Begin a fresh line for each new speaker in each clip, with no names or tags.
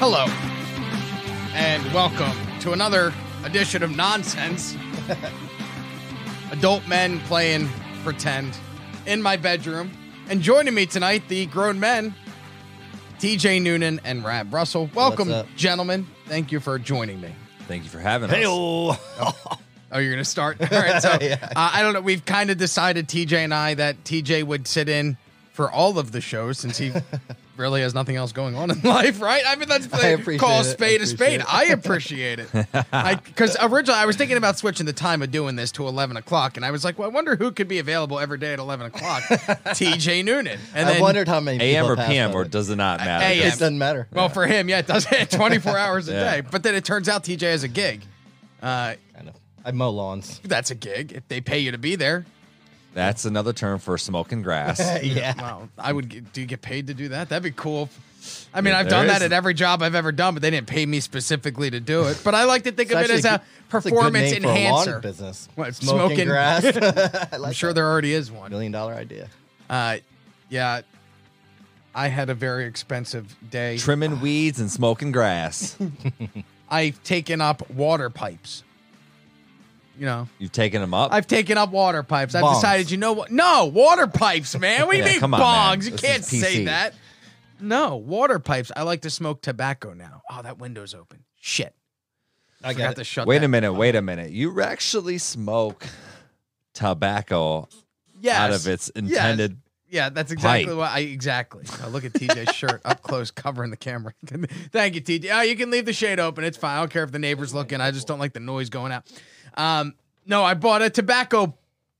Hello, and welcome to another edition of Nonsense. Adult men playing pretend in my bedroom. And joining me tonight, the grown men, TJ Noonan and Rab Russell. Welcome,
up?
gentlemen. Thank you for joining me.
Thank you for having us.
Hey-o.
Oh, you're going to start? All right. So uh, I don't know. We've kind of decided, TJ and I, that TJ would sit in for all of the shows since he really has nothing else going on in life, right? I mean, that's
I appreciate
call a
it. I
spade a spade.
appreciate it.
I appreciate it. Because originally I was thinking about switching the time of doing this to 11 o'clock. And I was like, well, I wonder who could be available every day at 11 o'clock. TJ Noonan. And
I wondered how many
AM
people
or
passed
PM,
on
or
it.
does it not matter?
A.M.
it doesn't matter.
Well, for him, yeah, it does. 24 hours a
Yeah.
day. But then it turns out TJ has a gig. Uh,
kind of. I mow lawns.
that's a gig. If they pay you to be there,
That's another term for smoking grass.
yeah.
Wow, I would. Get, do you get paid to do that? That'd be cool. I mean,
Yeah,
I've
there
done that
is-
at every job I've ever done, but they didn't pay me specifically to do it. But I like to think
It's
of it
actually
as a
good- it's good
performance
name for a lawn
enhancer.
business.
What,
smoking,
smoking-
grass. I
I'm
like
sure
that.
there already is one.
million dollar idea.
Uh, yeah, I had a very expensive day.
Trimming weeds and smoking grass.
I've taken up water pipes. You know,
You've taken them up.
I've taken up water pipes. I've
Bongs.
decided, you know what? No, water pipes, man. We
Yeah,
need
come on, man.
bongs. You
This
can't
is
say
PC.
that. No, water pipes. I like to smoke tobacco now. Oh, that window's open. Shit.
I
forgot
got
to
it.
shut.
wait
that.
a minute. Wait a minute. You actually smoke tobacco
Yes.
out of its intended.
Yeah, that's exactly
pipe.
what I exactly. Now look at TJ's shirt up close, covering the camera. Thank you, TJ. Oh, you can leave the shade open. It's fine. I don't care if the neighbor's looking. I just don't like the noise going out. Um, no, I bought a tobacco,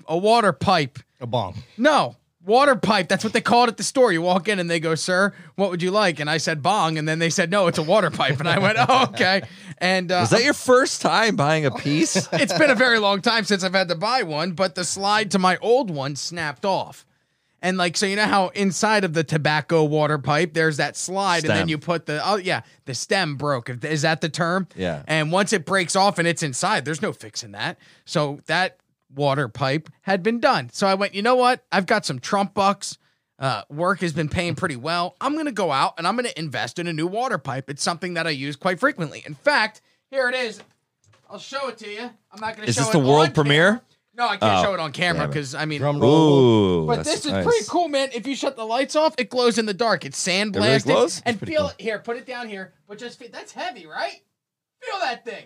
a water pipe.
A bomb.
No, water pipe. That's what they call it at the store. You walk in and they go, "Sir, what would you like?" And I said, "Bong," and then they said, "No, it's a water pipe." And I went, "Oh, okay." And uh,
Was that your first time buying a piece?
it's been a very long time since I've had to buy one, but the slide to my old one snapped off. And like so, you know how inside of the tobacco water pipe, there's that slide, and then
Stem.
you put the oh yeah, the stem broke. If- Is that the term?
Yeah.
And once it breaks off and it's inside, there's no fixing that. So that water pipe had been done. So I went, you know what? I've got some Trump bucks. Uh, work has been paying pretty well. I'm gonna go out and I'm gonna invest in a new water pipe. It's something that I use quite frequently. In fact, here it is. I'll show it to you. I'm not gonna.
Is
show
this
it
the world
on cam-
premiere?
No, I can't
Oh,
show it on camera
damn it.
because I mean,
Drum roll.
Ooh,
but
that's
this is
nice.
pretty cool, man. If you shut the lights off, it glows in the dark. It's sandblasted.
glows?
And
That's pretty
feel
cool.
it here. Put it down here. But just feel, that's heavy, right? Feel that thing.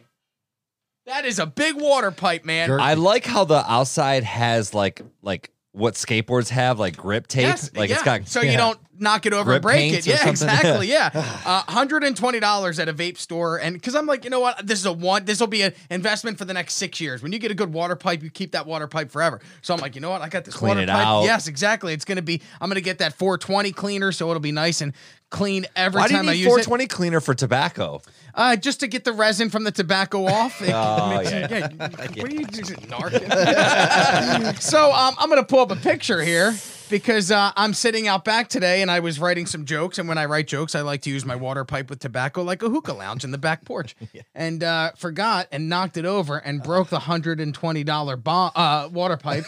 That is a big water pipe, man.
Jerk.
I like how the outside has like like what skateboards have like grip tape.
Yes,
like it's
yeah.
got
so you
yeah.
don't knock it over and
Grip
break it.
paints or
Yeah,
something.
exactly. Yeah, uh, hundred and twenty dollars at a vape store, and because I'm like, you know what, this is a one. This will be an investment for the next six years. When you get a good water pipe, you keep that water pipe forever. So I'm like, you know what, I got this
Clean
water
it
pipe.
out.
Yes, exactly. It's gonna be. I'm gonna get that 420 cleaner, so it'll be nice and clean every
Why do you
time I
need
use it.
420 cleaner for tobacco?
Uh, just to get the resin from the tobacco off. It
Oh,
makes
yeah.
you- you- what are you doing, narc? so um, I'm going to pull up a picture here because uh, I'm sitting out back today and I was writing some jokes. And when I write jokes, I like to use my water pipe with tobacco like a hookah lounge in the back porch. And uh, forgot and knocked it over and broke the $120 bo- uh, water pipe.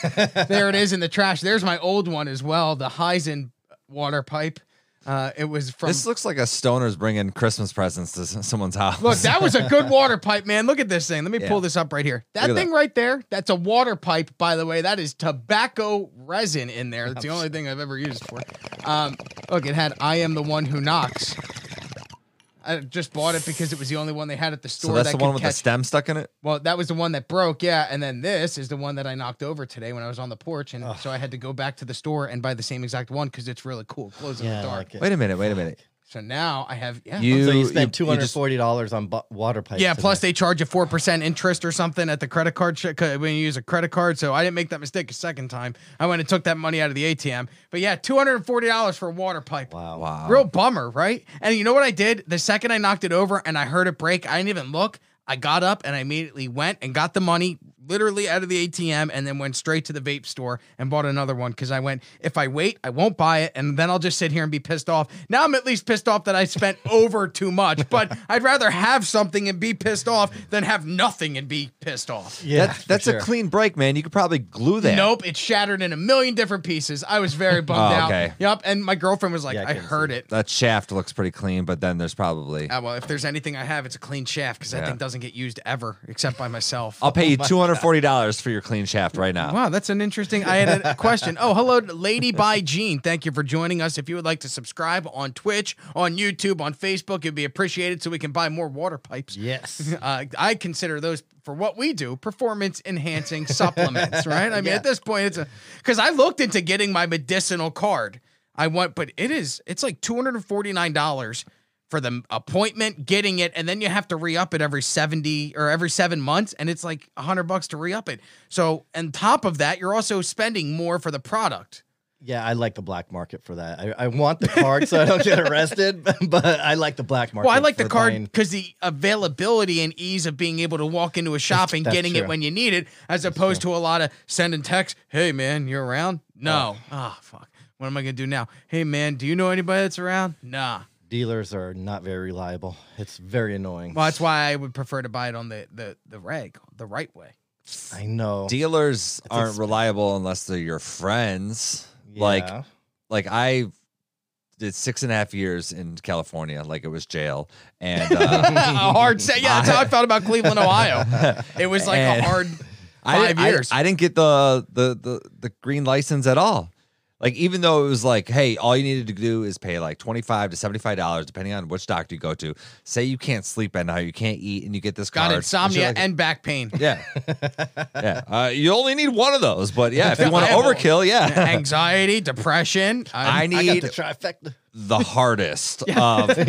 there it is in the trash. There's my old one as well, the Heisen water pipe. Uh, it was from
This looks like a stoner's bringing Christmas presents to s- someone's house.
Look, that was a good water pipe, man. Look at this thing. Let me
Yeah.
pull this up right here. That
Look at
thing right there, that's a water pipe, by the way. That is tobacco resin in there. That's the only thing I've ever used it for. Um, look, it had I am the one who knocks. I just bought it because it was the only one they had at the store.
so that's
that
the
could
one with
catch.
the stem stuck in it.
Well, that was the one that broke, yeah. And then this is the one that I knocked over today when I was on the porch, and so I had to go back to the store and buy the same exact one because it's really cool. It glows in
Yeah,
the
I
dark.
like it.
Wait a minute, wait a minute.
So now I have yeah.
You,
so you
you- you
spent two hundred
just-
forty dollars on bu- water pipes.
yeah, plus
today.
they charge you four percent interest or something at the credit card sh- 'cause when you use a credit card. So I didn't make that mistake a second time. I went and took that money out of the ATM. But yeah, two hundred and forty dollars for a water pipe.
wow,
Wow.
Real bummer, right? And you know what I did? The second I knocked it over and I heard it break, I didn't even look. I got up and I immediately went and got the money literally out of the ATM and then went straight to the vape store and bought another one because I went, if I wait, I won't buy it. And then I'll just sit here and be pissed off. Now I'm at least pissed off that I spent over too much, but I'd rather have something and be pissed off than have nothing and be pissed off.
Yeah,
That-
for
that's
sure.
a clean break, man. You could probably glue that.
Nope, it shattered in a million different pieces. I was very bummed
Oh,
out.
okay.
Yep. And my girlfriend was like,
Yeah, I
I
couldn't
heard
see
it.
That shaft looks pretty clean, but then there's probably.
Uh, well, if there's anything I have, it's a clean shaft because that
Yeah.
thing doesn't get used ever except by myself.
I'll pay you two hundred forty dollars for your clean shaft right now.
Wow, that's an interesting. I had a question. Oh, hello, Lady by Jean. Thank you for joining us. If you would like to subscribe on Twitch, on YouTube, on Facebook, it'd be appreciated so we can buy more water pipes.
Yes.
Uh, I consider those for what we do performance enhancing supplements, right? I mean,
Yeah.
at this point, it's a because I looked into getting my medicinal card. I want, but it is it's like two hundred and forty nine dollars for the appointment, getting it, and then you have to re up it every seventy or every seven months, and it's like hundred bucks to re up it. So, on top of that, you're also spending more for the product.
Yeah, I like the black market for that. I, I want the card so I don't get arrested, but I like the black market.
Well, I like the
for
card
buying-
because the availability and ease of being able to walk into a shop and
that's
getting it
true.
when you need it, as opposed to a lot of sending texts. Hey, man, you're around? No. Ah, fuck. What am I gonna do now? Hey, man, do you know anybody that's around? Nah.
Dealers are not very reliable. It's very annoying.
Well, that's why I would prefer to buy it on the the the reg, the right way.
I know.
Dealers aren't
expensive.
reliable unless they're your friends. Like
Yeah.
like I did six and a half years in California, like it was jail, and uh,
a hard set. Yeah, that's how I felt about Cleveland, Ohio. It was like a
And-
hard
I
five
didn't, I-
years.
I, didn't get the, the the the green license at all. Like even though it was like, hey, all you needed to do is pay like twenty five to seventy five dollars, depending on which doctor you go to. Say you can't sleep at night, you can't eat, and you get this
got
card. and
insomnia
shit
and,
like-
back pain,
yeah, yeah. Uh, you only need one of those, but yeah, if you want to
Viable.
overkill, yeah.
anxiety, depression.
I
I,
I got
need
the trifecta.
the hardest. of,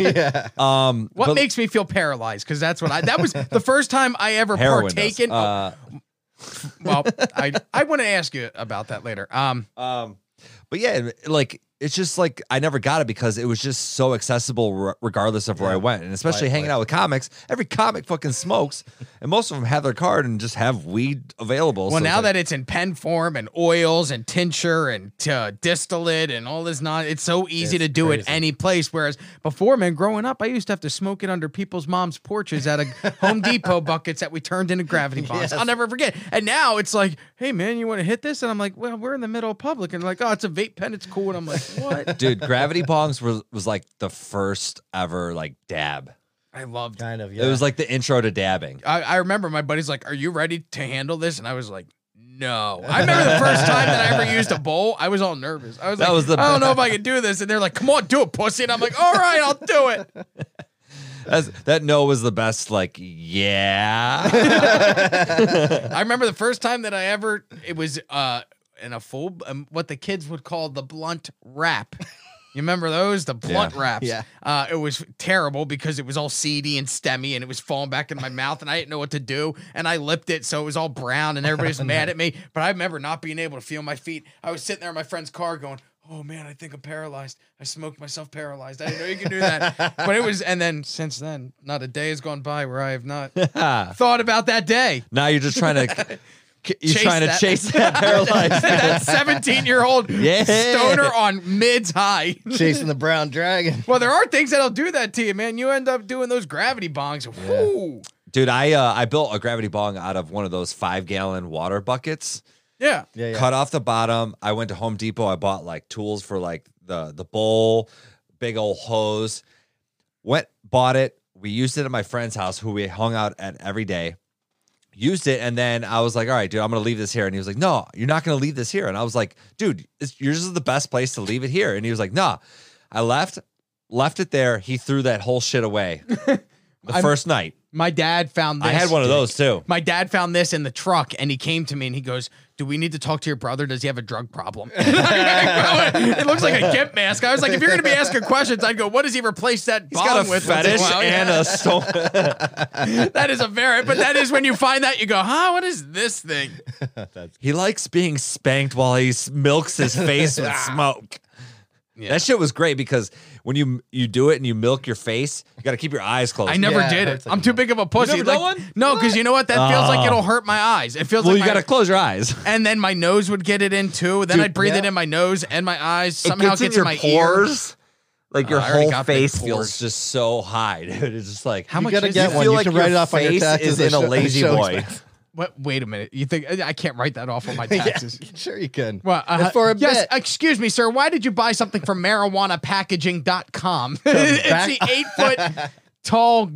yeah.
um,
what
but
makes me feel paralyzed? Because that's what I. That was the first time I ever
heroin does.
partaken.
Uh,
well, I I want to ask you about that later. Um,
Um, but yeah, like it's just like I never got it because it was just so accessible re- regardless of where I
Yeah.
went, and especially
Right,
hanging
right.
out with comics. Every comic fucking smokes, and most of them have their card and just have weed available.
well, now that it's in pen form and oils and tincture and uh, distillate and all this, non, it's so easy
It's
to do at
crazy.
any place. Whereas before, man, growing up, I used to have to smoke it under people's moms' porches out of Home Depot buckets that we turned into gravity bombs.
Yes.
I'll never forget. And now it's like, hey, man, you want to hit this? And I'm like, well, we're in the middle of public, and like, oh, it's a vape pen, it's cool. And I'm like, what?
dude, gravity bongs was was like the first ever like dab.
I loved
Kind of. Yeah.
It was like the intro to dabbing.
I, I remember my buddy's like, "Are you ready to handle this?" And I was like, "No." I remember the first time that I ever used a bowl, I was all nervous. I was
That
like,
was the-
"I don't know if I can do this." And they're like, "Come on, do it, pussy." And I'm like, "All right, I'll do it."
That's, that no was the best. Like yeah,
I remember the first time that I ever it was uh in a full um, what the kids would call the blunt wrap. You remember those? The blunt
Yeah.
wraps.
Yeah.
Uh, it was terrible because it was all seedy and stemmy and it was falling back in my mouth and I didn't know what to do. And I lipped it so it was all brown and everybody was mad at me. But I remember not being able to feel my feet. I was sitting there in my friend's car going, Oh man, I think I'm paralyzed. I smoked myself paralyzed. I didn't know you could do that. but it was, and then since then, not a day has gone by where I have not thought about that day.
now you're just trying to you're
Chase
trying to
that.
chase that paralyzed.
that 17 year old
Yeah.
stoner on mids high.
chasing the brown dragon.
Well, there are things that'll do that to you, man. You end up doing those gravity bongs. Whoo.
Dude, I uh, I built a gravity bong out of one of those five gallon water buckets.
Yeah.
Yeah. yeah.
Cut off the bottom. I went to Home Depot. I bought like tools for like the the bowl, big old hose. Went bought it. We used it at my friend's house, who we hung out at every day. Used it, and then I was like, "All right, dude, I'm gonna leave this here." And he was like, "No, you're not gonna leave this here." And I was like, "Dude, it's, yours is the best place to leave it here." And he was like, "Nah." I left, left it there. He threw that whole shit away the
I'm-
first night.
My dad found this.
I had one of those too.
My dad found this in the truck and he came to me and he goes, Do we need to talk to your brother? Does he have a drug problem? it looks like a gimp mask. I was like, If you're going to be asking questions, I'd go, What does he replace that
He's got
bong
a
with? once in
fetish
while?"
and a soul.
that is a very, but that is when you find that you go, Huh, what is this thing?
He likes being spanked while he s- milks his face with
Ah.
smoke.
Yeah.
That shit was great because when you you do it and you milk your face, you got to keep your eyes closed.
I never
Yeah,
did it.
that's like
I'm
a
too big of a pussy.
never done
Like-
one?
No, because you know what? That feels
Oh.
like it'll hurt my eyes. It feels
Well,
like
you
my-
got to close your eyes.
and then my nose would get it in too. Then
Dude,
I'd breathe it
yeah.
in my nose and my eyes. Somehow it gets, in, my ears.
Like your
I already
whole
got big
face
pores.
feels just so high, dude. It's just like
How
You
much
gotta
is
get
it?
one.
feel
you
like
can
your
write it off on your
face
taxes.
is in
as
a
show-
lazy
show
boy.
expense.
What? Wait a minute. You think I can't write that off on my
Yeah,
taxes?
sure you can.
Well, uh,
It's for a
yes,
bit.
excuse me, sir. Why did you buy something from marijuanapackaging.com? it's the eight foot tall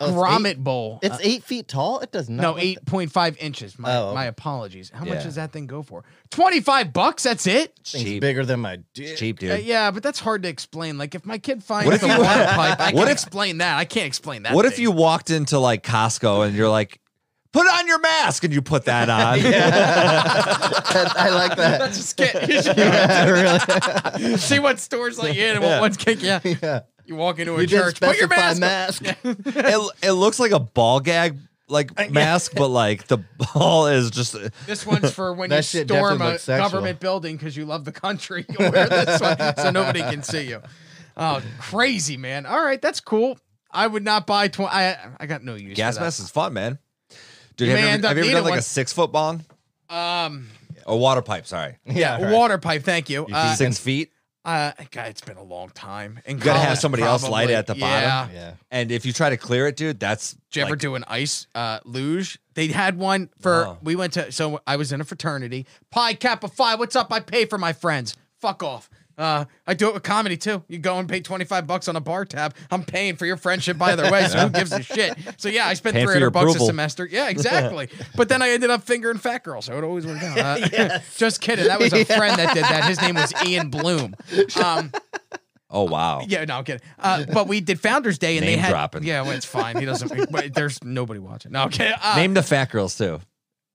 Oh, it's
grommet
eight-
bowl.
It's eight feet tall. It does not.
no,
look-
8.5 inches. My,
Oh, okay.
my apologies. How much
Yeah.
does that thing go for? 25 bucks? That's it?
It's
Thing's
cheap,
bigger than my dick.
It's cheap, dude.
Uh, yeah, but that's hard to explain. Like, if my kid finds
What if
the
you-
water pipe, I
What
can
if-
explain that. I can't explain that.
What if
thing.
you walked into like Costco and you're like, put on your mask and you put that on?
That- I like that.
Let's just get you should
yeah, really.
see what stores let you in and what ones kick you. out.
Yeah.
You walk into a
You did
church, put your
specify
mask. on.
mask.
It, it looks like a ball gag
Uh,
like mask, but like the ball is just
This one's for when
That
you
shit
storm
definitely
a
looks sexual.
government building because you love the country. You wear this one so nobody can see you. Oh, crazy man! All right, that's cool. I would not buy twenty. I I got no use.
gas
for that.
mask is fun, man. Dude,
You
have
may
you ever,
end up
have you ever
needing
done like
one.
a six foot bong?
Um,
Or water pipe, sorry.
yeah,
right.
water pipe. Thank you. Uh,
Six feet.
uh, God, it's been a long time. And
You gotta have somebody else light it at the bottom.
Yeah.
Yeah.
And if you try to clear it, dude, that's
Did you ever
like- Oh.
do an ice uh, luge? They had one for
No.
we went to so I was in a fraternity. Pi Kappa Phi, what's up? I pay for my friends. Fuck off. Uh, I do it with comedy too. You go and pay twenty five bucks on a bar tab. I'm paying for your friendship either way. So who gives a shit? So yeah, I spent
Paying
three
for your
hundred bucks a
approval.
semester. Yeah, exactly. but then I ended up fingering fat girls, so it always worked out. Uh, Just kidding. That was a friend that did that. His name was Ian Bloom. Um,
Oh wow.
yeah, no, I'm kidding. Uh, but we did Founders Day and they
Name
had
dropping.
yeah, well, it's fine. He doesn't. but there's nobody watching. No, okay. Uh,
Name the fat girls too.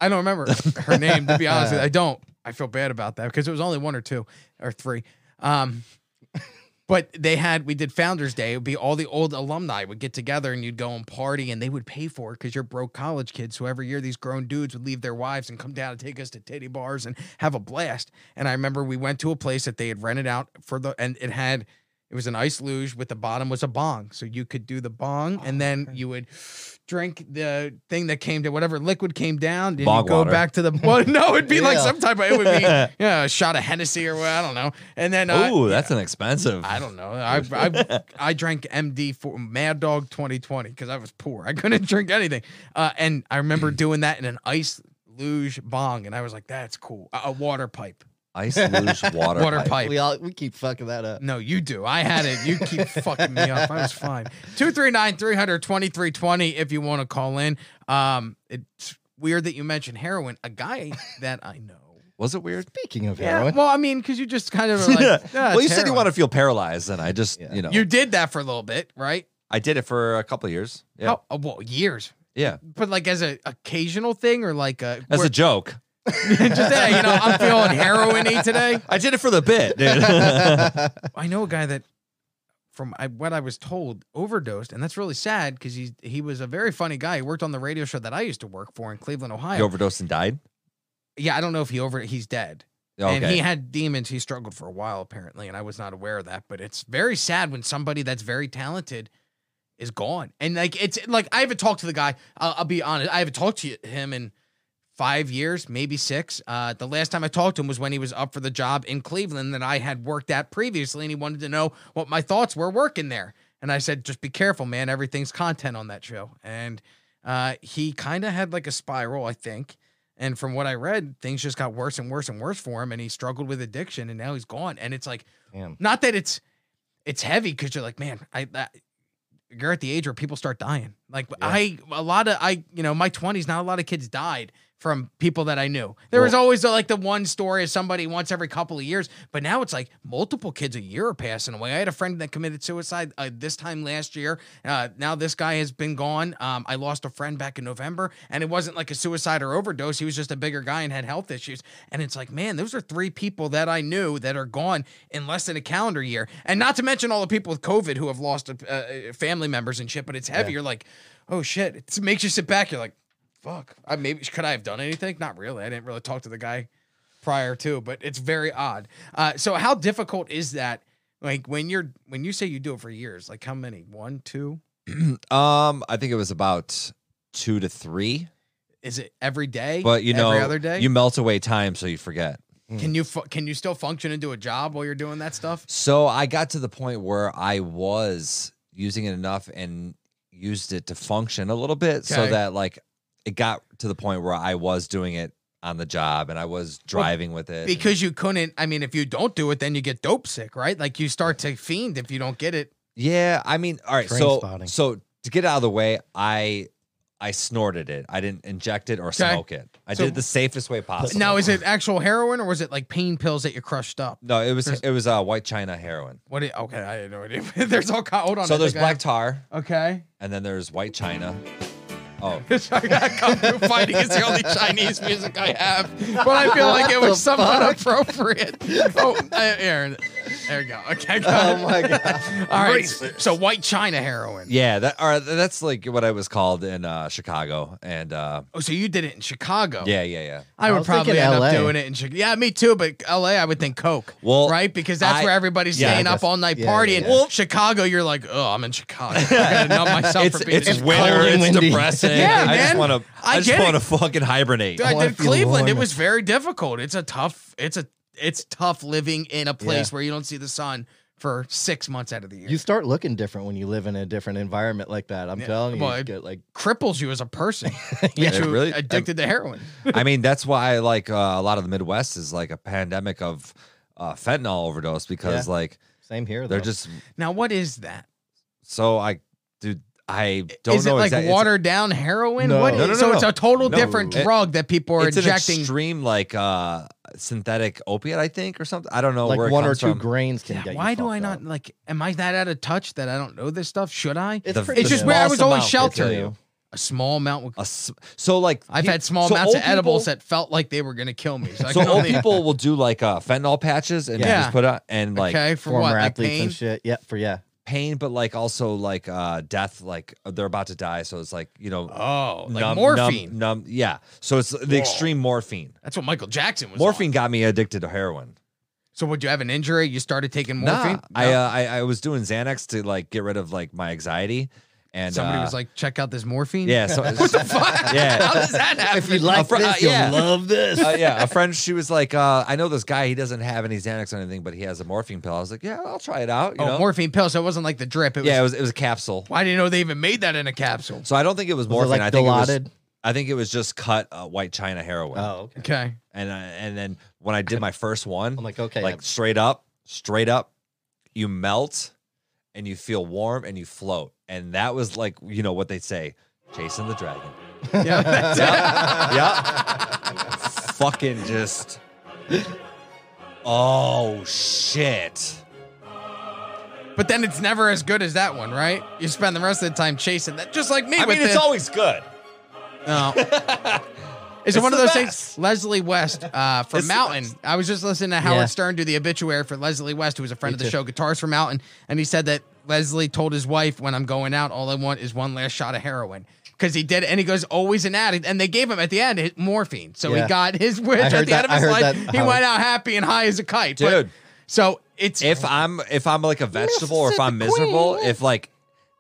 I don't remember her name to be honest. With you. I don't. I feel bad about that because it was only one or two or three. Um, but they had we did Founders Day. It would be all the old alumni would get together and you'd go and party and they would pay for it because you're broke college kids. So every year these grown dudes would leave their wives and come down and take us to titty bars and have a blast. And I remember we went to a place that they had rented out for the and it had it was an ice luge with the bottom was a bong. So you could do the bong
Oh,
and then you would drink the thing that came to whatever liquid came down. Then you
Bog
go
water.
back to the well, no, it'd be like
Yeah.
some type of it would be yeah, a shot of Hennessy or what I don't know. And then uh,
Ooh, that's an expensive.
I don't know. I I, I drank MD for Mad Dog 2020 because I was poor. I couldn't drink anything. Uh, and I remember doing that in an ice luge bong, and I was like, "That's cool." A, a water pipe,
Ice luge water.
water
pipe.
pipe.
We all we keep fucking that up.
No, you do. I had it. You keep fucking me up. I was fine. 239 300 2320 if you want to call in. Um, it's weird that you mentioned heroin. A guy that I know.
Was it weird?
Speaking of
Yeah.
heroin,
Well, I mean, because you just kind of were like, yeah,
well,
it's
you said you
heroin."
want to feel paralyzed, and I just,
Yeah.
you know,
You did that for a little bit, right?
I did it for a couple of years. Yeah,
Oh, well, years.
yeah,
But like as a occasional thing or like a,
as
where-
a joke.
just hey, you know, I'm feeling heroin-y today.
I did it for the bit, dude.
I know a guy that from I, what I was told overdosed, and that's really sad because he he was a very funny guy. He worked on the radio show that I used to work for in Cleveland,
you
Ohio.
overdosed and died.
yeah, I don't know if he over he's dead. And he
Okay,
had demons. He struggled for a while apparently, and I was not aware of that. But it's very sad when somebody that's very talented is gone. And like it's like I haven't talked to the guy. I'll, I'll be honest. I haven't talked to him in five years, maybe six. Uh, the last time I talked to him was when he was up for the job in Cleveland that I had worked at previously, and he wanted to know what my thoughts were working there. And I said, just be careful, man. Everything's content on that show. And uh, he kind of had like a spiral, I think. And from what I read, things just got worse and worse and worse for him, and he struggled with addiction, and now he's gone. And it's like,
Damn.
not that it's it's heavy because you're like, man, I that, you're at the age where people start dying. Like I, a lot of I, you know, my twenties, not a lot of kids died from people that I knew. There was
Well-
always the, like the one story of somebody once every couple of years, but now it's like multiple kids a year are passing away. I had a friend that committed suicide uh, this time last year. Uh, now this guy has been gone. Um, I lost a friend back in November, and it wasn't like a suicide or overdose. He was just a bigger guy and had health issues. And it's like, man, those are three people that I knew that are gone in less than a calendar year, and not to mention all the people with COVID who have lost uh, uh, family members and shit. But it's heavy. You're like, oh shit, it makes you sit back. You're like fuck. I maybe could I have done anything? Not really. I didn't really talk to the guy prior to, but it's very odd. Uh, so how difficult is that? Like when you're when you say you do it for years, like how many? One, two?
Um, I think it was about two to three,
Is it every day?
but you know,
every other day.
you melt away time, so you forget.
can you fu- can you still function and do a job while you're doing that stuff?
So I got to the point where I was using it enough and used it to function a little bit, so
Okay.
that like it got to the point where I was doing it on the job and I was driving with it. and-
Because you couldn't. I mean, if you don't do it, then you get dope sick, right? Like you start to fiend if you don't get it.
Yeah, I mean, all right.
Train
so,
spotting.
so to get out of the way, I I snorted it. I didn't inject it or
Okay.
smoke it. I
So-
did it the safest way possible.
Now, is it actual heroin or was it like pain pills that you crushed up?
no, it was it was uh, white china heroin.
What? It, okay, I had no idea. there's all. ki- Hold on. I
So there's
think I
black
have-
tar,
Okay.
and then there's white china. Oh,
Kung Fu Fighting is the only Chinese music I have, but I feel like it
What the
was somewhat appropriate. Oh, uh, Aaron, there you go. Okay,
Oh
got it.
my god.
all right. So white China heroin.
yeah, that or that's like what I was called in uh, Chicago, and uh,
Oh, so you did it in Chicago?
yeah, yeah, yeah.
I
I
would
was
probably
thinking
end up
LA.
doing it in Chicago. Yeah, me too. But L.A., I would think Coke.
Well,
right, because that's
I-
where everybody's
yeah, I
staying up
guess-
all night
yeah,
partying.
yeah, yeah.
Chicago, you're like, oh, I'm in Chicago. I gotta numb myself
It's
for being in
it's
Chicago."
winter.
cold and
It's
windy.
depressing.
Yeah,
I
man.
just want to.
I
I,
get
just
it.
want to fucking hibernate.
Dude, I
wanna
did
feel
Cleveland. It
warm.
was very difficult. It's a tough. It's a. It's tough living in a place
Yeah.
where you don't see the sun for six months out of the year.
You start looking different when you live in a different environment like that. I'm
Yeah,
telling you,
well,
you
it-
get like
Cripples you as a person.
Yeah,
Makes
it
you
really-
addicted to heroin.
I mean, that's why I like uh, a lot of the Midwest is like a pandemic of uh, fentanyl overdose because
Yeah.
like
same here.
they're
though.
just
Now, what is that?
so I dude I
Is
don't know
it like
exact- it's-
watered down heroin?
No.
What
No,
is-
no,
so
no,
it's
no.
a total
No.
different
It-
drug that people are
It's, an
injecting.
extreme like uh synthetic opiate I think or something. I don't know where
like
it
one or
comes
two
from.
grains can
Yeah,
get. you
why do
fucked
I not
up.
like? Am I that out of touch that I don't know this stuff? Should I?
It's,
The-
pretty
It's just
vanilla.
where I was always
smallest amount, they
sheltered.
tell you.
A small amount. Would,
A s- so like
I've
pe-
had small
Uh, so
amounts of
old people-
edibles that felt like they were going to kill me. So, I
so
can
old
only,
people will do like uh fentanyl patches and
Yeah.
just put out and like
okay, for
former
what? Like
athletes
pain?
and shit. Yeah, for yeah.
pain, but like also like uh death, like they're about to die, so it's like you know
Oh, like
numb-
morphine.
numb, numb, yeah. So it's the extreme morphine.
That's what Michael Jackson was.
Morphine
on.
got me addicted to heroin.
So would you have an injury? You started taking morphine.
Nah, I,
No?
uh, I I was doing Xanax to like get rid of like my anxiety, and
Somebody
uh,
was like, "Check out this morphine."
yeah, so what the fuck?
How
Yeah,
does that happen? Oh,
If you like
fr- uh,
this, you'll
yeah.
love this.
Uh, yeah. A friend, she was like, uh, I know this guy. He doesn't have any Xanax or anything, but he has a morphine pill. I was like, yeah, I'll try it out. You
oh,
know?
morphine pill. So it wasn't like the drip. It was.
yeah, it was it was a capsule.
Well, I didn't know they even made that in a capsule.
So I don't think it was
Was it,
morphine.
like
I think it was.
Dilaudid?
I think it was just cut uh, white china heroin.
Oh, okay.
Okay.
and I, and then when I did my first one,
I'm like, okay,
like
I'm-
straight up, straight up, you melt and you feel warm and you float, and that was like you know what they say, chasing the dragon.
Yeah. that's it.
yeah, fucking just. Oh shit!
But then it's never as good as that one, right? You spend the rest of the time chasing that, just like me.
I
with
mean, it's
the-
always good.
No. Is
It's
it one of
the
those
best.
things? Leslie West uh, from
It's the
Mountain.
best.
I was just listening to Howard
Yeah.
Stern do the obituary for Leslie West, who was a friend
Me
of the
too.
show Guitars for Mountain, and he said that Leslie told his wife, "When I'm going out, all I want is one last shot of heroin." Because he did, and he goes always an addict, and they gave him at the end his morphine, so
Yeah.
he got his wish
heard
at the
that-
end of his
I heard
life.
that,
He
Howard.
went out happy and high as a kite, But-
Dude.
so it's
If I'm if I'm like a vegetable or if I'm miserable, if like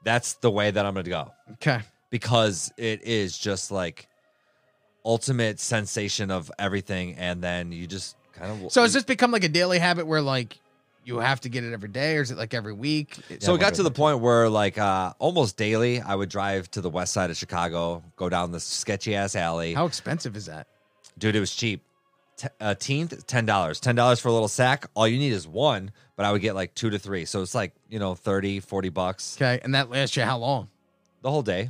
that's the way that I'm gonna go.
okay.
because it is just like ultimate sensation of everything and then you just kind of
So has this become like a daily habit where like you have to get it every day, or is it like every week?
so it got to the point where like uh almost daily i would drive to the west side of chicago go down this sketchy ass alley
How expensive is that?
dude it was cheap T- a teenth ten dollars ten dollars for a little sack all you need is one but i would get like two to three so it's like you know 30 40 bucks
Okay, and that lasts you how long?
the whole day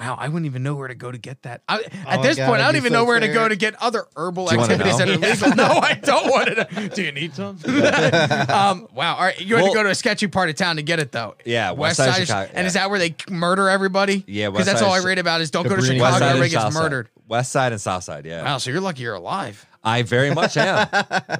Wow, I wouldn't even know where to go to get that. I, at
Oh,
my
this
God,
point, I
I'd
don't
be
even
so
know where to
scared.
go to get other herbal
Do you wanna
activities that
know?
are legal. No, I don't want to. know. Do you need some? um, wow. All right, you had
Well-
to go to a sketchy part of town to get it though.
Yeah,
West
West
Side,
Side Chicago,
and is
yeah.
that where they murder everybody?
Yeah,
because
West
that's
Side
all I
is-
read about is don't go to
Cabrini.
Chicago,
West
West
Side
side
everybody
and
gets
south
murdered.
side. West side and south side. Yeah,
Wow, so you're lucky you're alive.
I very much am.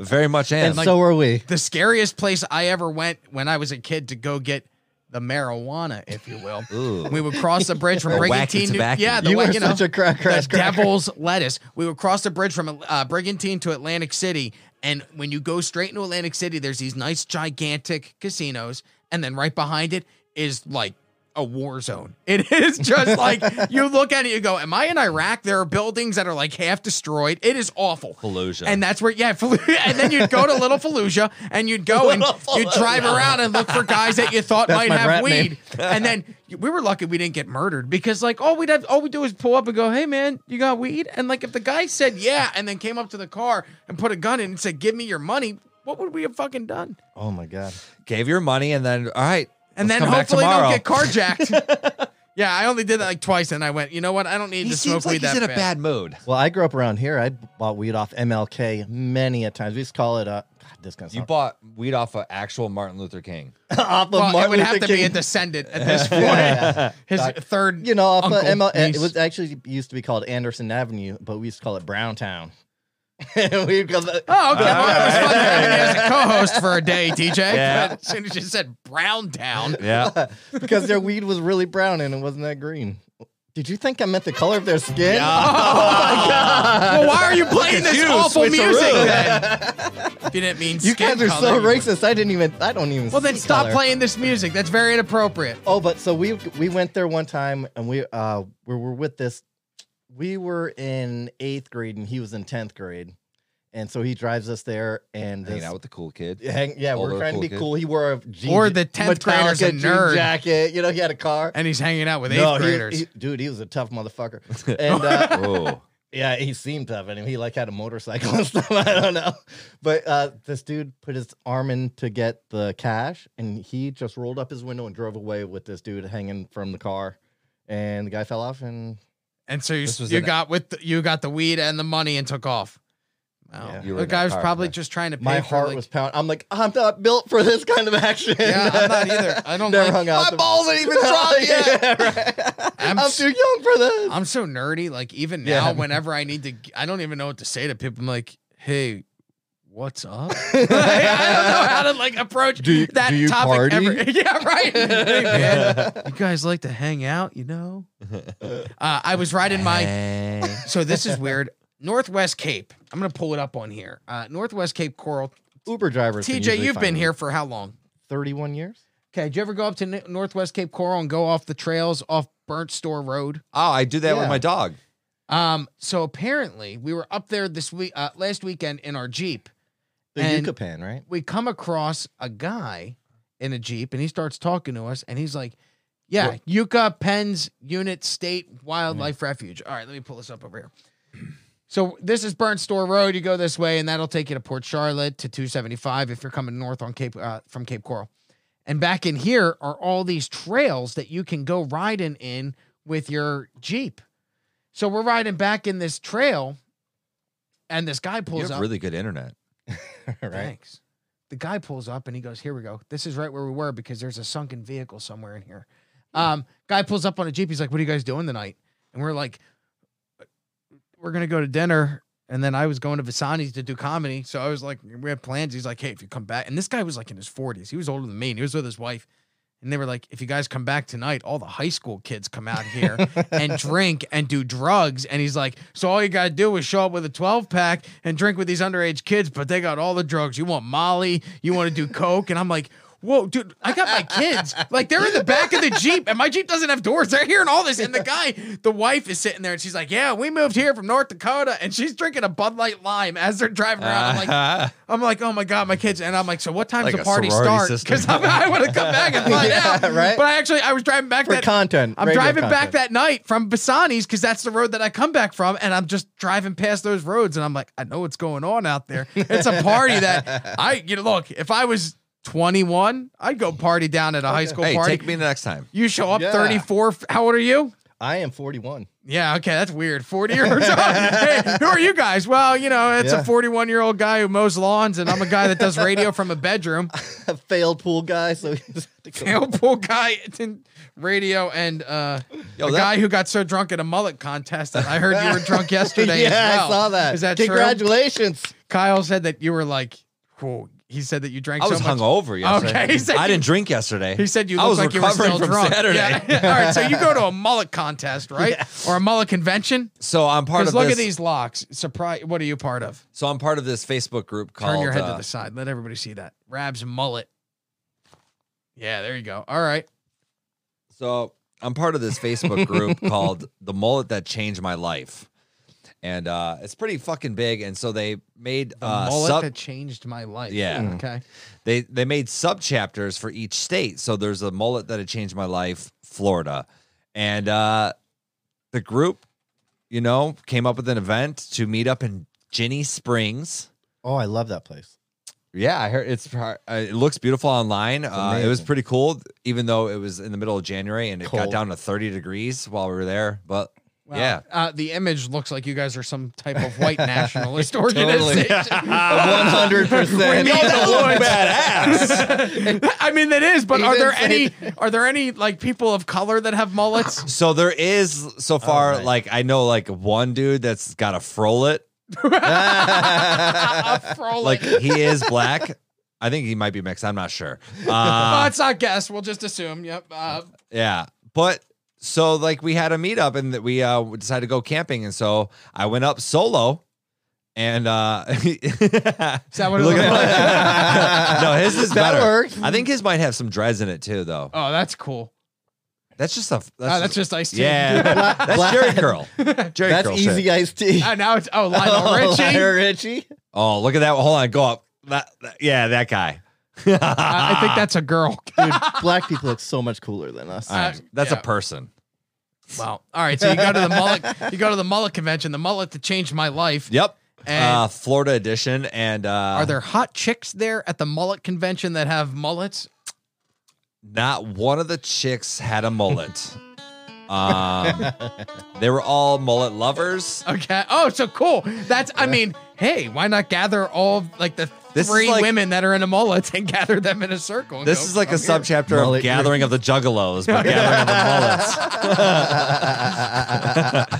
very much am.
And so are we.
The scariest place I ever went when I was a kid to go get the marijuana, if you will.
Ooh.
We would cross the bridge from
The wacky
Brigantine. To,
tobacco.
yeah, the
You
wa-
are
you know,
such a crack, crack,
the
cracker.
devil's lettuce. We would cross the bridge from uh, Brigantine to Atlantic City, and when you go straight into Atlantic City, there's these nice gigantic casinos, and then right behind it is like a war zone. It is just like you look at it, you go, "Am I in Iraq?" There are buildings that are like half destroyed. It is awful.
Fallujah.
and that's where yeah, Fallujah. and then you'd go to Little Fallujah, and you'd go and you'd drive around and look for guys that you thought
That's
might
my
have
rap
weed
name.
and then we were lucky we didn't get murdered because like all we'd have all we do is pull up and go, hey man, you got weed? And like if the guy said yeah, and then came up to the car and put a gun in and said, give me your money, what would we have fucking done?
Oh my god.
Gave your money and then all right.
And
let's
then
come back
hopefully
tomorrow.
don't get carjacked. yeah, I only did that like twice, and I went, you know what? I don't need
He
to smoke
seems like
weed
he's
that
in a
bad.
bad mood.
Well, I grew up around here. I bought weed off MLK many a times. We used to call it uh, God, this kind of
You bought weed off of actual Martin Luther King.
off of
Well, it
Martin
would have
Luther
to
King.
be a descendant at this point.
Yeah.
His
Doc-
third,
you know, off of
uncle,
ML, it
niece.
was actually used to be called Anderson Avenue, but we used to call it Browntown. we call the,
Oh, okay.
All
Well, it was
right.
fun having you as a co-host for a day, TJ.
Yeah.
But as soon as you said Brown Town,
Yeah.
because their weed was really brown and it wasn't that green. Did you think I meant the color of their skin? Oh
well, why are you playing
at
this
you,
awful
switcheroo.
music then? if you didn't mean
You
skin
guys are
color,
so
you would-
racist. I didn't even. I don't even.
Well, then
see
stop
color.
playing this music. That's very inappropriate.
Oh, but so we we went there one time and we uh we were with this. We were in eighth grade and he was in tenth grade, and so he drives us there and
Hanging
this-
out with the cool kid.
hang, yeah, we're
Older,
trying
cool
to be
kid.
cool. He wore a jean,
Or the 10th grader's a
Metallica jean
nerd.
jacket. You know, he had a car.
And he's hanging out with
No,
eighth
he-
graders.
he- dude, he was a tough motherfucker. And uh,
Oh.
yeah, he seemed tough, and he like had a motorcycle and stuff. I don't know, but uh, this dude put his arm in to get the cash, and he just rolled up his window and drove away with this dude hanging from the car, and the guy fell off, and
and so you,
This was
you
an-
got with the, you got the weed and the money and took off. Wow.
Yeah.
You were
the
in that
guy was
car,
probably
yeah.
just trying to pay
my
for,
heart
like-
was pounding. I'm like, I'm not built for this kind of action.
Yeah, I'm not either. I don't
Never
like-
hung out.
My balls ain't even dropped yet.
Yeah, right.
I'm
I'm,
s-
too young for this.
I'm so nerdy. Like even
Yeah.
now, whenever I need to, I don't even know what to say to people. I'm like, hey, what's up? Like, I don't know how to like approach
Do you-
that
do you
topic
party?
ever. yeah, right. Hey, man, you guys like to hang out, you know? Uh, I was riding my.
Hey.
So this is weird. Northwest Cape. I'm gonna pull it up on here. Uh, Northwest Cape Coral.
Uber drivers. can
TJ,
usually
you've
find
been
me.
here for how long?
31 years.
Okay, did you ever go up to N- Northwest Cape Coral and go off the trails off Burnt Store Road?
Oh, I do that
Yeah.
with my dog.
Um, so apparently we were up there this week uh, last weekend in our Jeep.
The
And-
Yucatan, right?
We come across a guy in a Jeep and he starts talking to us and he's like, Yeah, Yucca Penn's Unit State Wildlife Refuge. All right, let me pull this up over here. So this is Burnt Store Road. You go this way, and that'll take you to Port Charlotte to 275 if you're coming north on Cape uh, from Cape Coral. And back in here are all these trails that you can go riding in with your Jeep. So we're riding back in this trail, and this guy
You
pulls
have
up.
really good internet.
right.
Thanks. The guy pulls up and he goes, "Here we go. This is right where we were because there's a sunken vehicle somewhere in here." Um, guy pulls up on a jeep. He's like, "What are you guys doing tonight?" And we're like, "We're gonna go to dinner." And then I was going to Visani's to do comedy, so I was like, "We had plans." He's like, "Hey, if you come back," and this guy was like in his 40s. He was older than me, and he was with his wife. And they were like, "If you guys come back tonight, all the high school kids come out here and drink and do drugs. And he's like, so all you gotta do is show up with a 12 pack and drink with these underage kids, but they got all the drugs. You want Molly, you want to do coke, and I'm like. Whoa, dude, I got my kids. Like, they're in the back of the Jeep, and my Jeep doesn't have doors. They're hearing all this. And the guy, the wife is sitting there, and she's like, Yeah, we moved here from North Dakota. And she's drinking a Bud Light Lime as they're driving around. I'm like, I'm like, Oh my God, my kids. And I'm like, So what time's
Like
the
a
party
sorority
start?
system.
Because I want to come back and find
Yeah,
out.
right?
But I actually, I was driving back
For
that
content.
I'm
radio
driving back
content.
that night from Bassani's because that's the road that I come back from, and I'm just driving past those roads, and I'm like, I know what's going on out there. It's a party that I, you know, look, if I was 21, I'd go party down at a high school
hey,
party.
take me the next time.
you show up
Yeah.
34. f- How old are you?
I am 41.
Yeah, okay, that's weird. 40 years old. hey, who are you guys? Well, you know, it's
Yeah.
a 41 year old guy who mows lawns, and I'm a guy that does radio from a bedroom.
A failed pool guy, so he's
Tail pool guy in radio, and uh,
Yo,
a
that-
guy who got so drunk at a mullet contest that I heard you were drunk yesterday.
yeah,
as well.
I saw that.
Is that true?
Congratulations.
Kyle said that you were like, whoa. He said that you drank
I
so
was
much.
hungover yesterday.
Okay, he said
I
you-
didn't drink yesterday.
He said you
I
looked
was
like you were
recovering
still
from
drunk.
Saturday.
Yeah. All right, so you go to a mullet contest, right? Or a mullet convention?
So I'm part
Because
of
look
this.
at these locks. Surprise! What are you part of?
So I'm part of this Facebook group called.
Turn your head
uh,
to the side. Let everybody see that. Rab's mullet. Yeah, there you go. All right.
So I'm part of this Facebook group called The Mullet That Changed My Life. And uh, it's pretty fucking big. And so they made
The
uh,
mullet
sub-
that changed my life.
Yeah.
Okay.
they they made sub chapters for each state. So there's a mullet that had changed my life, Florida, and uh, the group, you know, came up with an event to meet up in Ginny Springs.
Oh, I love that place.
Yeah, I heard it's pr- uh, it looks beautiful online. Uh, it was
amazing.
pretty cool, even though it was in the middle of January and it got
Cold.
down to 30 degrees while we were there. But
Wow.
yeah,
Uh, the image looks like you guys are some type of white nationalist organization.
Totally. 100%.
We need the woods.
badass.
I mean, that is. But
He
are
did
there
say
any? Are there any like people of color that have mullets?
so there is so far
right.
like I know like one dude that's got a frolet.
A frolet.
Like he is black. I think he might be mixed. I'm not sure.
oh,
Uh,
it's not guess. We'll just assume. Yep. Uh,
yeah, but so like we had a meetup and that we uh, decided to go camping, and so I went up solo. And uh, is
that what it looked
like?
no, his is
That
better.
worked.
I think his might have some dreads in it too, though.
oh, that's cool.
That's just a.
Oh,
That's,
that's just ice tea.
yeah. that's
Black-
Jerry curl. Jerry
That's
curl. shit.
easy iced tea.
Uh, now it's oh Lionel
Oh,
Richie.
Lionel Richie.
Oh, look at that. Hold on, go up. That- that- yeah, that guy.
Uh, I I think that's a girl.
Dude, black people look so much cooler than us.
All right, that's
yeah.
a person.
Wow. All right. So you go to the mullet. You go to the mullet convention. The mullet that changed my life.
Yep.
And-
uh, Florida edition. And uh,
Are there hot chicks there at the mullet convention that have mullets?
not one of the chicks had a mullet? um, they were all mullet lovers.
Okay. Oh, so cool. That's. I mean, hey, why not gather all like the
This is
three
like-
women that are in a mullet and gather them in a circle? and
This
go,
is like a
"Come here."
subchapter of
Mullet
Gathering of the Juggalos, but Gathering of the Mullets.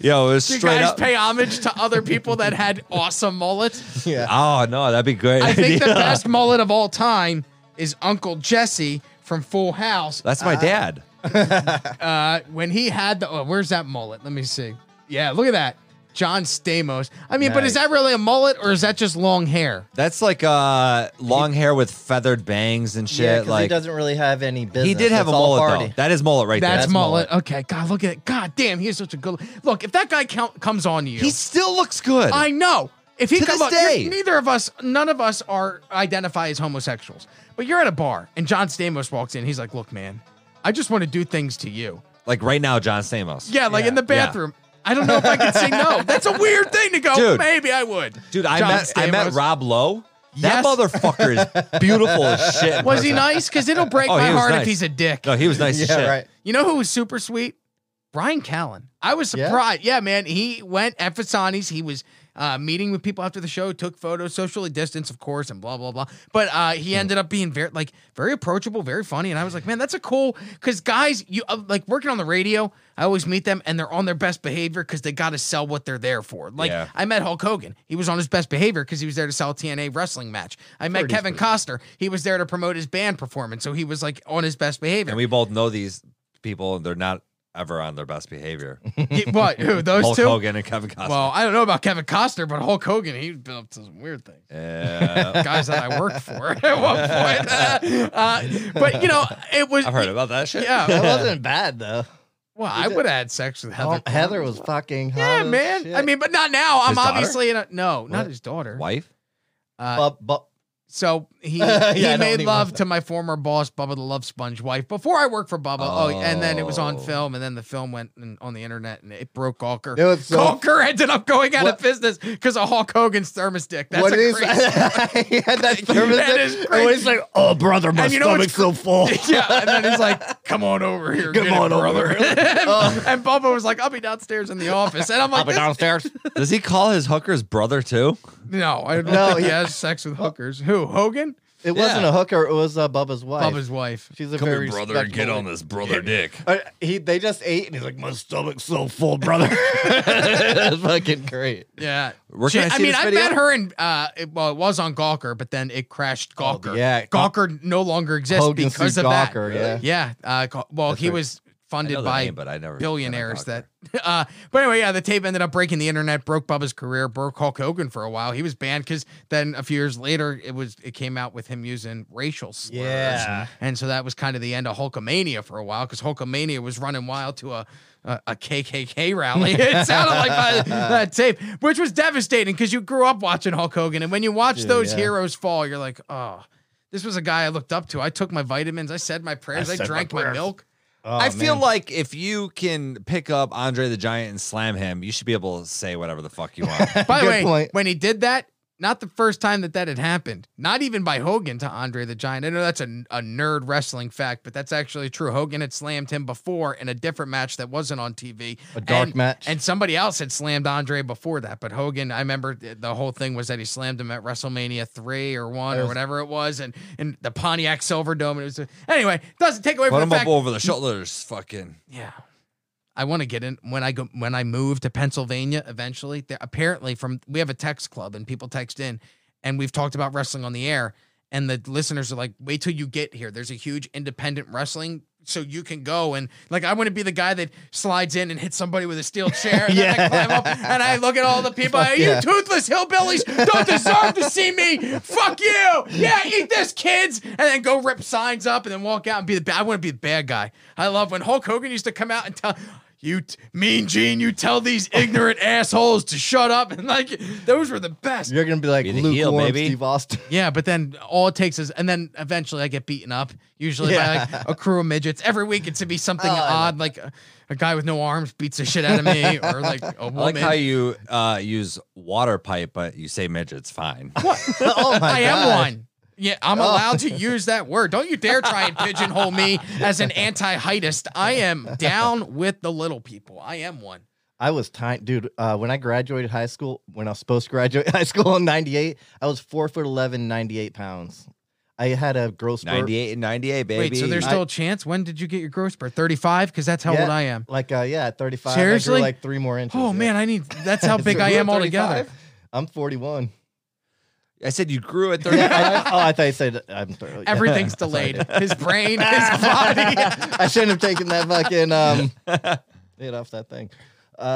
Yo, it was
Do you
straight
guys
up.
pay homage to other people that had awesome mullets?
Yeah.
oh no, that'd be great.
I think the
idea.
best mullet of all time is Uncle Jesse from Full House.
That's my dad.
uh, when he had the oh, where's that mullet? Let me see. Yeah, look at that. John Stamos. I mean, but is
Nice.
that really a mullet or is that just long hair?
That's like uh, long hair with feathered bangs and shit.
Yeah, 'cause he
like
doesn't really have any business.
He did have
It's
a
all
mullet
party.
though. That is mullet right
That's,
there.
mullet. Okay, God, look at it. God damn, he's such a good look. If that guy count, comes on you,
He still looks good.
I know. If he
To
comes
this
look, you're-
day.
neither of us, none of us are identify as homosexuals. But you're at a bar and John Stamos walks in. He's like, "Look, man, I just want to do things to you."
like right now, John Stamos.
Yeah, like
Yeah.
in the bathroom. I don't know if I can say no. That's a weird thing to go.
Dude.
Maybe I would.
Dude, I
John
met I met
Stamos.
Rob Lowe.
Yes.
That motherfucker is beautiful as shit. in
Was he
person.
nice? Because it'll break
Oh,
my
he was
heart if
nice.
he's a dick.
No, he was nice
Yeah,
as shit.
right.
You know who was super sweet? Brian Callen. I was
Yeah?
surprised. Yeah, man. He went at Fasani's. He was uh, meeting with people after the show, took photos, socially distanced, of course, and blah, blah, blah. But uh, he ended up being very, like, very approachable, very funny. And I was like, man, that's a cool, because guys, you uh, like working on the radio, I always meet them and they're on their best behavior because they got to sell what they're there for. Like,
Yeah.
I met Hulk Hogan. He was on his best behavior because he was there to sell a TNA wrestling match. I met Kevin Costner. He was there to promote his band performance. So he was like on his best behavior.
And we both know these people, and they're not ever on their best behavior.
Yeah, what? Who? Those
Hulk
two?
Hogan and Kevin Costner.
Well, I don't know about Kevin Costner, but Hulk Hogan, he's been up to some weird things.
yeah,
Guys that I worked for at one point. Uh, but, you know, it was.
I've heard about that shit.
Yeah.
That wasn't bad though.
Well, I would have had sex with Heather.
Heather, Heather was fucking hot.
Yeah,
as
man.
shit.
I mean, but not now. I'm
His daughter?
obviously in a. No, not
What?
his daughter.
wife.
Uh,
but, but
So he,
Yeah, I
he
don't
made
even
love
know.
to my former boss, Bubba the Love Sponge wife, before I worked for Bubba. Oh, and then it was on
Oh.
film, and then the film went in, on the internet, and it broke Gawker.
It was so-
Gawker ended up going out of
What-
business because of Hulk Hogan's thermostic. That's
what
a
is
crazy.
he had that thermos
That
in-
is
and
crazy.
when he's like, "Oh, brother, my
And you know what's
stomach's so full."
yeah, and then he's like, "Come on over here,
Come
get it,
on over Oh.
brother."
here.
and Bubba was like, "I'll be downstairs in the office," and I'm like,
Up and
this-
downstairs.
Does he call his hookers brother too?
"No, I don't
No,
think he
he-
has sex with hookers." Who Hogan?
It wasn't
Yeah.
a hooker. It was uh, Bubba's wife.
Bubba's wife.
She's a very respectful-
this brother dick.
Uh, he they just ate and he's like, my stomach's so full, brother. That's fucking great.
Yeah.
Where can I see
mean,
this
I
video?
met her in, uh, it, well, it was on Gawker, but then it crashed
Oh,
Gawker.
yeah.
Gawker no longer exists
Hogan
because
sued
of that.
Gawker, yeah.
Yeah. Uh, Gaw- well,
That's
he
right.
was
I know
funded
the
by
name, but I never
billionaires that, uh, but anyway, yeah, the tape ended up breaking the internet, broke Bubba's career, broke Hulk Hogan for a while. He was banned because then a few years later, it was, it came out with him using racial slurs.
Yeah.
And so that was kind of the end of Hulkamania for a while because Hulkamania was running wild to a a, a KKK rally. It sounded like that, that tape, which was devastating because you grew up watching Hulk Hogan, and when you watch
Dude,
those
yeah.
heroes fall, you're like, oh, this was a guy I looked up to. I took my vitamins, I said my prayers, I,
said my
drank my,
prayers."
milk.
Oh,
Oh,
I feel like if you can pick up Andre the Giant and slam him, you should be able to say whatever the fuck you want.
By the
Good
way,
point.
when he did that. Not the first time that that had happened. Not even by Hogan to Andre the Giant. I know that's a, a nerd wrestling fact, but that's actually true. Hogan had slammed him before in a different match that wasn't on TV.
a dark
And-
match.
And somebody else had slammed Andre before that, but Hogan, I remember th- the whole thing was that he slammed him at WrestleMania three or one
That
or
was-
whatever it was, and and the Pontiac Silverdome. And it was a, anyway, doesn't take away
Put
from
him
the
up
fact.
over the shoulders, fucking.
Yeah, I want to get in when I go when I move to Pennsylvania eventually. There, apparently, from we have a text club and people text in, and we've talked about wrestling on the air, and the listeners are like, "Wait till you get here." There's a huge independent wrestling. So you can go and like I want to be the guy that slides in and hits somebody with a steel chair and then I
Yeah.
climb up and I look at all the people.
Fuck
you
yeah.
toothless hillbillies don't deserve to see me. Fuck you. Yeah, eat this, kids. And then go rip signs up and then walk out and be the bad. I want to be the bad guy. I love when Hulk Hogan used to come out and tell you, t- Mean Gene, you tell these ignorant assholes to shut up. And like, those were the best.
You're gonna be like
Be the heel,
lukewarm
baby.
Steve Austin.
Yeah, but then all it takes is, and then eventually I get beaten up, usually by
Yeah.
like a crew of midgets. Every week it's to be something
Oh, I love
odd, like a, a guy with no arms beats the shit out of me, or like a woman.
I like how you uh, use water pipe, but you say midget's fine.
oh my
I
god. Oh.
am one. Yeah, I'm allowed to use that word. Don't you dare try and pigeonhole me as an anti-heightist. I am down with the little people. I am one.
I was tiny, dude. Uh, when I graduated high school, when I was supposed to graduate high school in '98, I was four foot 11, 98 pounds. I had a growth spurt.
98 and 98, baby.
Wait, so there's
I-
still a chance? When did you get your growth spurt? 35? Because that's how
Yeah.
old I am.
Like uh, yeah, at 35. I
Seriously?
grew like three more inches.
Oh
yeah.
man, I need. That's how big I am altogether.
I'm 41.
I said you grew at 30.
Yeah, I, oh, I thought you said I'm 30. yeah.
Everything's delayed. His brain, his body.
I shouldn't have taken that fucking um it off that thing.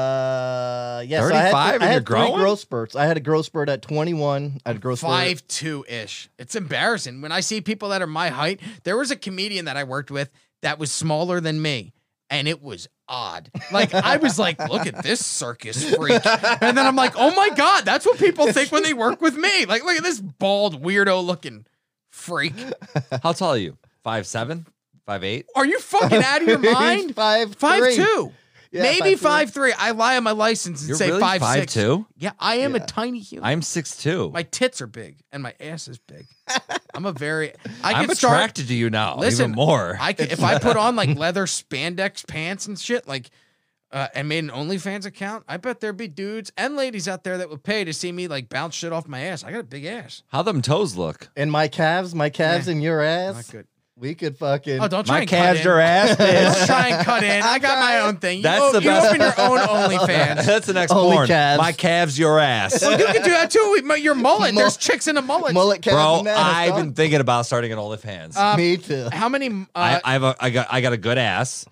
Uh yeah, so I had,
35
th-
and
I
you're
had three
growing?
growth spurts. I had a growth spurt at 21. I had a growth spurt.
five two ish. It's embarrassing when I see people that are my height. There was a comedian that I worked with that was smaller than me, and it was odd. Like I was like, look at this circus freak, and then I'm like, oh my god, that's what people think when they work with me. Like, look at this bald weirdo looking freak.
How tall are you? Five seven, five eight.
Are you fucking out of your mind?
five
Five
three.
two.
Yeah,
Maybe five
five
three. I lie on my license and
You're
say
really
five,
five
six.
two?
Yeah, I am a
Yeah.
tiny human.
I'm six two.
my tits are big and my ass is big. I'm a very. I
I'm
could
attracted
start.
to you now.
Listen,
even more.
I could, if I put on like leather spandex pants and shit, like, uh, and made an OnlyFans account, I bet there'd be dudes and ladies out there that would pay to see me like bounce shit off my ass. I got a big ass.
How them toes look?
And my calves, my calves and your
Not
ass.
good.
We could fucking
Oh, don't try
My
and
calves
cut in.
are ass,
Let's
bitch.
try and cut in. I got my own thing. You,
That's
o-
the
you
best-
open your own OnlyFans.
That's the next
Only
porn.
calves.
My calves, your ass.
well, you could do that too. with my- Your mullet.
Mul-
There's chicks in a mullet.
mullet calves
Bro,
and ass,
I've
dog.
been thinking about starting an OnlyFans.
Uh,
me too.
How many? Uh,
I, I have a, I got I got a good ass.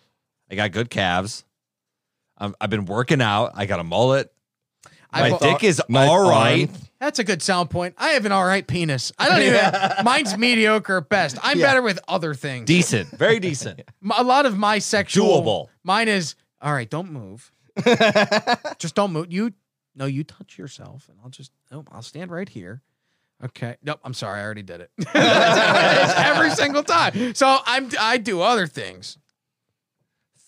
I got good calves. I'm, I've been working out. I got a mullet.
I
my
bu-
dick is
My
all right.
arms.
That's a good sound point. I have an all right penis. I don't even. mine's mediocre at best. I'm
Yeah.
better with other things.
Decent. Very decent.
M- a lot of my sexual
Doable.
mine is all right don't move just don't move you no you touch yourself and i'll just no i'll stand oh, right here Okay. Nope. I'm sorry. I already did it. It's every single time. So I'm I do other things.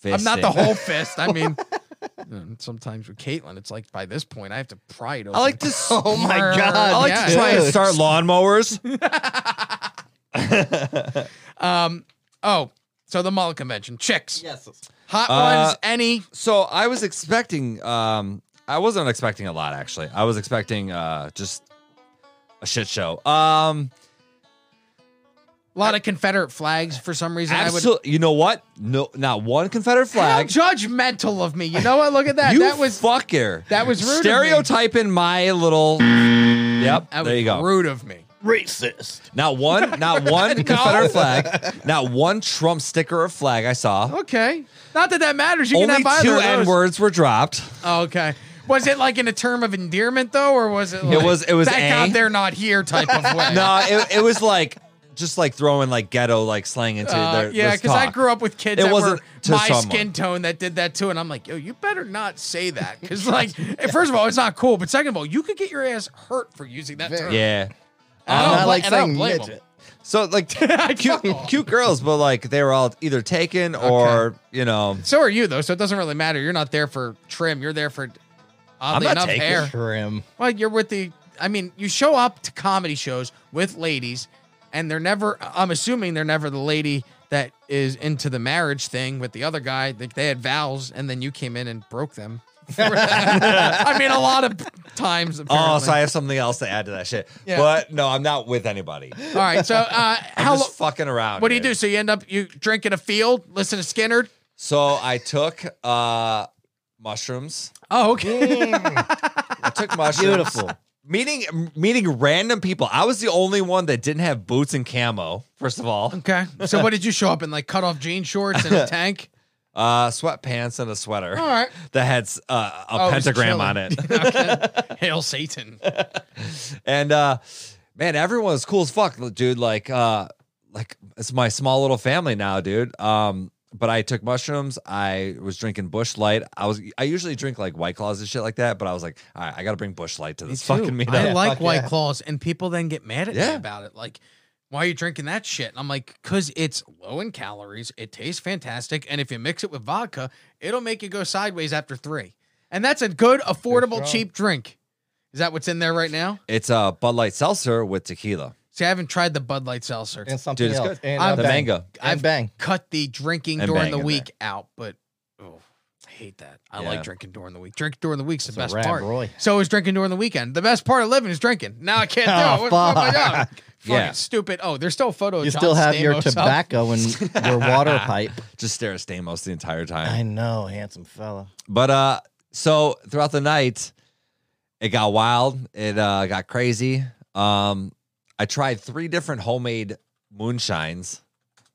I'm not the
Fisting.
whole fist. I mean, mm, sometimes with Caitlin, it's like by this point I have to pry it open.
I like to. s-
Oh my
Brrr.
god!
I like
Yeah.
to try and
dude.
start lawnmowers.
Um. Oh. So the Mullet Convention, chicks,
Yes.
hot
Uh,
ones, any.
so I was expecting. Um, I wasn't expecting a lot actually. I was expecting uh just a shit show. Um,
A lot of Confederate flags for some reason. I would.
absolutely. You know what? No, not one Confederate
How
flag.
judgmental of me. You know what? Look at that.
you
that was
fucker.
that was rude of me.
stereotyping my little. Yep.
that
there
was
you go.
rude of me.
Racist.
Not one, not one Confederate flag, not one Trump sticker or flag I saw.
Okay. Not that that matters. Oh, You
Only
can have
two
either of
N
those.
words were dropped.
Oh, okay. Was it like in a term of endearment though, or was it? Like,
was- it was
that
a-
God, they're not here type of way.
No, it, it was like just like throwing like ghetto like slang into
Uh,
their
yeah, because
because
I grew up with kids
It
that were
wasn't to
my
someone.
skin tone that did that too, and I'm like, yo, you better not say that because like, first of all, it's not cool, but second of all, you could get your ass hurt for using that term.
Yeah.
And I
I'm
don't
not
bla-
like
and I don't
saying
blame 'em.
midget.
So like cute,
Fuck off.
cute girls, but like they were all either taken or you know
So are you though, so it doesn't really matter. You're not there for trim. You're there for oddly
not
enough
taking
hair.
Trim.
Well, you're with the. I mean, you show up to comedy shows with ladies, and they're never. I'm assuming they're never the lady that is into the marriage thing with the other guy. They, they had vows, and then you came in and broke them. I mean, a lot of times. Apparently.
oh, so I have something else to add to that shit.
Yeah.
But no, I'm not with anybody.
All right. So, uh,
I'm
how?
just
lo-
fucking around.
What do you
dude.
do? So you end up you drink in a field, listen to Skinner.
So I took uh mushrooms.
Oh, okay.
I took mushrooms.
Beautiful.
Meeting meeting random people. I was the only one that didn't have boots and camo. First of all,
okay. So what did you show up in? Like cut off jean shorts and a tank.
uh, sweatpants and a sweater
All right.
that had s- uh, a
Oh, it was
pentagram
chilly.
on it.
Okay. Hail Satan.
And uh man, everyone was cool as fuck, dude. Like uh like it's my small little family now, dude. Um but I took mushrooms. I was drinking Bush Light. I was I usually drink like White Claws and shit like that, but I was like, all right, I gotta bring Bush Light to this fucking
too.
meetup.
I like
Fuck
White
yeah.
Claws, and people then get mad at me
Yeah.
about it. Like, why are you drinking that shit? And I'm like, because it's low in calories, it tastes fantastic, and if you mix it with vodka, it'll make you go sideways after three. And that's a good, affordable,
strong.
cheap drink. Is that what's in there right now?
It's a Bud Light seltzer with tequila.
See, I haven't tried the Bud Light seltzer.
And something
it's
else.
good.
And
I'm
uh,
The
bang.
mango.
And
I've-
bang.
Cut the drinking
And
during
bang
the
in
week out, but oh, I hate that. I like
Yeah.
drinking during the week. Drink during the week's the
It's a
best
rap,
part.
Roy.
So is drinking during the weekend. The best part of living is drinking. Now I can't do it.
Oh,
What, what am I doing?
fuck.
Fucking
Yeah.
stupid. Oh, there's still photos.
You still have your tobacco and your water pipe.
Just stare at Stamos the entire time.
I know, handsome fella.
But uh so throughout the night, it got wild. It uh got crazy. Um I tried three different homemade moonshines.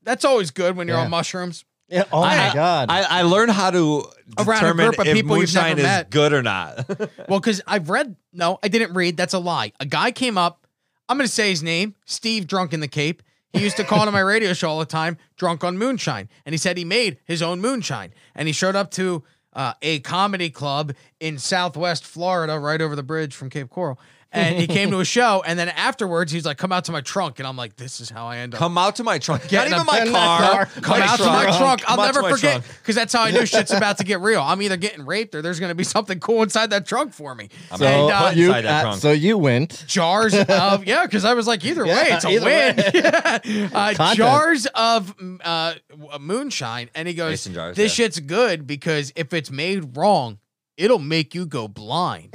That's always good when you're
Yeah.
on mushrooms.
Yeah. Oh
I-
my god.
I, I learned how to
Around a
determine
group of
if
people you've
moonshine
never
is
met.
good or not.
Well, because I've read. No, I didn't read. That's a lie. A guy came up. I'm going to say his name, Steve Drunk in the Cape. He used to call on my radio show all the time, Drunk on Moonshine. And he said he made his own moonshine. And he showed up to uh, a comedy club in Southwest Florida, right over the bridge from Cape Coral. And he came to a show. And then afterwards, he's like, come out to my trunk. And I'm like, this is how I end up.
Come out to my trunk.
Get
Not
in
even
the-
my
in the
car.
car.
Come
My
out to my
trunk.
trunk. I'll
Come out
never
to my
forget
trunk.
because that's how I knew shit's about to get real. I'm either getting raped or there's going to be something cool inside that trunk for me.
I'm
so,
and,
out.
uh,
you,
Inside that
uh,
trunk.
so you went.
jars of yeah because i was like either
Yeah,
way it's a
either
win uh,
Content.
jars of mm, uh, w- moonshine and he goes
Mason jars,
this
yeah.
shit's good because if it's made wrong it'll make you go blind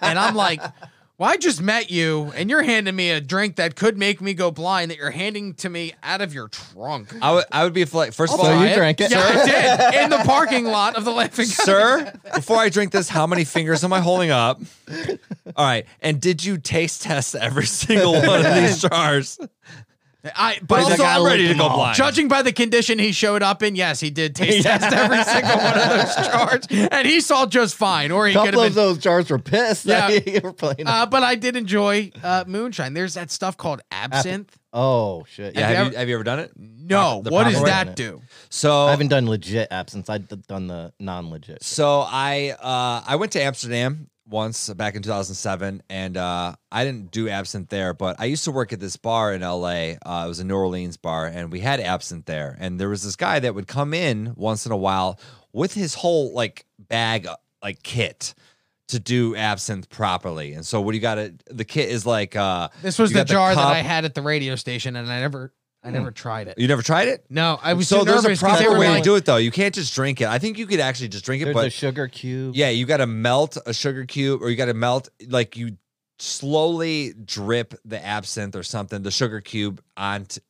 and i'm like well i just met you and you're handing me a drink that could make me go blind that you're handing to me out of your trunk
I would I would be like, first of
So
all,
you
I-
drank it.
yeah i did in the parking lot of the laughing
sir, before I drink this, how many fingers am I holding up? All right. And did you taste test every single one of these jars?
i but
But
He's like,
also
also,
I
I'm ready
licked
to
them
go
all.
blind.
Judging by the condition he showed up in, yes, he did taste test every single one of those jars, and he saw just fine. Or
A
he could
couple
have
of
been.
those jars were pissed.
Yeah.
that you were playing.
Uh, but I did enjoy uh, moonshine. There's that stuff called absinthe.
oh shit.
yeah,
Have
have,
you
you, have you ever done it?
No,
The
what does
proper way.
that do?
So
I haven't done legit absence. I've d- done the non legit.
So I uh, I went to Amsterdam once back in 2007, and uh, I didn't do absinthe there, but I used to work at this bar in LA. Uh, it was a New Orleans bar, and we had absinthe there. And there was this guy that would come in once in a while with his whole like bag, uh, like kit to do absinthe properly. And so, what you got to the kit is like, uh,
This was
You
the
got the
jar that
cup. Hmm.
I had at the radio station, and I never, I never tried it.
you never tried it?
No, I was
so
too
there's
nervous.
a
'cause they
proper
were
way to
like-
do it though. You can't just drink it. I think you could actually just drink it,
There's
but
a sugar cube.
Yeah, you got to melt a sugar cube, or you got to melt like you slowly drip the absinthe or something, the sugar cube onto.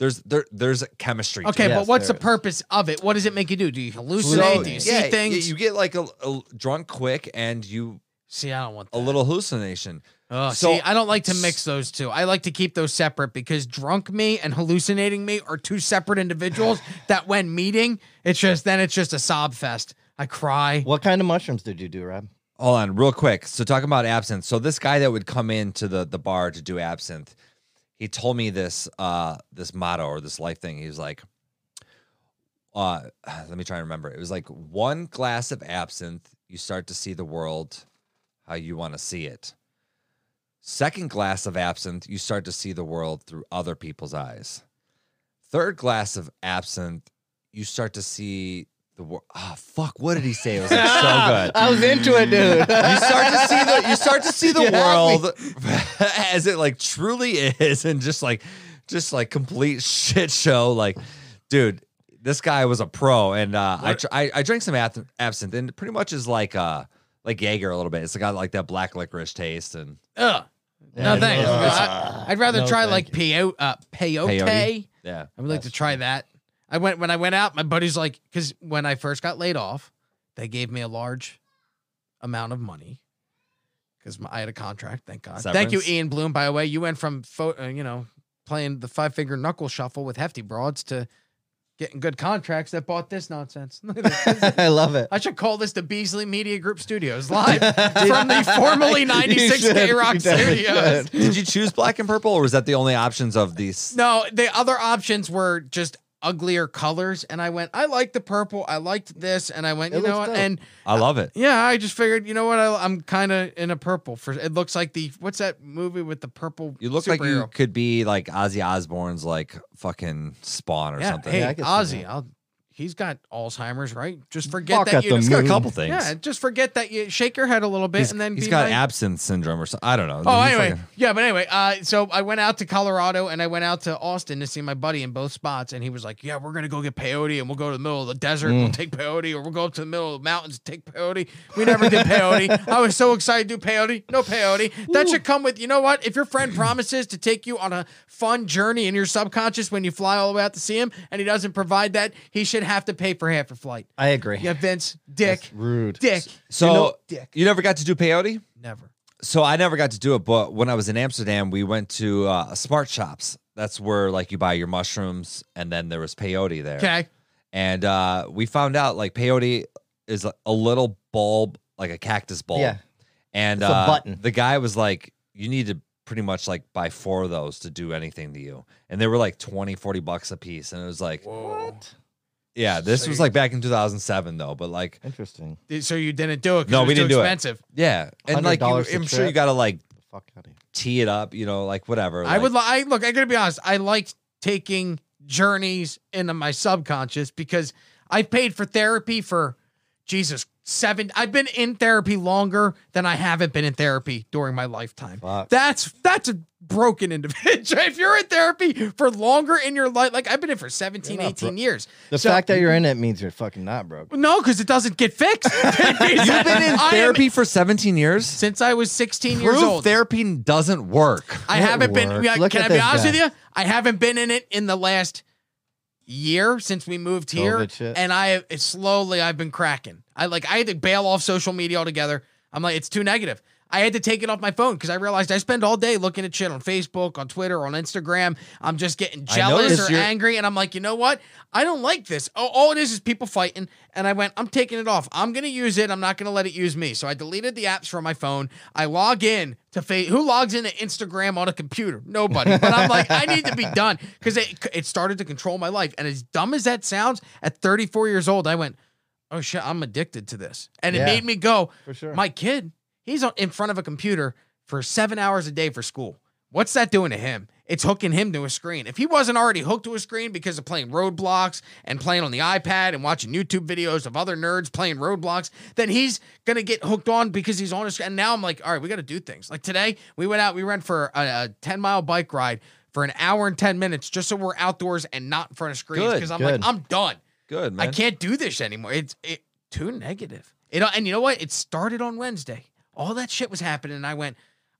There's there there's chemistry. to
Okay,
it.
Yes,
but what's the
there is.
purpose of it? What does it make you do? Do you hallucinate?
so
do you see
yeah,
things?
you get like a, a drunk quick, and you
see, I don't want that.
a little hallucination.
Ugh,
so-
see, I don't like to mix those two. I like to keep those separate because drunk me and hallucinating me are two separate individuals that when meeting, it's just then it's just a sob fest. I cry.
What kind of mushrooms did you do, Rob?
Hold on, real quick. So talking about absinthe. So this guy that would come in to the the bar to do absinthe, he told me this uh this motto or this life thing. He was like, uh, let me try and remember. It was like one glass of absinthe, you start to see the world how you want to see it. Second glass of absinthe, you start to see the world through other people's eyes. Third glass of absinthe, you start to see the world. Ah, fuck! What did he say? It was like so good
I was into it, dude.
you start to see the you start to see the
You had me.
world as it like truly is and just like just like complete shit show like dude this guy was a pro and uh I, tr- I i drank some abs- absinthe and it pretty much is like uh like jaeger a little bit it's got like that black licorice taste and
Ugh. No
Yeah,
thanks.
no,
I, would rather
no,
try
thank
like peyote. Uh, peyote.
Peyote? yeah
I would like to
That's
try that. I went when I went out. My buddy's like, because when I first got laid off, they gave me a large amount of money because I had a contract. Thank God. Thank you,
Severance?
Ian Bloom. By the way, you went from pho- uh, you know playing the five finger knuckle shuffle with hefty broads to getting good contracts that bought this nonsense.
I love it.
I should call this the Beasley Media Group Studios live from the formerly
You
96
should.
K Rock
You definitely
Studios.
should.
did you choose black and purple or was that the only options of these
No, the other options were just uglier colors, and I went, I like the purple, I liked this, and I went, you
It
know
looks
what?
dope.
And
i love it
yeah, I just figured, you know what? I, I'm kind of in a purple for. It looks like the what's that movie with the purple?
you look like you
superhero?
could be like ozzy osbourne's like fucking spawn or
yeah,
something
Hey,
Yeah, I can see
Ozzy,
that.
I'll, he's got Alzheimer's, right? Just forget
Fuck
that
at
you.
the
he's
Just,
got a
Moon.
couple things
yeah, just forget that you shake your head a little bit
He's-
and then
he's
be
got
like,
absinthe syndrome or something. I don't know.
Oh,
He's
anyway,
like a-
yeah, but anyway, uh, so I went out to Colorado and I went out to Austin to see my buddy in both spots, and he was like, "Yeah, we're gonna go get peyote, and we'll go to the middle of the desert,
Mm.
and we'll take peyote, or we'll go up to the middle of the mountains, and take peyote." We never did peyote. I was so excited to do peyote. No peyote. That should come with you know what? If your friend promises to take you on a fun journey in your subconscious when you fly all the way out to see him, and he doesn't provide that, he should have to pay for half your flight.
I agree.
Yeah, Vince, Dick,
That's rude.
Dick,
so you,
know- Dick.
never got to do peyote.
never.
So I never got to do it. But when I was in Amsterdam, we went to uh, a Smart Shops. That's where like you buy your mushrooms, and then there was peyote there.
Okay.
And uh, we found out like peyote is a- a little bulb, like a cactus bulb.
Yeah.
And
It's a
uh,
button.
the guy was like, "You need to." pretty much like buy four of those to do anything to you and they were like 20 40 bucks a piece and it was like
What?
yeah this was
So-
like back in 2007 though but like
Interesting.
So you didn't do it. 'cause
No,
it was
we
too
didn't do it.
expensive.
Yeah, and like you, I'm
$100 a
sure you
trip.
gotta like
The fuck out of here.
tee it up, you know, like whatever.
I would
like,
li- I look, I gotta be honest, I liked taking journeys into my subconscious because I paid for therapy for Jesus seven I've been in therapy longer than I haven't been in therapy during my lifetime.
Fuck.
That's that's a broken individual. if you're in therapy for longer in your life, like I've been in for 17,
You're not
18 years.
The
So-
fact that you're in it means you're fucking not broke.
No, because it doesn't get fixed. You've
You've been in therapy for 17 years.
since I was 16 years
Proof
old.
therapy doesn't work.
I
It
haven't been.
works.
yeah,
Look
can
at
I be
this
honest
guy.
with you? I haven't been in it in the last year since we moved here,
COVID shit.
and I it's slowly I've been cracking. I like I had to bail off social media altogether. I'm like it's too negative. I had to take it off my phone because I realized I spend all day looking at shit on Facebook, on Twitter, on Instagram. I'm just getting
I
jealous
noticed
or
you're-
angry, and I'm like, you know what? I don't like this. All, all it is is people fighting, and I went, I'm taking it off. I'm gonna use it. I'm not gonna let it use me. So I deleted the apps from my phone. I log in to fa- who logs into Instagram on a computer? Nobody. But I'm like, I need to be done because it it started to control my life. And as dumb as that sounds, at 34 years old, I went, oh shit, I'm addicted to this, and it
Yeah.
made me go,
For sure.
my kid. He's on- in front of a computer for seven hours a day for school. What's that doing to him? It's hooking him to a screen. If he wasn't already hooked to a screen because of playing roadblocks and playing on the iPad and watching YouTube videos of other nerds playing roadblocks, then he's gonna get hooked on because he's on a screen. And now I'm like, all right, we got to do things. Like today, we went out, we ran for a, a ten mile bike ride for an hour and ten minutes, just so we're outdoors and not in front of screens.
Good,
Because I'm
good.
like, I'm done.
Good man.
I can't do this anymore. It's it, too negative. It, and you know what? It started on Wednesday. All that shit was happening, and I went,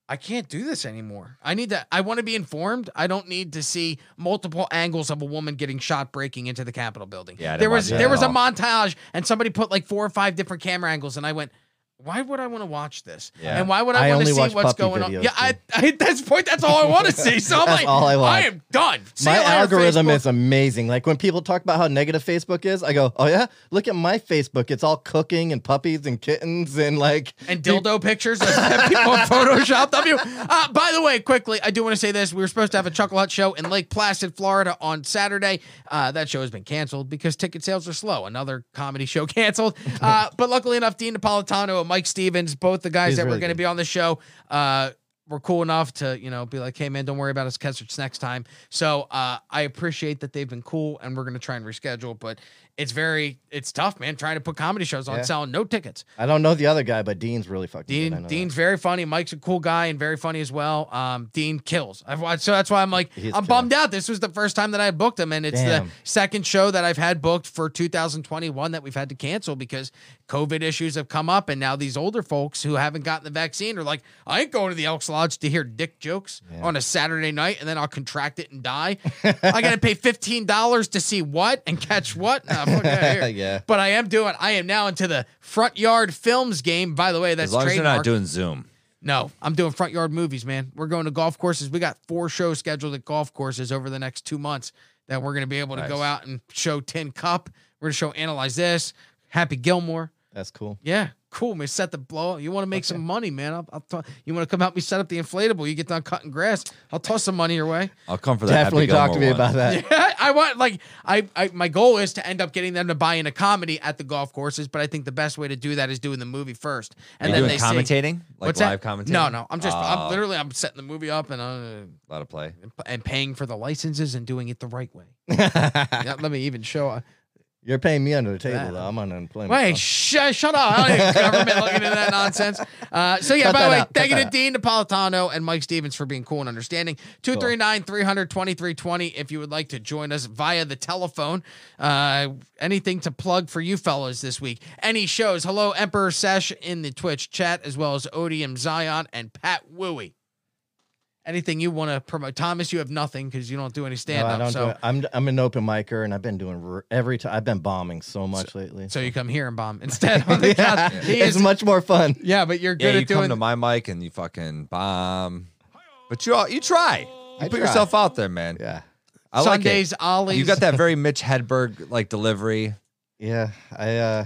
I can't do this anymore. I need to. I want to be informed. I don't need to see multiple angles of a woman getting shot breaking into the Capitol building.
Yeah, I didn't
there
watch
was
that
there
at
was a
all.
montage, and somebody put like four or five different camera angles, and I went. Why would I want to watch this?
Yeah.
And why would
I
I, want
only
to see
watch
what's
puppy
going on?
videos,
Yeah, I, I, at this point, that's all I want to see. So I'm
That's
like,
all I watch.
am done. See
my
you later,
algorithm
Facebook.
is amazing. Like when people talk about how negative Facebook is, I go, "Oh yeah, look at my Facebook. It's all cooking and puppies and kittens and like
and dildo pictures of people photoshopped of you. Uh, by the way, quickly, I do want to say this: we were supposed to have a Chuckle Hut show in Lake Placid, Florida, on Saturday. Uh, that show has been canceled because ticket sales are slow. Another comedy show canceled. Uh, but luckily enough, Dean Napolitano and Mike Stevens, both the guys
He's
that were
really
going to be
good.
on the show, uh, were cool enough to you know be like, "Hey man, don't worry about us. Catch us next time." So uh, I appreciate that they've been cool, and we're going to try and reschedule. But it's very, it's tough, man, trying to put comedy shows on
Yeah.
selling no tickets.
I don't know the other guy, but Dean's really fucking good. I
Dean
know
Dean's very funny. Mike's a cool guy and very funny as well. Um, Dean kills. I've watched, so that's why I'm like
He's
I'm
killer.
bummed out. This was the first time that I booked him, and it's the
Damn.
second show that I've had booked for 2021 that we've had to cancel because COVID issues have come up, and now these older folks who haven't gotten the vaccine are like, I ain't going to the Elks Lodge to hear dick jokes
Yeah.
on a Saturday night, and then I'll contract it and die. I got to pay fifteen dollars to see what and catch what. Nah, fuck outta here.
Yeah.
But I am doing. I am now into the front yard films game. By the way, that's
as long as you're
trademarked.
not doing Zoom.
No, I'm doing front yard movies, man. We're going to golf courses. We got four shows scheduled at golf courses over the next two months that we're going to be able to go
Nice.
out and show Tin Cup. We're going to show Analyze This, Happy Gilmore.
That's cool.
Yeah, cool, man. Set the blow. You want to make some money, man? I'll, I'll t- you want to come help me set up the inflatable? You get done cutting grass. I'll toss some money your way.
I'll come for that.
Definitely
Happy
talk to
Gilmore
me
one.
about that.
Yeah, I want like I, I my goal is to end up getting them to buy into comedy at the golf courses, but I think the best way to do that is doing the movie first, and
Are
then
you
they
doing
see.
commentating? Like
What's
live
that?
commentating?
No, no. I'm just,
Oh,
I'm literally, I'm setting the movie up and uh,
Let it play.
and paying for the licenses and doing it the right way. Yeah, let me even show. uh, A,
You're paying me under the table,
Wow.
though. I'm on unemployment.
wait, sh- shut up! I don't need government looking into that nonsense. Uh, so yeah,
Cut
by
that
the way,
out, cut
thank you
that
to
out.
Dean Napolitano and Mike Stevens for being cool and understanding. 239 300 2320 if you would like to join us via the telephone. Uh, anything to plug for you fellas this week? Any shows? Hello, Emperor Sesh in the Twitch chat, as well as Odium Zion and Pat Wooey. Anything you want to promote? Thomas, you have nothing because you don't do any
No,
stand
I
up.
don't
so.
do it. I'm I'm an open micer, and I've been doing r- every time. I've been bombing so much lately.
So you come here and bomb instead on the couch.
Yeah.
He
It's
is-
much more fun.
yeah, but you're
Yeah,
good
you
at
come
doing.
to my mic and you fucking bomb. But you all, you try. You
I
put
try.
yourself out there, man.
Yeah,
I like it.
Sundays, Ollie's.
You got that very Mitch Hedberg like delivery.
yeah. I uh,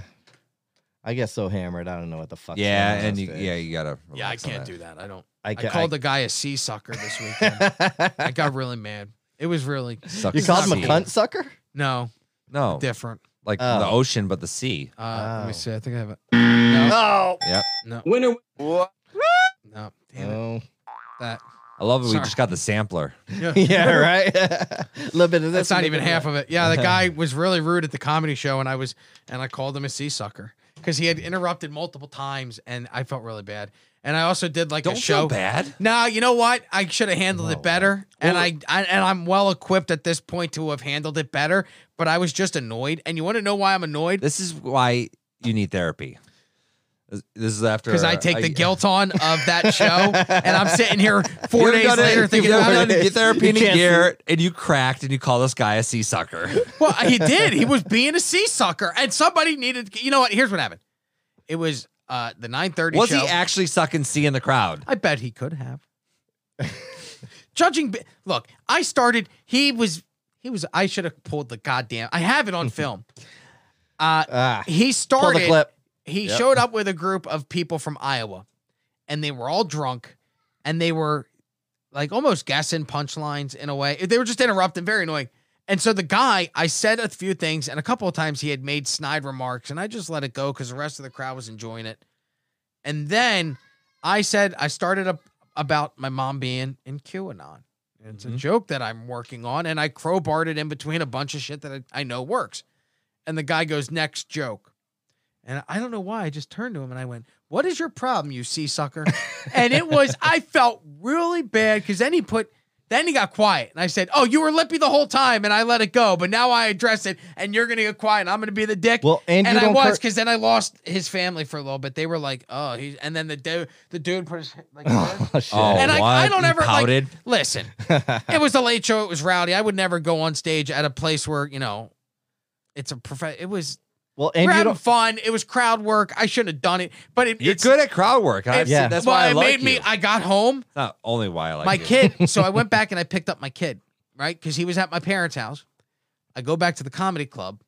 I get so hammered. I don't know what the fuck.
Yeah, and you, yeah, you gotta.
Yeah, I
relax on
can't
that.
do that. I don't.
I,
I, called the guy a sea sucker this weekend. I
the.
got really mad. It was really
Sucks
you
It's
called
not
him a
sea.
cool.
cunt sucker?
no
No,
different.
like
Oh.
the ocean, but the sea.
Uh, Let me
Oh.
see. I think I have it. No,
Oh.
no,
Winner.
no. Damn it.
Oh.
That.
I love it. We
Sorry.
just got the sampler.
Yeah, right. a little bit of
That's
this.
not even half of it. Yeah, the guy was really rude at the comedy show, and I was, and I called him a sea sucker because he had interrupted multiple times, and I felt really bad. And I also did like
Don't
a show.
feel bad.
No, you know what? I should have handled
Wow.
it better, and I, I and I'm well equipped at this point to have handled it better. But I was just annoyed, and you want to know why I'm annoyed?
This is why you need therapy. This this is after
Because I take the guilt on of that show, and I'm sitting here four
Four
days later thinking
you've
about
done
it.
it. therapy in
You
a
can't
year, and you cracked, and you call this guy a sea sucker.
Well, he did. He was being a sea sucker, and somebody needed. You know what? Here's what happened. It was uh, the 9:30
Was
show.
he actually sucking sea in the crowd?
I bet he could have. Judging, bi- look, I started. He was, he was. I should have pulled the goddamn. I have it on film. Uh,
Ah,
he
pull
started.
the clip.
He
Yep.
showed up with a group of people from Iowa, and they were all drunk, and they were like almost guessing punchlines in a way. They were just interrupting, very annoying. And so the guy, I said a few things, and a couple of times he had made snide remarks, and I just let it go because the rest of the crowd was enjoying it. And then I said I started up about my mom being in QAnon. It's a
Mhm.
joke that I'm working on, and I crowbarred it in between a bunch of shit that I, I know works. And the guy goes, "Next joke," and I don't know why. I just turned to him and I went, "What is your problem, you sea sucker?" and it was I felt really bad because then he put. Then he got quiet, and I said, "Oh, you were lippy the whole time," and I let it go. But now I address it, and you're gonna get quiet. and I'm gonna be the dick
Well, and,
and
you
I
don't
was
cur-
because then I lost his family for a little bit. They were like, "Oh," he's, and then the dude, the dude put his like. this.
Oh, shit.
Oh,
And I- I
what?
don't
You
ever, like-
pouted.
Listen, it was a late show. It was rowdy. I would never go on stage at a place where you know, it's a prof. It was
well, and
we're
you
having
don't.
fun. It was crowd work. I shouldn't have done it, but it,
You're
it's
good at crowd work. and I've
It,
seen-
Yeah.
that's
well,
why I
it
like
made me.
you.
I got home
It's not only why I like
my
you.
kid. So I went back and I picked up my kid, right? Because he was at my parents' house. I go back to the comedy club,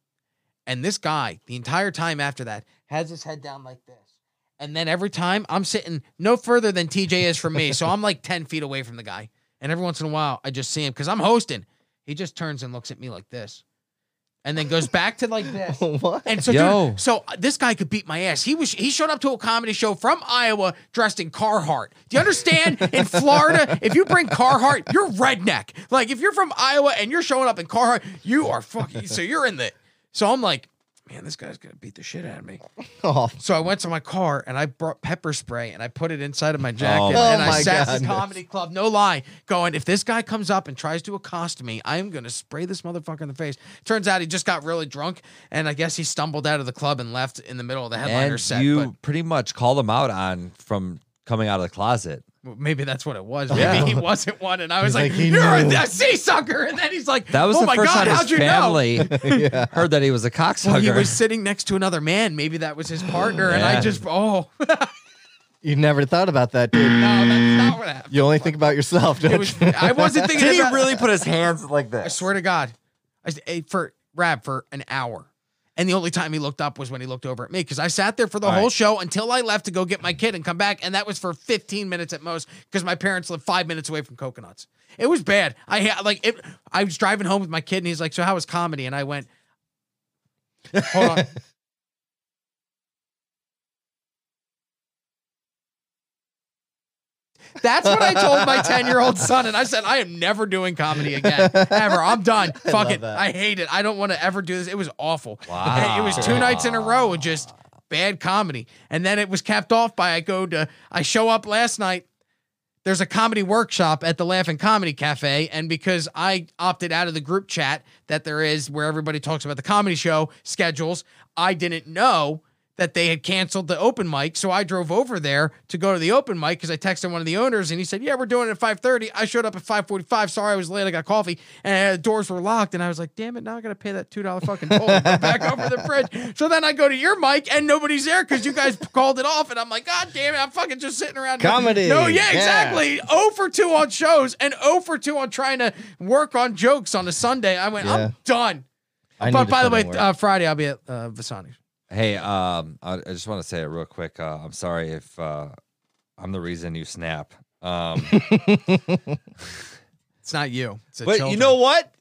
and this guy, the entire time after that, has his head down like this. And then every time I'm sitting no further than TJ is from me. So I'm like 10 feet away from the guy. And every once in a while, I just see him because I'm hosting. He just turns and looks at me like this and then goes back to like this.
what?
And so,
Yo.
dude, so uh, this guy could beat my ass. He was he showed up to a comedy show from Iowa dressed in Carhartt. Do you understand? in Florida, if you bring Carhartt, you're redneck. Like if you're from Iowa and you're showing up in Carhartt, you are fucking. So you're in the. So I'm like, man, this guy's gonna beat the shit out of me.
Oh,
So I went to my car and I brought pepper spray and I put it inside of my jacket
Oh,
and I
my
sat in the
goodness.
comedy club, no lie, going, if this guy comes up and tries to accost me, I am gonna spray this motherfucker in the face. Turns out he just got really drunk and I guess he stumbled out of the club and left in the middle of the headliner
and
set.
you pretty much call them out on from coming out of the closet.
But maybe that's what it was. Maybe
Yeah.
he wasn't one and I was
He's
like,
like, he
You're
knew."
a sea sucker. And then he's like,
That was
oh
the
my
first
God,
time
how'd
his
you know?
family
yeah.
heard that he was a cocksucker.
Well, he was sitting next to another man. Maybe that was his partner. And I
Yeah.
just, oh, no,
You never thought about that, dude.
that's not what happened.
You only think about yourself, don't
Mm. It was,
you?
I wasn't thinking
Did he
about-
really put his hands like
I
this?
swear to God, I s- ate for Rab for an hour, and the only time he looked up was when he looked over at me because I sat there for the
All
whole
right.
show until I left to go get my kid and come back, and that was for 15 minutes at most because my parents live five minutes away from Coconuts. It was bad. I had like it, I was driving home with my kid, and he's like, "So how was comedy?" And I went, "Hold on." That's what I told my 10 year old son. And I said, I am never doing comedy again. Ever. I'm done. Fuck
love
it.
that.
I hate it. I don't want to ever do this. It was awful.
Wow.
It was two nights in a row of just bad comedy. And then it was capped off by I go to, I show up last night. There's a comedy workshop at the Laughing Comedy Cafe. And because I opted out of the group chat that there is where everybody talks about the comedy show schedules, I didn't know that they had canceled the open mic. So I drove over there to go to the open mic because I texted one of the owners and he said, Yeah, we're doing it at 5:30. I showed up at 5:45. Sorry, I was late. I got coffee and the doors were locked. And I was like, damn it, now I gotta pay that two dollar fucking toll and go back over the bridge. So then I go to your mic and nobody's there because you guys called it off. And I'm like, God damn it, I'm fucking just sitting around.
Comedy,
No, yeah,
yeah.
exactly. 0 for 2 on shows and 0 for 2 on trying to work on jokes on a Sunday. I went,
Yeah.
I'm done.
I
but
need to
by the
put
way,
in work.
uh, Friday I'll be at uh, Vasani's.
Hey, um, I, I just want to say it real quick. Uh, I'm sorry if uh, I'm the reason you snap. Um,
It's not you. It's the
but you
children.
know what?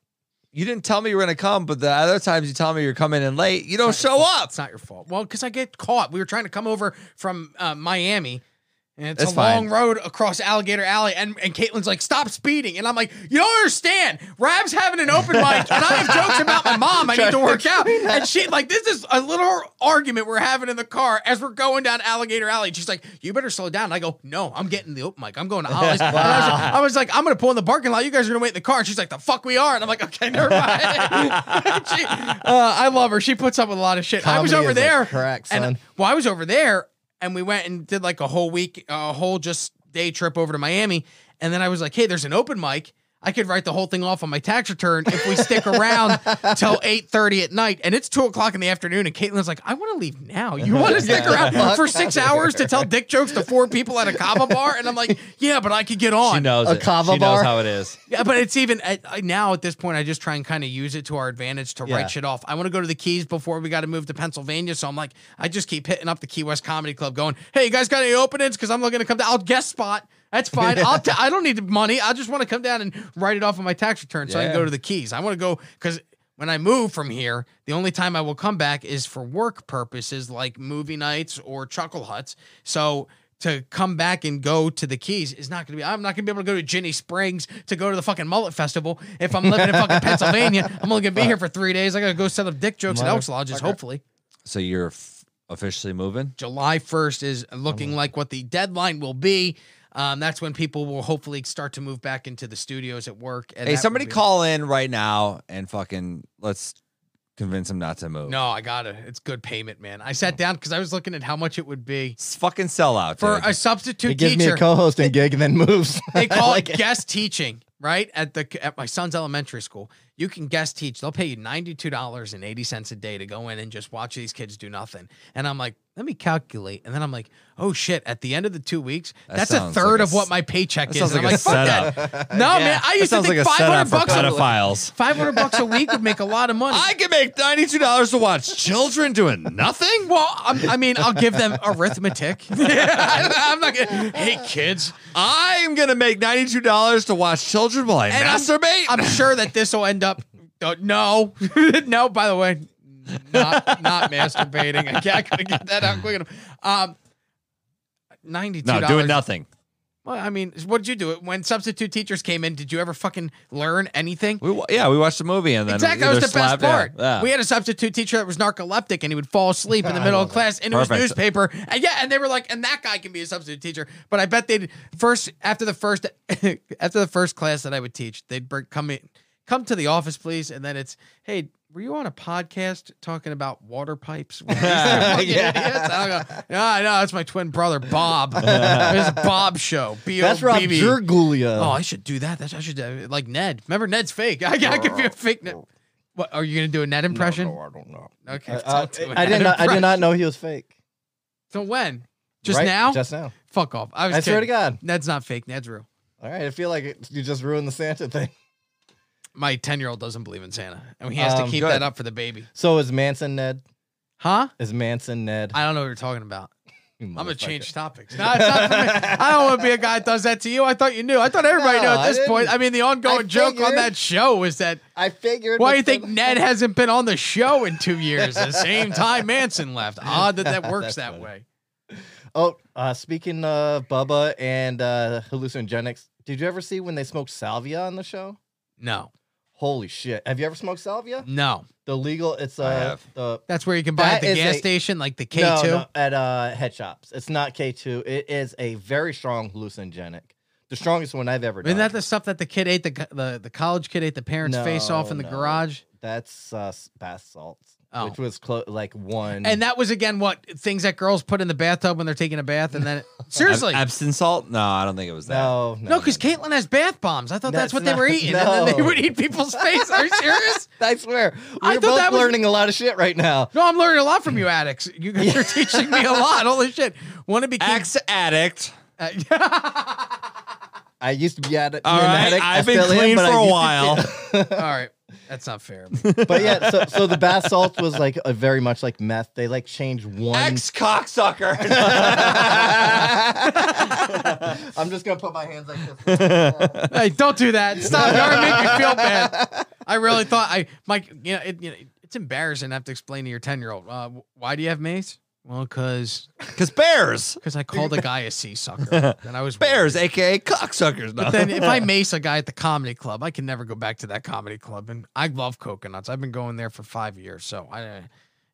You didn't tell me you were gonna come, but the other times you tell me you're coming in late, you don't show up.
It's not your fault. Well, because I get caught. We were trying to come over from uh, Miami. And it's
That's
a long
fine.
road across Alligator Alley. And, and Caitlin's like, stop speeding. And I'm like, you don't understand. Rab's having an open mic, and I have jokes about my mom I need to work out. And she, like, this is a little argument we're having in the car as we're going down Alligator Alley. And she's like, you better slow down. And I go, no, I'm getting the open mic. I'm going to Ollie's. And I, was like, I was like, I'm going to pull in the parking lot. You guys are going to wait in the car. And she's like, the fuck we are. And I'm like, okay, never mind. she, uh, I love her. She puts up with a lot of shit. I was over
Comedy is like
there.
crack,
And,
son.
well, I was over there, and we went and did like a whole week, a whole just day trip over to Miami. And then I was like, hey, there's an open mic. I could write the whole thing off on my tax return if we stick around till eight thirty at night, and it's two o'clock in the afternoon. And Caitlin's like, "I want to leave now. You want to stick around for six hours to tell dick jokes to four people at a kava bar?" And I'm like, "Yeah, but I could get on."
knows
A kava bar?
it is.
Yeah, but it's even I, I, now at this point. I just try and kind of use it to our advantage to
Yeah.
write shit off. I want to go to the Keys before we got to move to Pennsylvania, so I'm like, I just keep hitting up the Key West Comedy Club, going, "Hey, you guys got any openings? Because I'm looking to come down. I'll guest spot. That's fine. I'll t- I don't need the money. I just want to come down and write it off on my tax return so I can
Yeah.
go to the Keys. I want to go because when I move from here, the only time I will come back is for work purposes, like movie nights or chuckle huts. So to come back and go to the Keys is not going to be. I'm not going to be able to go to Ginny Springs to go to the fucking Mullet Festival if I'm living in fucking Pennsylvania. I'm only going to be here for three days. I got to go set up dick jokes at Elks Lodges.
Motherfucker.
Hopefully,
So you're f- officially moving?
July 1st is looking like what the deadline will be. Um, that's when people will hopefully start to move back into the studios at work. and
hey,
that
somebody
will be-
call in right now and fucking let's convince him not to move.
No, I got it. It's good payment, man. I sat down because I was looking at how much it would be
Oh. It's fucking sellout.
for
dude.
a substitute
He gives me
teacher.
a co-hosting gig and then moves.
they
I
call
like
it guest teaching, right? At the at my son's elementary school, you can guest teach. They'll pay you ninety two dollars and eighty cents a day to go in and just watch these kids do nothing. And I'm like, let me calculate. And then I'm like, oh shit! At the end of the two weeks,
That
that's a
sounds
third
like a
of what
s-
my paycheck
that
is.
sounds
And
like a
I'm like, fuck that. No man, I
That
used to
sounds like
think
a
five hundred
setup for
bucks. A,
pedophiles.
five hundred bucks a week would make a lot of money.
I can make ninety-two dollars to watch children doing nothing.
well, I'm, I mean, I'll give them arithmetic. I'm not gonna. Hey, kids.
I'm gonna make ninety-two dollars to watch children while I
And I'm-
masturbate.
I'm sure that this will end up. Uh, no, no. By the way, not not masturbating. I, can't- I couldn't get that out quick enough. Um, ninety-two.
no, doing nothing.
Well, I mean, what did you do? When substitute teachers came in, did you ever fucking learn anything?
We wa- yeah, we watched the movie and then
Exactly, that was
either
the best
slapped- yeah,
part.
yeah.
We had a substitute teacher that was narcoleptic, and he would fall asleep in the middle of class in his
Perfect.
newspaper. And yeah, and they were like, "And that guy can be a substitute teacher." But I bet they'd first after the first after the first class that I would teach, they'd bring, come in, come to the office, please, and then it's, "Hey, were you on a podcast talking about water pipes?" Fucking idiots. I go, "No, I know that's my twin brother Bob. It's Bob show. B O
That's Rob
B B.
Gergulia.
Oh, I should do that. That's I should do like Ned. Remember Ned's fake. I, I could be a fake Ned. What are you gonna do a Ned impression?
I don't know.
Okay,
I,
don't do a
Uh, I
Ned
did not. I did
impression.
not know he was fake.
So when? Just
Right?
now?
Just now.
Fuck off. I was.
I swear to
kidding.
God.
Ned's not fake. Ned's real.
All right, I feel like it, you just ruined the Santa thing.
My ten year old doesn't believe in Santa, and he has
Um,
to keep
good.
that up for the baby.
So is Manson Ned?
Huh?
Is Manson Ned?
I don't know what you're talking about.
You
I'm gonna
motherfucker.
change topics. No, it's not for me. I don't want to be a guy that does that to you. I thought you knew. I thought everybody knew
No,
at
I
this point.
didn't.
I mean, the ongoing
I
joke on
figured.
that show was that
I figured.
Why do
but
you think
then-
Ned hasn't been on the show in two years? The same time Manson left. Odd that that works that
That's funny.
way.
Oh, uh, speaking of Bubba and uh, hallucinogenics, did you ever see when they smoked salvia on the show?
No,
Holy shit! Have you ever smoked salvia?
no.
The legal. It's
I
uh,
have.
the
That's where you can buy
That
at the
is
gas
a-
station, like the K2.
No, no, at uh, head shops. It's not K two. It is a very strong hallucinogenic. The strongest one I've ever done.
Isn't that the stuff that the kid ate, the co- the, the college kid ate the parents' face off
No,
in the
no.
garage?
That's uh, s- bath salts,
Oh.
which was clo- like one.
And that was, again, what things that girls put in the bathtub when they're taking a bath. And then, seriously.
Ab- Epsom salt? No, I don't think it was that.
no, no,
no, because Caitlin has bath bombs. I thought that's, what
That's
they were
not-
eating. And then they
no.
would eat people's face. Are you serious?
I swear,
I
we're
thought that
both
was-
learning a lot of shit right now.
No, I'm learning a lot from you addicts. You guys are teaching me a lot. Holy shit. Want to be uh,
Ex addict.
I used to be at it.
All right, I've been clean for a while.
All right. That's not fair.
but yeah, so, so the bath salts was like a very much like meth. They like changed one.
Ex cocksucker.
I'm just gonna put my hands like this.
hey, don't do that. Stop. You already make me feel bad. I really thought I, Mike, you know, it, you know it's embarrassing to have to explain to your 10 year old, uh, why do you have mace? Well, because
Because bears.
I called a guy a sea sucker. And I was worried.
Bears, aka cocksuckers. No.
But then if I mace a guy at the comedy club, I can never go back to that comedy club. And I love coconuts. I've been going there for five years. So I,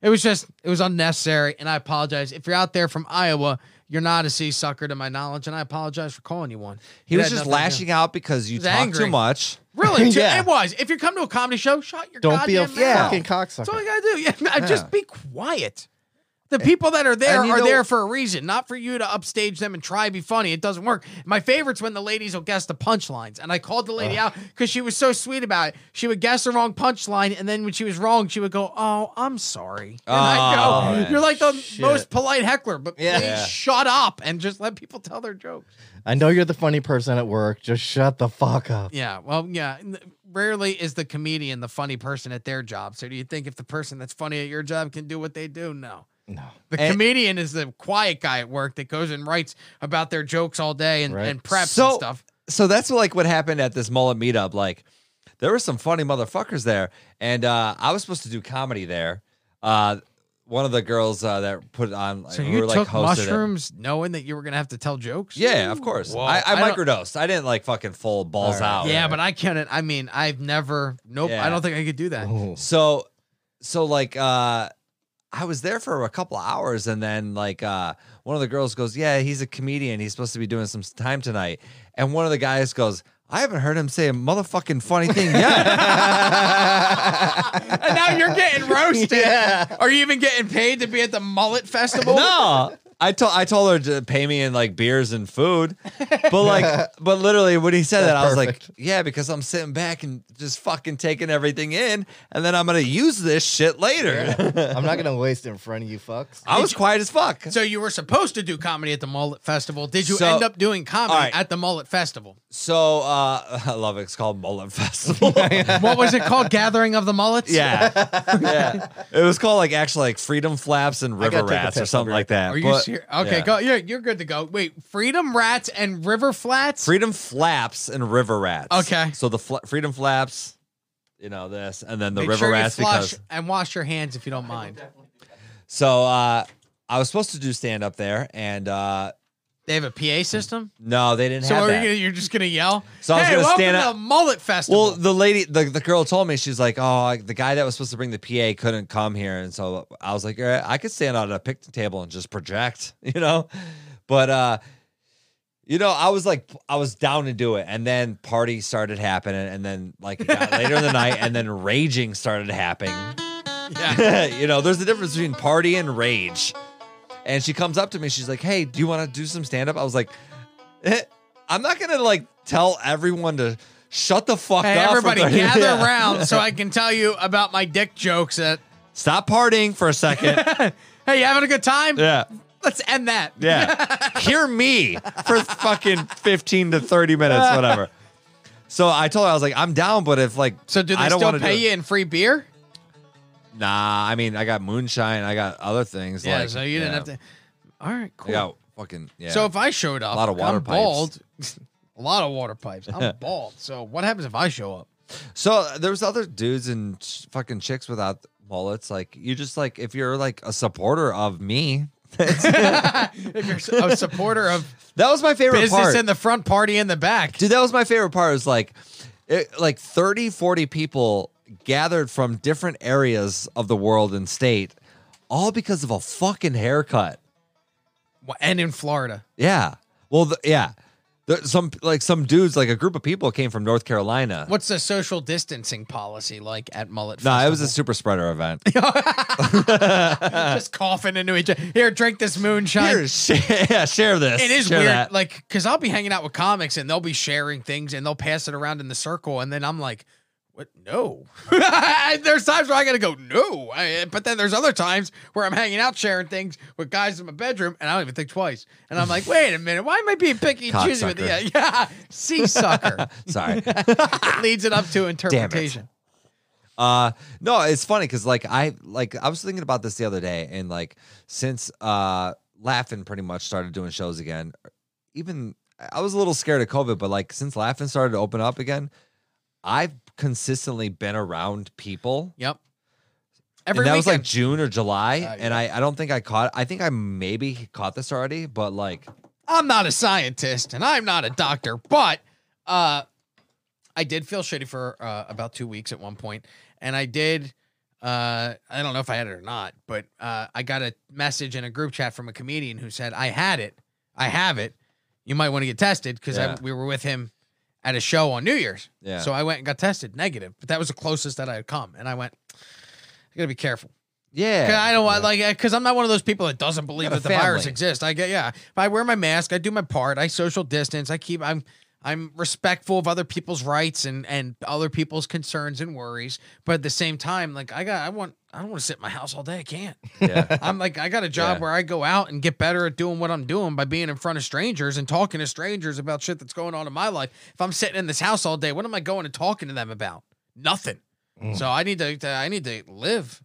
it was just, it was unnecessary. And I apologize. If you're out there from Iowa, you're not a sea sucker to my knowledge. And I apologize for calling you one.
he
It
was
had
just
nothing to do-
lashing out because you
was
talk
angry.
too much.
Really? dude,
Yeah.
It was. If you come to a comedy show, shut your
Don't
goddamn
be a
mouth.
fucking
That's all
cocksucker.
you gotta do. Yeah, I- just be quiet. The people that are there
and you
are
know-
there for a reason, not for you to upstage them and try to be funny. It doesn't work. My favorite's when the ladies will guess the punchlines. And I called the lady out because she was so sweet about it. She would guess the wrong punchline, and then when she was wrong, she would go, "Oh, I'm sorry." And
Oh,
I go,
man.
"You're like the
Shit.
most polite heckler, but
Yeah.
please shut up and just let people tell their jokes."
I know you're the funny person at work. Just shut the fuck up.
Yeah, well, yeah. n- Rarely is the comedian the funny person at their job. So do you think if the person that's funny at your job can do what they do? No.
No.
The
And-
comedian is the quiet guy at work that goes and writes about their jokes all day and,
Right.
and preps and
So-
stuff.
so that's like what happened at this mullet meetup. Like, there were some funny motherfuckers there, and uh, I was supposed to do comedy there. Uh, one of the girls uh, that put on. Like,
So
who
you
were, like,
took
hosted it.
mushrooms knowing that you were gonna have to tell jokes?
Yeah, of course.
Whoa.
I, I,
I don't-
microdosed. I didn't like fucking full balls
All right.
out.
Yeah, but I can't. I mean, I've never. Nope.
Yeah.
I don't think I could do that.
Oh.
So, so like, uh, I was there for a couple of hours, and then like, uh, one of the girls goes, "Yeah, he's a comedian. He's supposed to be doing some time tonight." And one of the guys goes, "I haven't heard him say a motherfucking funny thing yet."
And now you're getting roasted.
Yeah.
Are you even getting paid to be at the mullet festival?
no. I told I told her to pay me in like beers and food, but like, but literally when he said that, I was
perfect.
like, yeah, because I'm sitting back and just fucking taking everything in, and then I'm gonna use this shit later.
I'm not gonna waste it in front of you, fucks.
I was quiet as fuck.
So you were supposed to do comedy at the mullet festival. Did you
So-
end up doing comedy
all right.
at the mullet festival?
So uh, I love it. It's called Mullet Festival.
What was it called? Gathering of the mullets?
yeah, yeah. It was called like actually like Freedom Flaps and
gotta
River
take a
Rats or
piss.
something
I'll be
like that.
Are you
But-
serious? Okay,
yeah.
go. You're, you're good to go. Wait, Freedom Rats and River Flats?
Freedom Flaps and River Rats.
Okay.
So the fla Freedom Flaps, you know this, and then the
Make
River
sure you
Rats
flush
because
and wash your hands if you don't mind.
so uh, I was supposed to do stand up there and uh,
They have a PA system.
no, they didn't
So
have
are you,
that.
gonna- you're just gonna yell?
So I was
hey,
gonna
welcome
stand
to
up-
the mullet festival.
Well, the lady, the, the girl told me, she's like, oh, the guy that was supposed to bring the PA couldn't come here. And so I was like, all right, I could stand on a picnic table and just project, you know? But, uh, you know, I was like, I was down to do it. And then party started happening. And then, like, it got later in the night, and then raging started happening.
yeah.
you know, there's a difference between party and rage. And she comes up to me, she's like, hey, do you want to do some stand up? I was like, "Eh, I'm not going to, like, tell everyone to. Shut the fuck
Hey,
up! for
everybody,
30
gather
Yeah.
around so I can tell you about my dick jokes. That
Stop partying for a second.
hey, you having a good time?
yeah.
Let's end that.
Yeah. Hear me for fucking 15 to 30 minutes, whatever. So I told her, I was like, I'm down, but if like,
So do they
I don't
still
wanna do
pay
it.
you in free beer?
Nah, I mean, I got moonshine, I got other things.
yeah.
like,
So uh, you didn't
yeah.
have to. All right.
I
Cool.
got fucking, yeah.
So if I showed up,
lot of water
I'm
pipes.
bald. a lot of water pipes. I'm bald. So what happens if I show up?
So uh, there was other dudes and ch- fucking chicks without mullets. Like you just like if you're like a supporter of me,
If you're s- a supporter of
that was my favorite
business
part.
in the front, party in the back.
Dude, that was my favorite part. Is like, it, like 30, 40 people gathered from different areas of the world and state, all because of a fucking haircut.
and in Florida.
Yeah. Well, the, yeah. There, some like some dudes, like a group of people came from North Carolina.
What's the social distancing policy like at Mullet
No,
Festival?
it was a super spreader event.
just coughing into each other. Here, drink this moonshine.
Here, share, yeah, share this.
it is
share
weird,
that.
like, because I'll be hanging out with comics and they'll be sharing things and they'll pass it around in the circle, and then I'm like, "What? No." there's times where I gotta go, "No," I, but then there's other times where I'm hanging out sharing things with guys in my bedroom, and I don't even think twice. And I'm like, "Wait a minute, why am I being picky and choosy with
Cocksucker.
yeah, yeah, sea sucker?"
Sorry.
it leads it up to interpretation.
Uh no, it's funny because like I like I was thinking about this the other day, and like since uh Laughing pretty much started doing shows again, even I was a little scared of COVID, but like since Laughing started to open up again, I've consistently been around people.
Yep.
And
Every
that was
weekend.
like June or July,
Ah,
and I I don't think I caught. I think I maybe caught this already, but like
I'm not a scientist and I'm not a doctor, but uh, I did feel shitty for uh, about two weeks at one point, and I did. Uh, I don't know if I had it or not, but uh, I got a message in a group chat from a comedian who said I had it. I have it. You might want to get tested because
Yeah.
we were with him at a show on New Year's.
Yeah.
So I went and got tested negative, but that was the closest that I had come, and I went. I gotta be careful. Cause
yeah,
I don't want like because I'm not one of those people that doesn't believe
Got a
that the virus
family.
exists. I get yeah. If I wear my mask, I do my part. I social distance. I keep I'm I'm respectful of other people's rights and and other people's concerns and worries. But at the same time, like I got I want I don't want to sit in my house all day. I can't.
yeah.
I'm like I got a job
Yeah.
where I go out and get better at doing what I'm doing by being in front of strangers and talking to strangers about shit that's going on in my life. If I'm sitting in this house all day, what am I going and talking to them about? Nothing. So I need to, to- I need to live.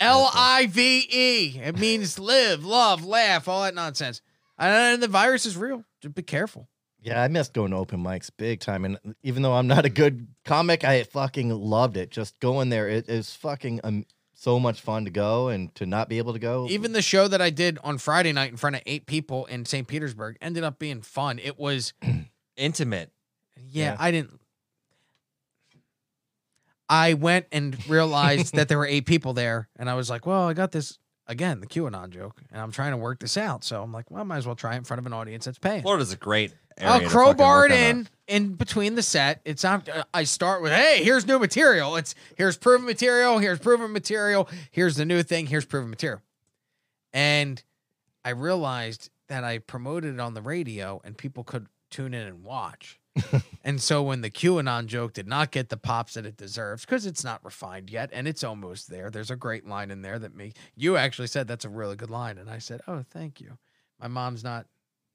L I V E. It means live, love, laugh, all that nonsense. And the virus is real. Just be careful.
Yeah, I missed going to open mics big time, and even though I'm not a good comic, I fucking loved it. Just going there, it is fucking um, so much fun to go and to not be able to go.
Even the show that I did on Friday night in front of eight people in St. Petersburg ended up being fun. It was,
Intimate.
yeah,
Yeah.
I didn't. I went and realized that there were eight people there, and I was like, well, I got this again, the QAnon joke, and I'm trying to work this out. So I'm like, well, I might as well try it in front of an audience that's paying.
Florida's a great area.
I'll
to fucking
crowbar
work
it
on a-
in in between the set. It's not. uh, I start with, hey, here's new material. It's here's proven material. Here's proven material. Here's the new thing. Here's proven material. And I realized that I promoted it on the radio, and people could tune in and watch. and so when the QAnon joke did not get the pops that it deserves, because it's not refined yet, and it's almost there. There's a great line in there that me you actually said that's a really good line, and I said, oh, thank you. My mom's not.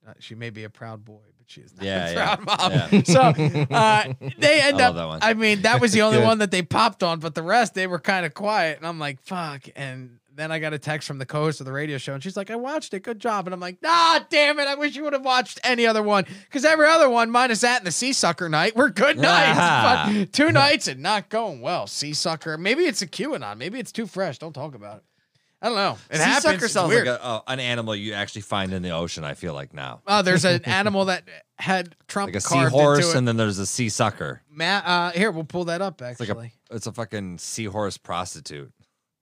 Uh, she may be a proud boy, but she is not
Yeah,
a
yeah,
proud mom.
yeah.
So uh, they end
I love
up.
that one.
I mean, that was the only
Good.
one that they popped on, but the rest they were kind of quiet. And I'm like, fuck. And then I got a text from the co-host of the radio show, and she's like, I watched it, good job. And I'm like, nah, damn it, I wish you would have watched any other one, because every other one, minus that and the sea sucker night, were good nights.
Ah.
But two nights and not going well. Sea sucker. Maybe it's a QAnon. Maybe it's too fresh. Don't talk about it. I don't know. It
sea
happens.
sucker
It's
sounds
weird.
like a, uh, an animal you actually find in the ocean. I feel like now,
Oh, there's an animal that had Trump
like a
carved
seahorse,
into it.
and then there's a sea sucker.
Ma- uh, here, we'll pull that up. Actually,
like a- It's a fucking seahorse prostitute.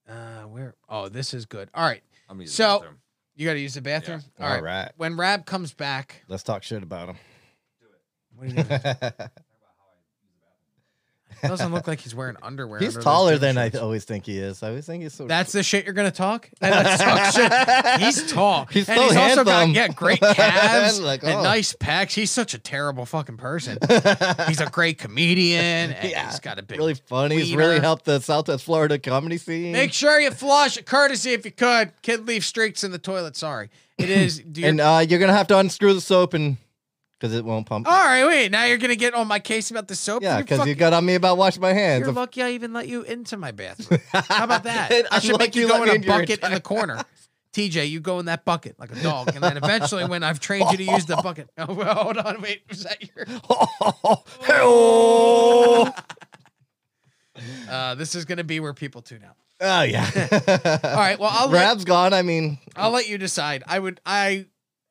uh, where? Oh, this is good. All right,
I'm using
So-
that term.
you got to use the bathroom.
All
All
right.
right. When Rab comes back,
Let's talk shit about him.
what do you think? It doesn't look like he's wearing underwear.
he's
under those
taller
gym
than I
shorts.
always think he is. I always think he's so.
That's the shit you're gonna talk. Let's talk shit. He's tall.
He's
and
so
he's also got
handsome.
yeah, great calves
Like,
and
oh.
nice pecs. He's such a terrible fucking person. He's a great comedian. And
Yeah,
he's got a big
really funny. He's really
wiener.
helped the Southwest Florida comedy scene.
Make sure you flush, courtesy if you could. Kid leave streaks in the toilet. Sorry, it is. do you-
and uh, you're gonna have to unscrew the soap and because it won't pump.
all right, wait. Now you're gonna get on my case about the soap.
yeah,
You're
because
fuck-
you got on me about washing my hands.
you're lucky I even let you into my bathroom. How about that?
And
I should make
unlucky
you
let
go in
me
a
into your
bucket in the corner. TJ, you go in that bucket like a dog, and then eventually, when I've trained you to use the bucket, oh, well, hold on, wait, was that your?
Oh, Hey-oh.
Uh, this is gonna be where people tune out.
Oh yeah.
All right, well, I'll let,
Rab's gone. I mean,
I'll let you decide. I would, I,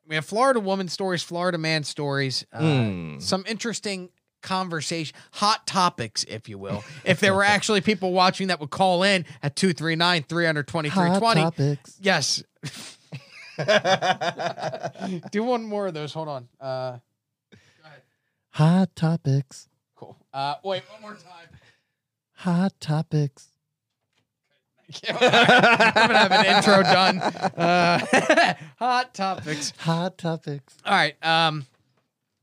we have Florida woman stories, Florida man stories. Uh,
mm.
some interesting conversation, hot topics, if you will. If there were actually people watching that would call in at 239
hot
323
topics.
Yes. Do one more of those. Hold on. Uh,
Hot topics.
cool. Uh, wait, one more time.
Hot topics.
I'm gonna have an intro done. Uh, hot topics.
Hot topics.
All right. Um,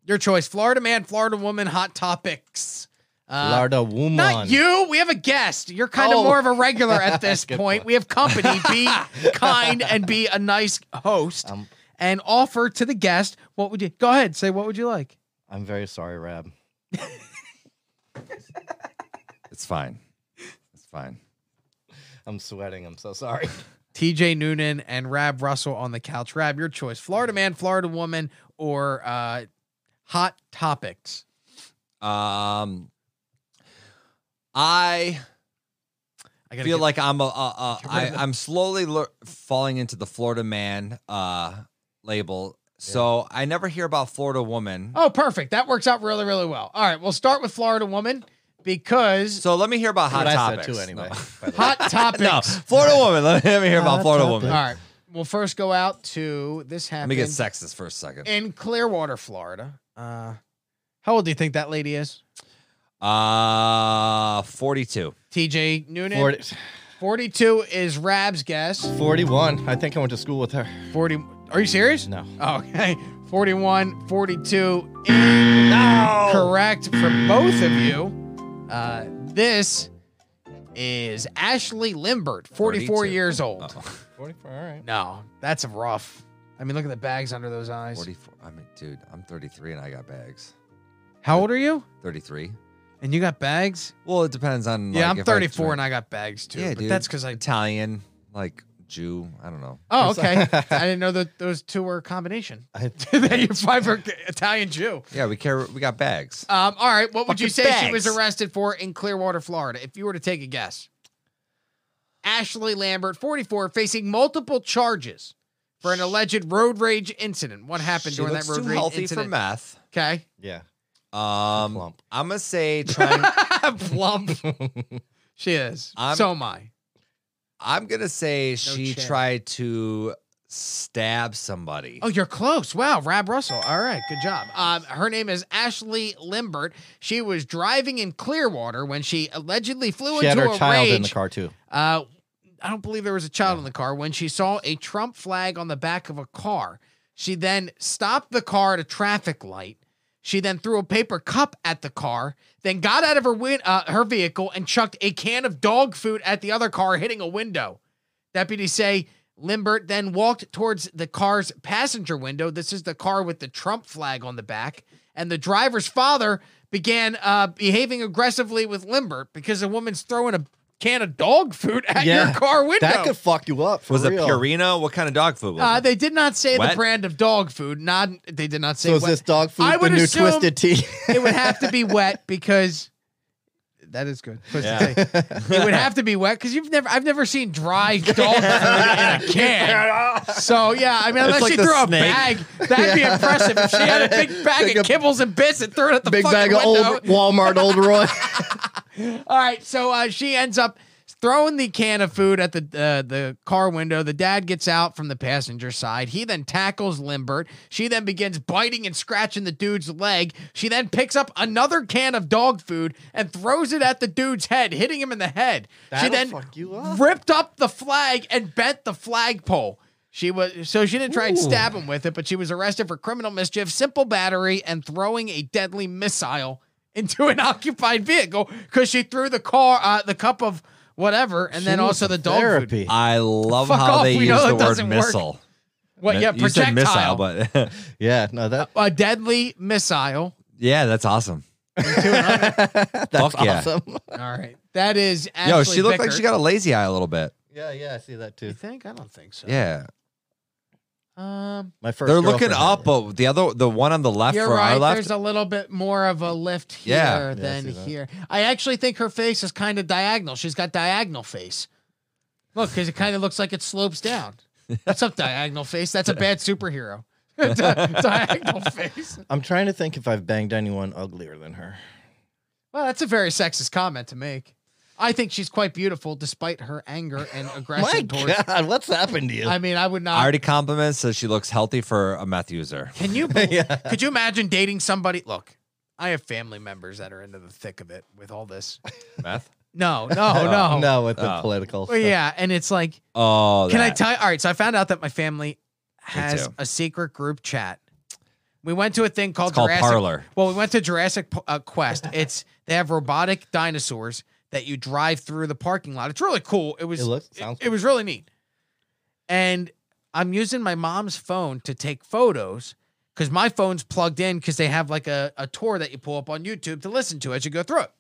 your choice: Florida man, Florida woman. Hot topics. Uh,
Florida woman.
Not you. We have a guest. You're kind
Oh.
of more of a regular at this
Good
point. We have company. Be kind and be a nice host.
Um,
and offer to the guest what would you go ahead say what would you like?
I'm very sorry, Rab.
It's fine. It's fine.
I'm sweating. I'm so sorry.
TJ Noonan and Rab Russell on the couch. Rab, your choice: Florida man, Florida woman, or uh, hot topics.
Um,
I
I
gotta
feel
get-
like I'm a, a, a
Get rid
I,
of it.
I'm slowly lear- falling into the Florida man uh label. So I never hear about Florida woman.
oh, perfect. That works out really, really well. All right, we'll start with Florida woman because
So let me hear about hot
What I said
topics.
too, anyway.
No.
by the way.
hot topics.
No, Florida woman. Let me, let me hear about
Hot
Florida
topic.
All
woman.
right, we'll first go out to this
Let
happened
me get sexist for a second.
in Clearwater, Florida. Uh, how old do you think that lady is?
Uh, 42.
TJ Noonan.
40,
42 is Rab's guess.
41. I think I went to school with her.
40. Are you serious?
No.
Okay. 41, 42 is correct for both of you. Uh, this is Ashley Limbert, 44
42.
years old.
Uh-huh.
44. All right.
No, that's rough. I mean, look at the bags under those eyes.
44. I mean, dude, I'm 33 and I got bags.
How old are you?
33.
And you got bags?
Well, it depends on.
yeah,
like,
I'm
if I
34
drink-
and I got bags too.
Yeah,
but
dude.
that's because I.
Italian, like Jew. I don't know.
Oh,
I'm sorry.
okay. I didn't know that those two were a combination.
I,
that you five for Italian Jew.
Yeah, we care. We got bags.
Um, all right, what would you
Fucking
say she was
bags.
arrested for in Clearwater, Florida? If you were to take a guess, Ashley Lambert, 44, facing multiple charges for an alleged road rage incident. What happened
She
during
looks
that road
too
rage
healthy for
incident?
meth.
okay.
Yeah.
Um,
plump.
I'm gonna say trying.
Plump. she is.
I'm-
so am I.
I'm gonna say she
chance.
tried to stab somebody.
Oh, you're close. Wow, Rab Russell. All right, good job. Um, her name is Ashley Limbert. She was driving in Clearwater when she allegedly flew
She had
into
her
a
child
rage.
in the car too.
Uh, I don't believe there was a child in the car when she saw a Trump flag on the back of a car. She then stopped the car at a traffic light. She then threw a paper cup at the car, then got out of her win- uh, her vehicle and chucked a can of dog food at the other car, hitting a window. Deputies say Limbert then walked towards the car's passenger window. This is the car with the Trump flag on the back. And the driver's father began uh, behaving aggressively with Limbert because a woman's throwing a can of dog food at
Yeah,
your car window.
That could fuck you up. For
was it
real.
Purina? What kind of dog food was
uh,
it?
they did not say the
Wet?
brand of dog food. Not they did not say
So is
wet.
this dog food
I
the
would
new
assume-
twisted tea?
it would have to be wet because that is good. Twisted
Yeah.
tea. It would have to be wet because you've never I've never seen dry dog food in a can. So yeah, I mean unless
like
she
the
threw a
snake.
bag, that'd be impressive. If she had a big bag
Big
of
a-
kibbles and bits and threw it at the
Big
fucking
bag of
window.
old Walmart old Roy.
All right, so uh, she ends up throwing the can of food at the uh, the car window. The dad gets out from the passenger side. He then tackles Limbert. She then begins biting and scratching the dude's leg. She then picks up another can of dog food and throws it at the dude's head, hitting him in the head. she
That'll
then
fuck you up.
ripped up the flag and bent the flagpole. She was so she didn't try and stab him with it, but she was arrested for criminal mischief, simple battery, and throwing a deadly missile into an occupied vehicle because she threw the car, uh, the cup of whatever, and then also the dog food.
therapy.
I love
Fuck
how
off,
they
we
use
know
the
that
word
doesn't work.
missile.
What? Yeah,
You said
projectile.
missile, but
Yeah, no, that
a deadly missile.
yeah, that's awesome.
Uh,
that's
Fuck yeah.
awesome.
All right, that is Ashley
Yo, she looked like
Vickert.
she got a lazy eye a little bit.
Yeah, yeah, I see that
You
too.
think? I don't think so.
Yeah,
Um,
My first.
they're looking
girlfriend had
up,
it.
but the other, the one on the left
you're
for
right.
our left,
There's a little bit more of a lift here
Yeah. Yeah,
I
than
see that.
here. I actually think her face is kind of diagonal. She's got diagonal face. Look, because it kind of looks like it slopes down. That's up, diagonal face? That's a bad superhero. Di- diagonal face.
I'm trying to think if I've banged anyone uglier than her.
Well, that's a very sexist comment to make. I think she's quite beautiful despite her anger and aggression
My
towards.
God, what's happened to you?
I mean, I would not.
I already compliments, so she looks healthy for a meth user.
Can you? bel-
Yeah.
Could you imagine dating somebody? Look, I have family members that are into the thick of it with all this.
Meth?
No, no, no,
no, with the
Oh.
political.
Well,
stuff.
yeah, and it's like,
Oh,
can I
that.
tell you? All right, so I found out that my family has
too.
a secret group chat. We went to a thing called,
It's called
Jurassic.
Parlor.
Well, we went to Jurassic P- uh, Quest. It's they have robotic dinosaurs that you drive through the parking lot. It's really cool. It was
It looks- sounds
it, it was really neat. And I'm using my mom's phone to take photos because my phone's plugged in because they have like a, a tour that you pull up on YouTube to listen to as you go through it.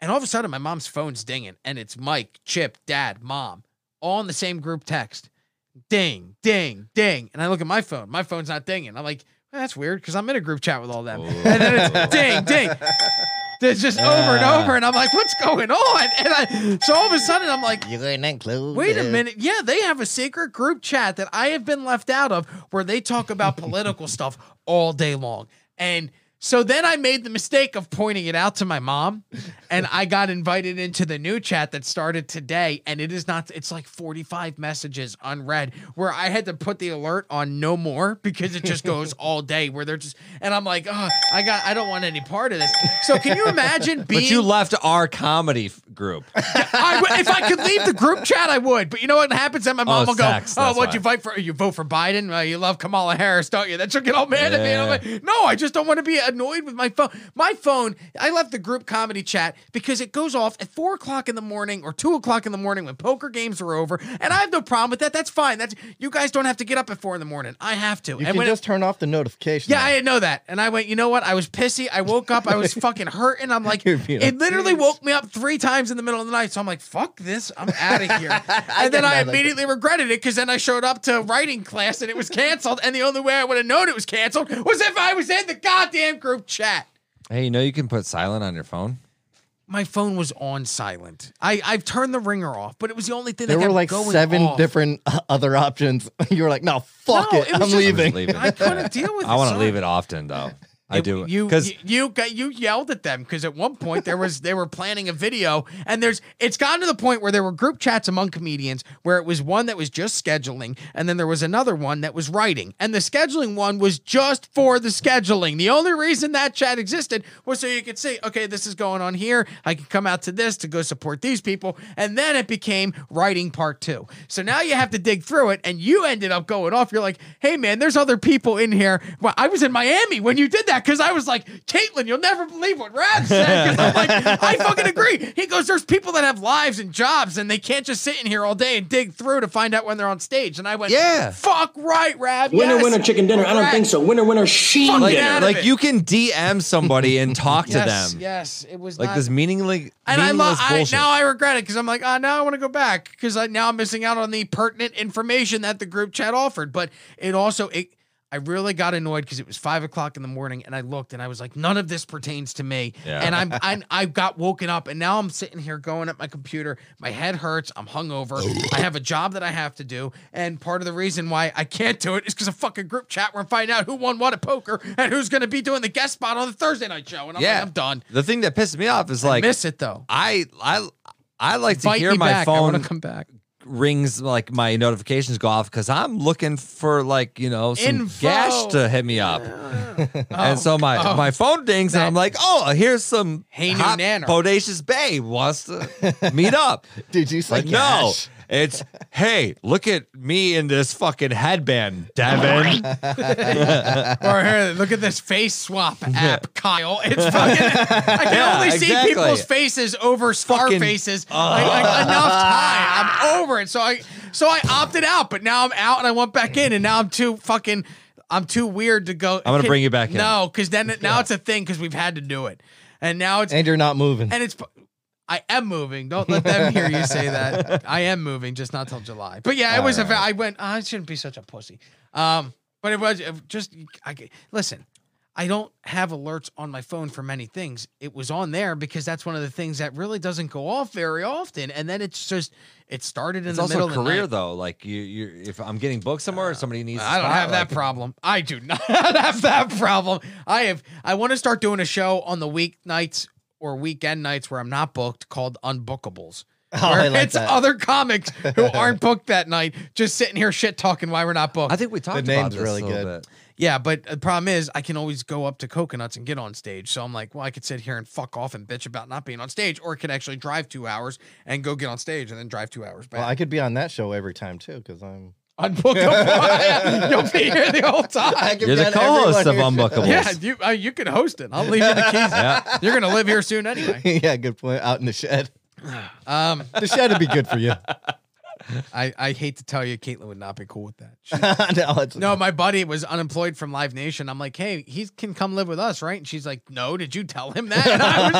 And all of a sudden, my mom's phone's dinging, and it's Mike, Chip, Dad, Mom, all in the same group text. Ding, ding, ding. And I look at my phone. My phone's not dinging. I'm like, "Well, that's weird because I'm in a group chat with all them. And then it's ding, ding. It's just over and
Ah.
over. And I'm like, what's going on? And I, so all of a sudden, I'm like,
You're not close.
Wait a minute. Yeah, they have a secret group chat that I have been left out of where they talk about political stuff all day long. And so then I made the mistake of pointing it out to my mom, and I got invited into the new chat that started today. And it is not, it's like 45 messages unread where I had to put the alert on no more because it just goes all day where they're just, and I'm like, oh, I got, I don't want any part of this. So can you imagine being.
But you left our comedy f- group.
I would, if I could leave the group chat, I would. But you know what happens? Then my mom
Oh,
will go,
sex,
"Oh,
that's
what
why.
you vote for? You vote for Biden? Well, you love Kamala Harris, don't you?" Then she'll get all mad at me. And I'm like, "No, I just don't want to be annoyed with my phone. My phone. I left the group comedy chat because it goes off at four o'clock in the morning or two o'clock in the morning when poker games are over, and I have no problem with that. That's fine. That's you guys don't have to get up at four in the morning. I have to.
You
and
can
when it-
just turn off the notification.
yeah, I didn't know that. And I went, you know what? I was pissy. I woke up. I was fucking hurting. I'm like,
You're being
it literally woke me up three times in the middle of the night. So I'm like, fuck this. I'm out of here. and then I
get mad like
immediately regretted it because then I showed up to writing class and it was canceled. And the only way I would have known it was canceled was if I was in the goddamn group chat.
Hey, you know you can put silent on your phone?
my phone was on silent. I I've turned the ringer off, but it was the only thing
There
that
were
kept
like
going
seven
off.
different uh, other options. you were like, no, fuck
No,
it,
it was
I'm
just-
leaving.
Leave it.
I couldn't deal with.
I want to
sorry.
leave it often though. I
It-
do
You
because
you you, got, you yelled at them because at one point there was they were planning a video and there's it's gotten to the point where there were group chats among comedians where it was one that was just scheduling and then there was another one that was writing and the scheduling one was just for the scheduling. The only reason that chat existed was so you could see okay this is going on here I can come out to this to go support these people and then it became writing part two. So now you have to dig through it and you ended up going off. You're like hey man there's other people in here. Well I was in Miami when you did that because I was like, Caitlin, you'll never believe what Rad said. 'Cause I'm like, I fucking agree. He goes, there's people that have lives and jobs and they can't just sit in here all day and dig through to find out when they're on stage. And I went,
Yeah.
fuck right, Rad.
Winner,
yes.
winner, chicken dinner. I don't
Rad.
think so. Winner, winner, she
Fuck
dinner.
yeah. out of
like
it.
you can DM somebody and talk to
Yes,
them.
yes, it was
Like
not-
this meaningless,
And I love
meaningless
I,
bullshit.
now. I regret it because I'm like, ah, now I want to go back because I, now I'm missing out on the pertinent information that the group chat offered. But it also it. I really got annoyed because it was five o'clock in the morning, and I looked and I was like, "None of this pertains to me."
Yeah.
And I'm, I'm I got woken up, and now I'm sitting here going at my computer. My head hurts. I'm hungover. I have a job that I have to do, and part of the reason why I can't do it is because of fucking group chat. We're finding out who won what at poker and who's going to be doing the guest spot on the Thursday night show. And I'm
yeah,
like, I'm done.
The thing that pisses me off is like
Miss it though.
I I I like to
Invite
hear
me
my
back. I
phone
wanna come back.
rings like my notifications go off because I'm looking for like you know some
Info. Oh.
gash to hit me up, and so my my phone dings and I'm like, oh, here's some
Hey, new
hot
nanner.
bodacious bay wants to meet up.
Did you say
like no,
cash?
it's hey, look at me in this fucking headband, Devin.
or here, look at this face swap app, Kyle. It's fucking. I can
Yeah,
only see
exactly.
people's faces over scar
Fucking-
faces like, like enough time. I'm over it. So I so I opted out, but now I'm out and I went back in, and now I'm too fucking. I'm too weird to go.
I'm gonna bring you back in.
No, because then it- now it's a thing because we've had to do it, and now it's
And you're not moving.
and it's. I am moving. Don't let them hear you say that. I am moving, just not till July. But yeah, it was. a fa- I went. "Ah, I shouldn't be such a pussy. Um, but it was it just. I g- listen. I don't have alerts on my phone for many things. It was on there because that's one of the things that really doesn't go off very often. And then it's just it started in
It's
the
also
middle
a
of the
career
night. Uh,
though. Like you, you if I'm getting booked somewhere, or somebody needs. a
I don't
spot,
have that
like-
problem. I do not have that problem. I have. I want to start doing a show on the weeknights or weekend nights where I'm not booked, called Unbookables.
Oh,
where
I like
it's
that.
other comics who aren't booked that night, just sitting here shit talking why we're not booked.
I think we talked about
name's
this
really
a little
good.
bit.
yeah, but the problem is I can always go up to Coconuts and get on stage. So I'm like, well, I could sit here and fuck off and bitch about not being on stage, or I could actually drive two hours and go get on stage and then drive two hours back.
Well, I could be on that show every time too, because I'm.
Unbookable. You'll be here the whole time.
You're the co-host of Unbookables.
Yeah, you uh, you can host it. I'll leave you the keys.
Yeah.
You're gonna live here soon anyway.
yeah, good point. Out in the shed.
Um,
The shed would be good for you.
I, I hate to tell you, Caitlin would not be cool with that. She-
no, it's
no, my buddy was unemployed from Live Nation. I'm like, hey, he can come live with us, right? And she's like, no, did you tell him that? And I was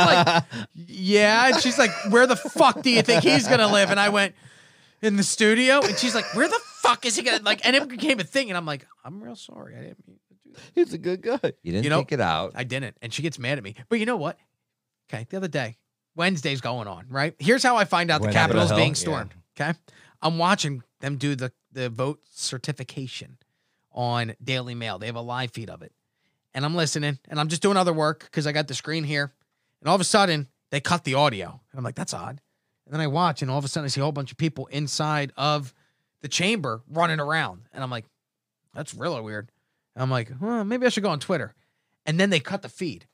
like, yeah. And she's like, where the fuck do you think he's gonna live? And I went in the studio, and she's like, where the fuck is he gonna like? And it became a thing, and I'm like, I'm real sorry, I didn't mean to do that.
He's a good guy.
You didn't
You know-
think it out.
I didn't. And she gets mad at me. But you know what? Okay, the other day, Wednesday's going on, right? Here's how I find out the
Wednesday.
Capitol's
Capitol Hill?
being stormed. Okay. I'm watching them do the, the vote certification on Daily Mail. They have a live feed of it. And I'm listening and I'm just doing other work because I got the screen here. And all of a sudden, they cut the audio. And I'm like, that's odd. And then I watch, and all of a sudden, I see a whole bunch of people inside of the chamber running around. And I'm like, that's really weird. And I'm like, well, maybe I should go on Twitter. And then they cut the feed.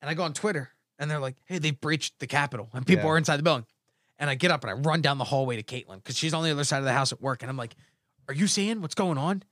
And I go on Twitter and they're like, hey, they breached the Capitol and people
Yeah.
are inside the building. And I get up and I run down the hallway to Caitlin because she's on the other side of the house at work. And I'm like, are you seeing what's going on?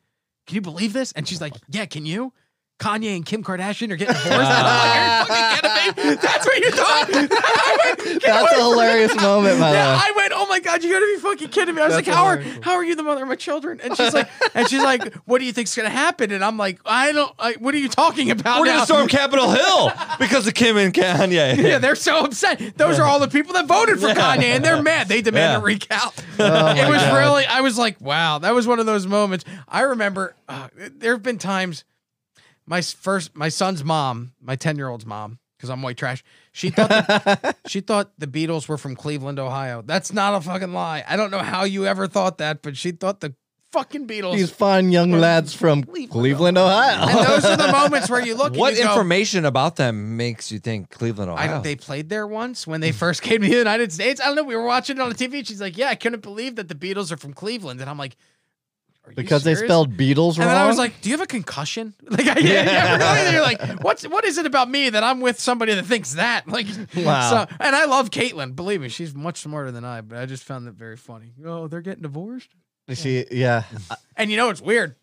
Can you believe this? And she's like, yeah, can you? Kanye and Kim Kardashian are getting divorced. And I'm like, are you fucking kidding me? That's what you're talking I went, "Get
That's a
away from me."
hilarious moment, by
Yeah,
the way.
I went, oh my god, you gotta be fucking kidding me. I was
That's
like, how are
hilarious.
how are you the mother of my children? And she's like, and she's like, what do you think's gonna happen? And I'm like, I don't. I, what are you talking about?
We're gonna
now?
storm Capitol Hill because of Kim and Kanye.
yeah, they're so upset. Those are all the people that voted for Kanye, and they're mad. They demand a
Yeah.
recount.
my
it was
God.
really. I was like, wow, that was one of those moments. I remember uh, there have been times. My s- first, my son's mom, my ten year old's mom, because I'm white trash. She thought the, she thought the Beatles were from Cleveland, Ohio. That's not a fucking lie. I don't know how you ever thought that, but she thought the fucking Beatles.
These fine young
From
lads from
Cleveland,
Cleveland, Ohio.
and those are the moments where you look.
What
and you go,
information about them makes you think Cleveland,
I
Ohio?
don't, they played there once when they first came to the United States. I don't know. We were watching it on the TV. And she's like, "Yeah, I couldn't believe that the Beatles are from Cleveland," and I'm like, Are you
because they
serious?
spelled Beatles
And
wrong.
then I was like, "Do you have a concussion?" Like, I, yeah, really. They're like, "What's what is it about me that I'm with somebody that thinks that?" Like,
Wow.
So, and I love Caitlyn. Believe me, she's much smarter than I. But I just found that very funny. Oh, they're getting divorced.
she, yeah,
And you know it's weird.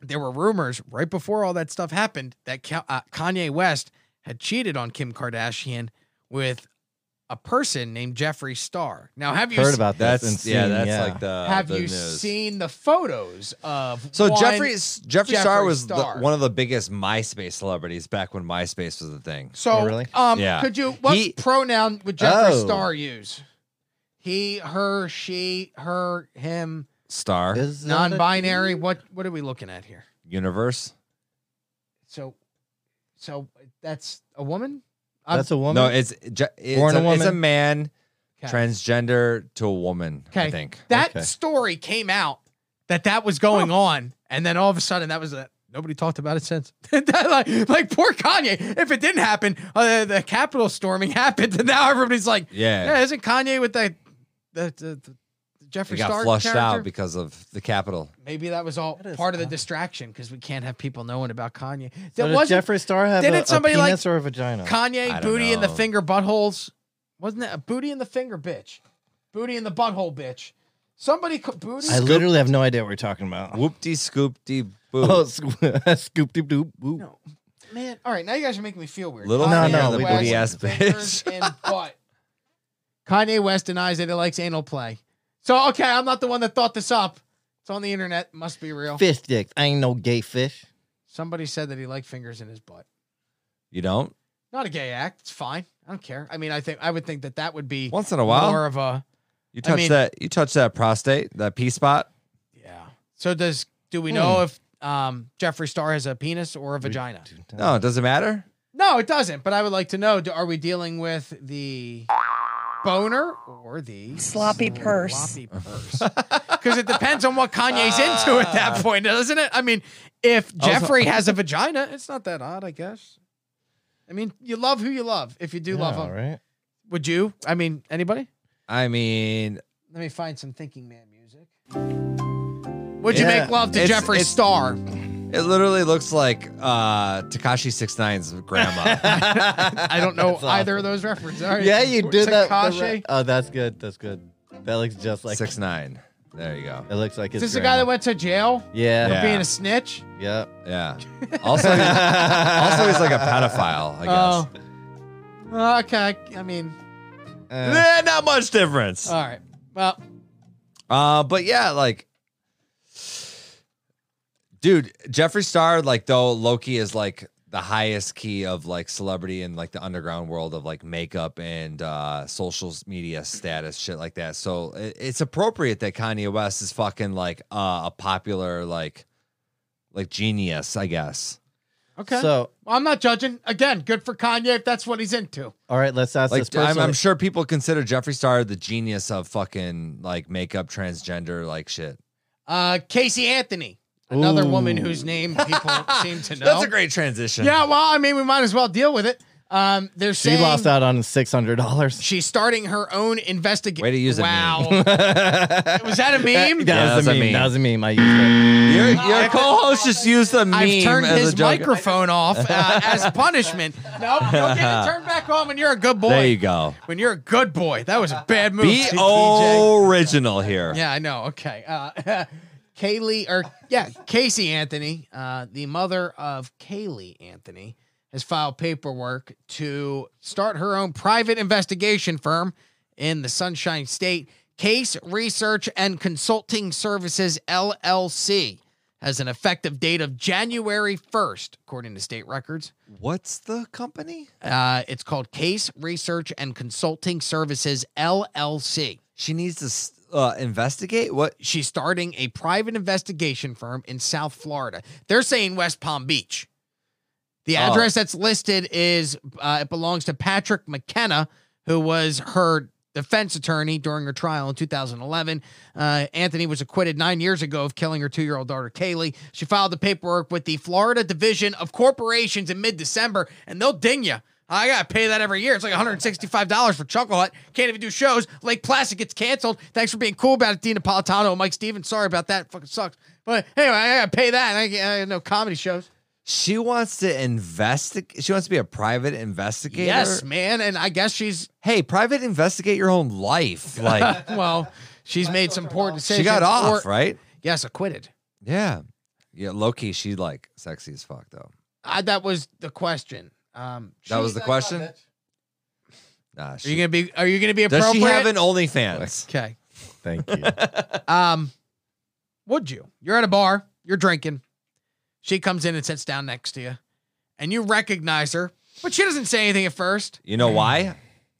There were rumors right before all that stuff happened that Ka- uh, Kanye West had cheated on Kim Kardashian with a person named Jeffree Star. Now, have you
heard
s-
about
that's
this. and
yeah,
seen,
that's
yeah.
like the
have
the
you
news.
seen the photos of
So
one-
Jeffrey Jeffrey Star
Jeffree
was the-
Star.
one of the biggest MySpace celebrities back when MySpace was a thing.
So,
Oh, really?
um,
Yeah.
could you what
He-
pronoun would Jeffree
Oh.
Star use? He, her, she, her, him,
Star
Is that a-
non-binary. What what are we looking at here?
universe.
So, so that's a woman. I'm-
That's a woman.
No, it's Je- it's,
Born
a,
a
it's a
woman?
man
Okay.
transgender to a woman. I
Okay.
think.
that
Okay.
story came out that that was going on, and then all of a sudden that was a nobody talked about it since. That, like, like poor Kanye. If it didn't happen, uh, the Capitol storming happened, and now everybody's like,
Yeah,
yeah, isn't Kanye with the the, the, the
it
Jeffree
got
Star
flushed
character?
out because of the Capitol.
Maybe that was all
That is
part of the
odd.
distraction because we can't have people knowing about Kanye.
So
That
does
wasn't
Jeffree Star have
didn't
a,
somebody
a
like-
penis or a vagina?
I
Kanye
don't
booty in the
know.
finger buttholes. Wasn't that a booty in the finger, bitch? Booty in the butthole, bitch. Somebody co- booty.
I literally have no idea what we're talking about.
Whoop de scoop de boo.
Oh, scoop de doop.
No. Man, all right, now you guys are making me feel weird.
Little
No, no,
West,
we don't. booty
ass
fingers
bitch.
and butt. Kanye West denies that he likes anal play. So okay, I'm not the one that thought this up. It's on the internet. Must be real.
Fish dicks. I ain't no gay fish.
Somebody said that he liked fingers in his butt.
You don't.
Not a gay act. It's fine. I don't care. I mean, I think I would think that that would be
Once in a while,
more of a
you
I
touch
mean-
that. You touch that prostate, that P spot.
yeah. So does do we know if um Jeffree Star has a penis or a vagina?
No, it doesn't matter.
No, it doesn't. But I would like to know: do, Are we dealing with the boner or the
Sloppy purse.
Sloppy purse. Because it depends on what Kanye's into at
Ah.
that point, doesn't it? I mean, if Jeffrey has a vagina, it's not that odd, I guess. I mean, you love who you love. If you do love
Yeah,
him,
right?
would you? I mean, anybody?
I mean,
Let me find some thinking man music. Would you
Yeah.
make love to
It's-
Jeffree
it's-
Star?
it literally looks like uh Takashi 69's grandma.
I don't know
That's
either of
awesome.
those references. All right.
Yeah, you did that. the
Tekashi?
re- oh, that's good. That's good. That looks just like.
Six nine. There you go.
It looks like
Is this
his.
the guy that
grandma.
went to jail
Yeah.
for
Yeah.
being a snitch?
Yeah.
Yeah. Also, also he's like a pedophile. I guess.
Oh, okay. I mean, Oh.
Uh,
Eh, not much difference.
all right. Well,
Uh, but yeah, like, dude, Jeffree Star, like, though Loki is like the highest key of like celebrity in like the underground world of like makeup and uh social media status, shit like that. So it, it's appropriate that Kanye West is fucking like uh, a popular like like genius, I guess.
okay.
So,
Well, I'm not judging. Again, good for Kanye if that's what he's into.
all right, let's ask this
Like,
person.
I'm, I'm sure people consider Jeffree Star the genius of fucking like makeup, transgender, like shit.
Uh, Casey Anthony, another
Ooh.
woman whose name people seem to know.
That's a great transition.
Yeah, well, I mean, we might as well deal with it. Um, they're
she
saying
lost out on six hundred dollars.
she's starting her own investigation.
Way to use a
Wow,
that
was that a meme?
That, was a meme. That was a meme. I used it.
Your, your co-host just used the meme
I've turned
as a
his
joke.
microphone off uh, as punishment. No, you'll get it turned back on when you're a good boy.
There you go.
When you're a good boy, that was a bad move.
Be
TPJ.
original here.
Yeah, I know. Okay. Uh, Kaylee, or yeah, Casey Anthony, uh, the mother of Kaylee Anthony, has filed paperwork to start her own private investigation firm in the Sunshine State. Case Research and Consulting Services LLC has an effective date of January 1st, according to state records.
What's the company?
Uh, it's called Case Research and Consulting Services LLC.
She needs to s- uh, investigate what?
she's starting a private investigation firm in South Florida. They're saying West Palm Beach. The address that's listed is uh, it belongs to Patrick McKenna, who was her defense attorney during her trial in 2011. Uh, Anthony was acquitted nine years ago of killing her two-year-old daughter Kaylee. She filed the paperwork with the Florida Division of Corporations in mid-December, and they'll ding you. I gotta pay that every year. It's like $165 for Chuckle Hut. Can't even do shows. Lake Placid gets canceled. Thanks for being cool about it, Dean Napolitano and Mike Stevens. Sorry about that. fucking sucks. But anyway, I gotta pay that. I, I have no comedy shows.
She wants to investigate. She wants to be a private investigator.
Yes, man. And I guess she's
Hey, private investigate your own life. Like
well, she's made some poor decisions.
she got off,
or-
right?
Yes, acquitted.
Yeah. Yeah, low key, she like sexy as fuck though.
I, that was the question. Um,
That was the question. Nah,
are you
she,
gonna be? Are you gonna be
does
appropriate?
she have an OnlyFans?
okay.
Thank you.
Um, would you? You're at a bar. You're drinking. She comes in and sits down next to you, and you recognize her, but she doesn't say anything at first.
You know why? You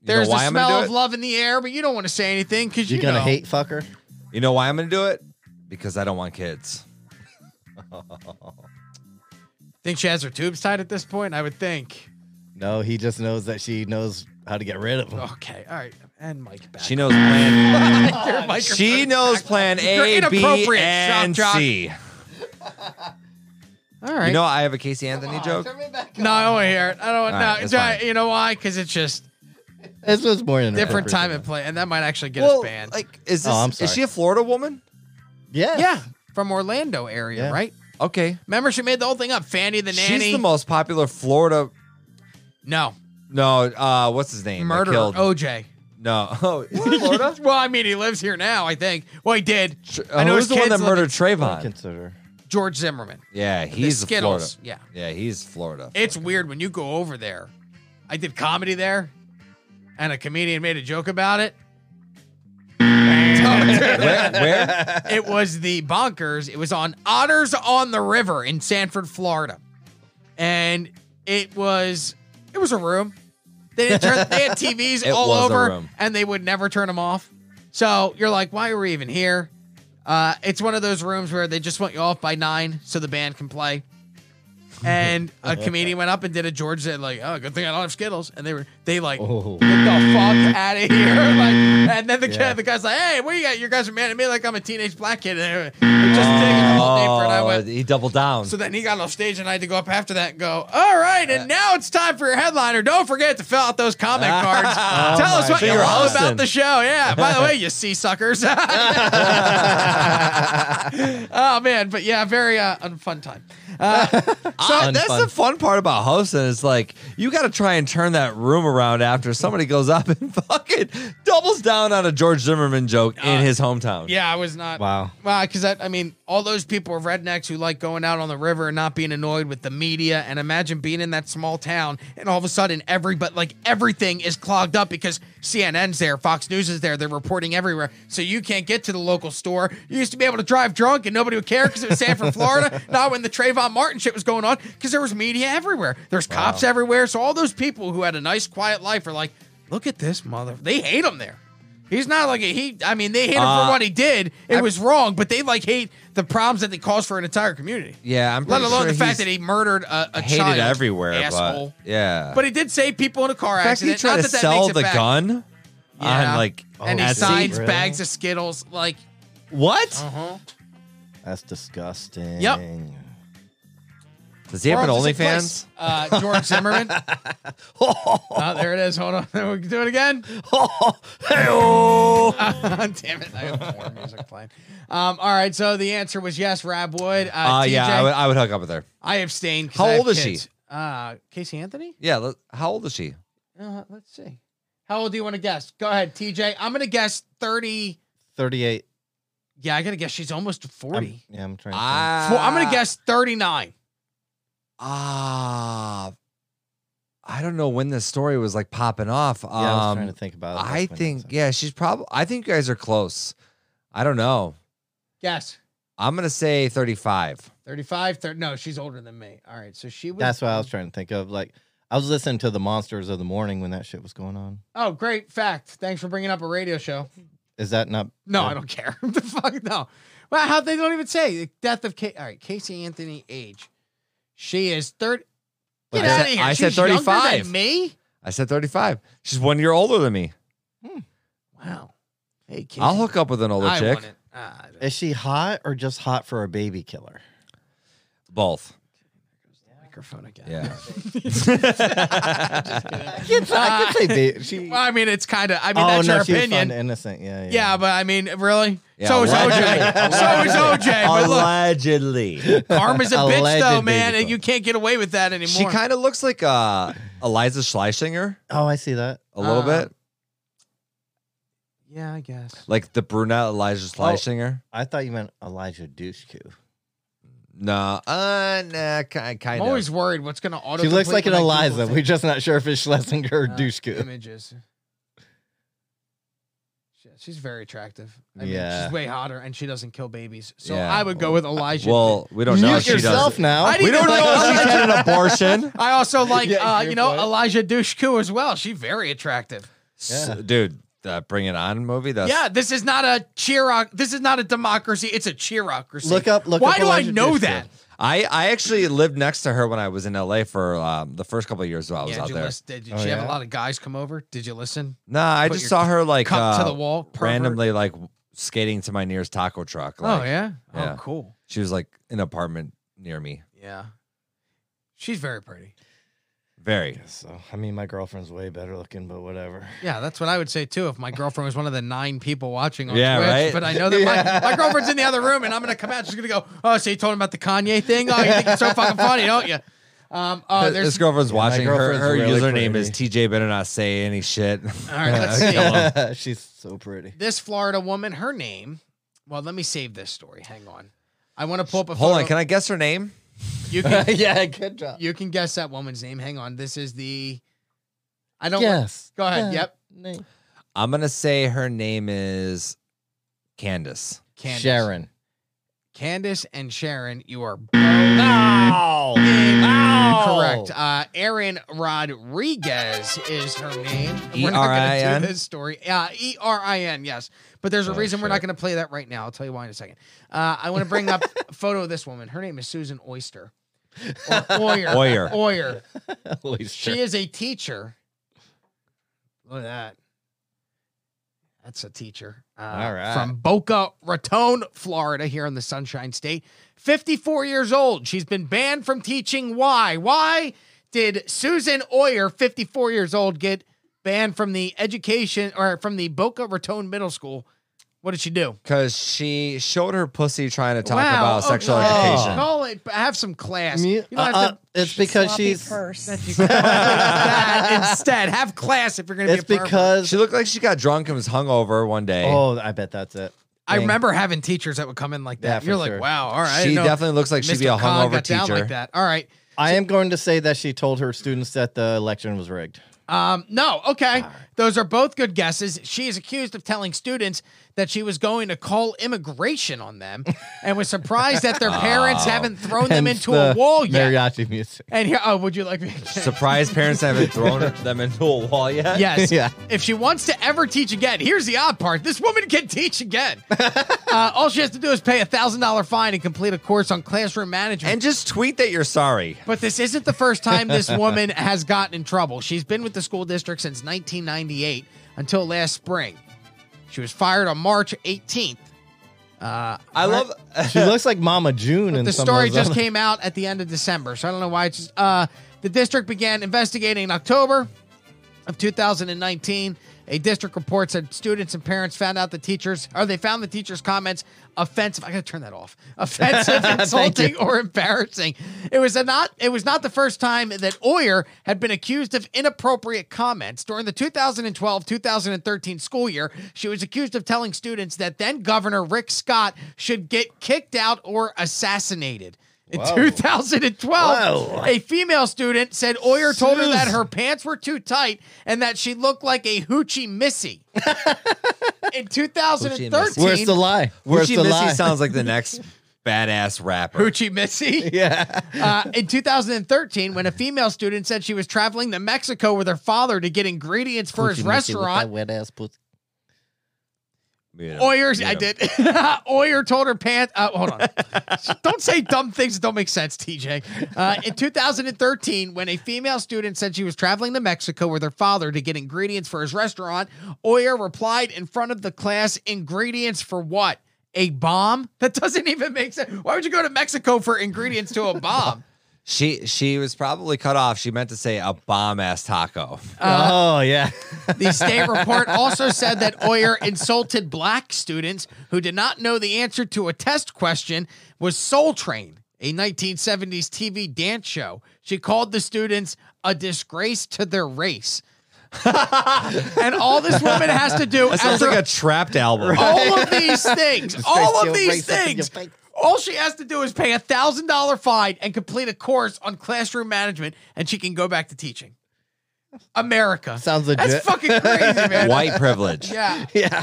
There's
know why
a
I'm gonna
smell
do
of
it?
love in the air, but you don't want to say anything because
You
you
gonna
know.
hate fucker?
You know why I'm gonna do it? Because I don't want kids.
Think she has her tubes tied at this point? I would think.
No, he just knows that she knows how to get rid of him.
Okay, all right, and Mike back.
She knows plan.
Your microphone
she
is
knows
back.
plan
You're
A, B,
inappropriate, shock
and
jock.
C.
All right.
You know I have a Casey Anthony joke.
No, I don't want to hear it. I don't.
All
no,
right, that's
Dry-
fine.
you know why? Because it's just
This was more than
different time and place, and that might actually get us banned.
like, is this?
Oh, I'm
is
sorry.
she a Florida woman?
Yeah.
yeah, from Orlando area,
Yeah.
right?
Okay,
Remember, she made the whole thing up. Fanny the nanny.
she's the most popular Florida.
no
No, uh, what's his name? that
murderer. Oh.
killed-
OJ.
no, oh, Florida.
well, I mean, he lives here now. I think. Well, he did.
I know
his
who's the one
kids live
that
in-
murdered Trayvon?
Consider.
George Zimmerman.
Yeah, he's Florida.
Skittles, yeah.
yeah, he's Florida.
It's weird when you go over there. I did comedy there, and a comedian made a joke about it.
where, where?
it was the bonkers. It was on Otters on the River in Sanford, Florida, and it was it was a room. They didn't turn. they had TVs
It
all
was a
over,
room.
and they would never turn them off. So you're like, why are we even here? Uh, it's one of those rooms where they just want you off by nine so the band can play. And a comedian went up and did a George said like, oh, good thing I don't have Skittles, and they were they like
Oh.
get the fuck out of here. Like, and then the,
Yeah.
guy, the guy's like, hey, what you got? You guys are mad at me like I'm a teenage black kid. And they're just taking the whole day for it. I
Oh,
went.
he doubled down.
So then he got off stage and I had to go up after that and go, all right, and now it's time for your headliner. Don't forget to fill out those comment cards. Tell us
my
what you
God.
love about
Austin.
the show. Yeah, by the way, you sea suckers. oh, man. But yeah, very uh, fun time.
Ah, that's
Unfun.
the fun part about hosting. Is like you got to try and turn that room around after somebody goes up and fucking doubles down on a George Zimmerman joke in his hometown.
Uh, Yeah, I was not.
Wow.
Well, because I, I mean, all those people are rednecks who like going out on the river and not being annoyed with the media. And imagine being in that small town and all of a sudden, every but like everything is clogged up because CNN's there, Fox News is there, they're reporting everywhere. So you can't get to the local store. You used to be able to drive drunk and nobody would care because it was Sanford, Florida. Not when the Trayvon Martin shit was going on because there was media everywhere. There's cops everywhere. So all those people who had a nice, quiet life are like, look at this mother. They hate him there. He's not like a, he. I mean, they hate him for
Uh,
what he did. It was wrong, but they like hate the problems that they caused for an entire community.
yeah. I'm
Let
pretty
alone
sure
the fact
he's
that he murdered a, a
hated
child.
everywhere.
asshole.
But, yeah,
But he did save people in a car
in fact, he
accident.
tried
Not
to
that that
sell
makes it
the
back.
gun
Yeah.
on like oh,
and he
Etsy.
signs
Really?
bags of Skittles. Like,
What?
uh-huh.
That's disgusting.
Yep.
Does he have an
World is a
OnlyFans?
place. Uh, George Zimmerman. oh, there it is. Hold on. We can do it again. Uh,
Hey-oh.
Damn it. I have more music playing. Um, all right. So the answer was yes, Rab Wood. Uh,
Uh,
TJ,
yeah, I would, I would hook up with her.
I abstained. 'cause
How
I have
old is she?
kids. Uh, Casey Anthony?
Yeah, let- how old is she?
Uh, let's see. How old do you want to guess? Go ahead, TJ. I'm going to guess 30.
38.
Yeah, I got to guess she's almost 40.
I'm, yeah, I'm trying to. think.
Fo-
Ah,
I'm, going to guess 39.
Ah, I don't know when this story was like popping off.
yeah, I was trying
Um,
to think about it.
I
That's my
think
answer.
yeah, she's probably. I think you guys are close. I don't know.
Guess.
I'm gonna say 35.
35, 30, no, she's older than me. All right, so she was.
That's what I was trying to think of. Like, I was listening to the Monsters of the Morning when that shit was going on.
Oh, great fact! Thanks for bringing up a radio show.
Is that not?
No, I don't care. the fuck no. Well, how they don't even say the death of Ca- all right Casey Anthony age. She is thirty. Get
I
out
said-
of here.
I said
She's younger than
35.
Me?
I said 35. She's one year older than me.
Wow. Hey, kid.
I'll hook up with an older
I
chick.
want it. Ah,
Is she hot or just hot for a baby killer?
Both.
microphone again.
Yeah.
I can I can say baby. She, oh,
Well, I mean, it's kind of. I mean, that's your
she was
opinion.
found innocent. Yeah, yeah.
Yeah, but I mean, really?
Yeah,
so is OJ.
allegedly.
so is OJ. But look,
Allegedly.
karma's a bitch,
Alleged
though,
baby
man, and
fuck.
you can't get away with that anymore.
she kind of looks like uh, Eliza Schleisinger
oh, I see that.
a little
Uh,
bit.
Yeah, I guess.
Like the brunette Eliza
Oh.
Schleisinger.
I thought you meant Elijah Dushku.
No. Uh, nah, ki-
I'm
kind of.
always worried what's going to auto.
She looks like an Eliza. We're just not sure if it's Schlesinger or Dushku.
Images. Shit, She's very attractive. I mean,
Yeah.
she's way hotter, and she doesn't kill babies. So
Yeah.
I would go with Elijah.
well, we don't
you
know. if
yourself
She does.
now.
I
We don't
Like,
know if she
Elijah-
had an abortion.
I also like,
Yeah,
uh,
your
you know,
point.
Elijah Dushku as well. She's very attractive.
S-
Yeah.
Dude, that Bring It On movie. That's
Yeah, this is not a cheeroc. This is not a democracy. It's a cheerocracy.
Look up- look
Why
up
do I
Elijah
know
Dushku.
that?
I, I actually lived next to her when I was in LA for um, the first couple of years while I was
Yeah,
out
did you,
there.
listen- did, did
Oh,
she have a
yeah?
lot of guys come over? Did you listen?
Nah, I
Put
just
your
saw her like
Cup to
uh,
the wall. pervert?
randomly like w- skating to my nearest taco truck.
Oh
Like,
yeah?
yeah.
Oh cool.
She was like in an apartment near me.
Yeah. She's very pretty.
Very.
Guess So I mean, my girlfriend's way better looking, but whatever.
Yeah, that's what I would say too if my girlfriend was one of the nine people watching on
Yeah,
Twitch.
right?
But I know that
Yeah.
my, my girlfriend's in the other room and I'm gonna come out. She's gonna go, Oh, so you told him about the Kanye thing? Oh, you think it's so fucking funny, don't you? Um oh
Th-
there's
this girlfriend's
my
watching.
girlfriend's
her her
really
username is TJ. Better not say any shit.
all right, let's see.
She's so pretty.
This Florida woman, her name. Well, let me save this story. Hang on. I want to pull up a
Hold
photo.
on. Can I guess her name?
you can
yeah, good job.
You can guess that woman's name. Hang on. This is the. I don't.
Yes.
Go ahead.
Yeah.
Yep.
Name.
I'm gonna say her name is Candace.
Candace.
Sharon.
Candace and Sharon, you are
Ow!
correct. Uh, Erin Rodriguez is her name.
E
We're not gonna do
E-R-I-N?
This story. Yeah, E R I N. Yes, but there's a
Oh,
reason we're
shit.
not going to play that right now. I'll tell you why in a second. Uh, I want to bring up a photo of this woman. Her name is Susan Oyster. Or Oyer.
Oyer.
Oyer.
Oyster.
She is a teacher. Look at that. That's a teacher. Uh,
All right.
From Boca Raton, Florida, here in the Sunshine State. 54 years old. She's been banned from teaching. Why? Why did Susan Oyer, 54 years old, get banned from the education or from the Boca Raton Middle School? What did she do?
Because she showed her pussy trying to talk
Wow,
about
oh,
sexual
no.
education.
Call it, have some class.
Me-
You don't have
uh,
to
uh, it's because
Sloppy
she's.
purse.
if you call it that instead. Have class if you're going to be
It's
a pervert.
because.
She looked like she got drunk and was hungover one day.
Oh, I bet that's it.
I
Dang.
remember having teachers that would come in like
Yeah,
that.
for
You're
sure.
like, wow, all right.
she
no,
definitely looks like she'd be a
Mr. Khan
hungover
got down
teacher.
like that. All right.
I am going to say that she told her students that the election was rigged.
Um, no, okay. Those are both good guesses. She is accused of telling students that she was going to call immigration on them and was surprised that their parents haven't thrown them
Hence
into
the
a wall yet.
Mariachi music.
And here, oh, would you like me?
Surprise parents haven't thrown them into a wall yet.
Yes.
Yeah.
If she wants to ever teach again, here's the odd part: this woman can teach again. uh, all she has to do is pay a thousand dollar fine and complete a course on classroom management.
And just tweet that you're sorry.
But this isn't the first time this woman has gotten in trouble. She's been with the school district since 1998 until last spring. She was fired on March 18th. Uh,
I love
She looks like Mama June. in
the
some of
story
those
just
other-
came out at the end of December, so I don't know why it's. Uh, the district began investigating in October of 2019. A district report said students and parents found out the teachers, or they found the teachers' comments offensive. I gotta turn that off. Offensive, insulting, or embarrassing. It was a not. It was not the first time that Oyer had been accused of inappropriate comments during the 2012-2013 school year. She was accused of telling students that then Governor Rick Scott should get kicked out or assassinated. In
Whoa.
2012,
Whoa.
a female student said Oyer told her that her pants were too tight and that she looked like a hoochie missy. In 2013,
Hoochie Missy.
Where's the lie? Where's
Gucci
the
Missy
lie?
sounds like the next badass rapper.
hoochie missy.
yeah.
Uh, in 2013, when a female student said she was traveling to Mexico with her father to get ingredients for his restaurant,
wet ass pussy.
you know,
Oyer,
you
I
know.
did. Oyer told her pants. Uh, hold on. don't say dumb things that don't make sense, TJ. Uh, in 2013, when a female student said she was traveling to Mexico with her father to get ingredients for his restaurant, Oyer replied in front of the class, Ingredients for what? A bomb? That doesn't even make sense. Why would you go to Mexico for ingredients to a bomb?
She she was probably cut off. She meant to say a bomb ass taco.
Uh,
oh yeah.
The state report also said that Oyer insulted black students who did not know the answer to a test question was Soul Train, a 1970s TV dance show. She called the students a disgrace to their race. and all this woman has to do
That sounds
after
like a trapped album.
all of these things, all
your
of these
race up in your
things,
face.
all she has to do is pay a thousand dollar fine and complete a course on classroom management, and she can go back to teaching. America
Sounds legit.
That's fucking crazy, man.
White privilege.
Yeah.
Yeah.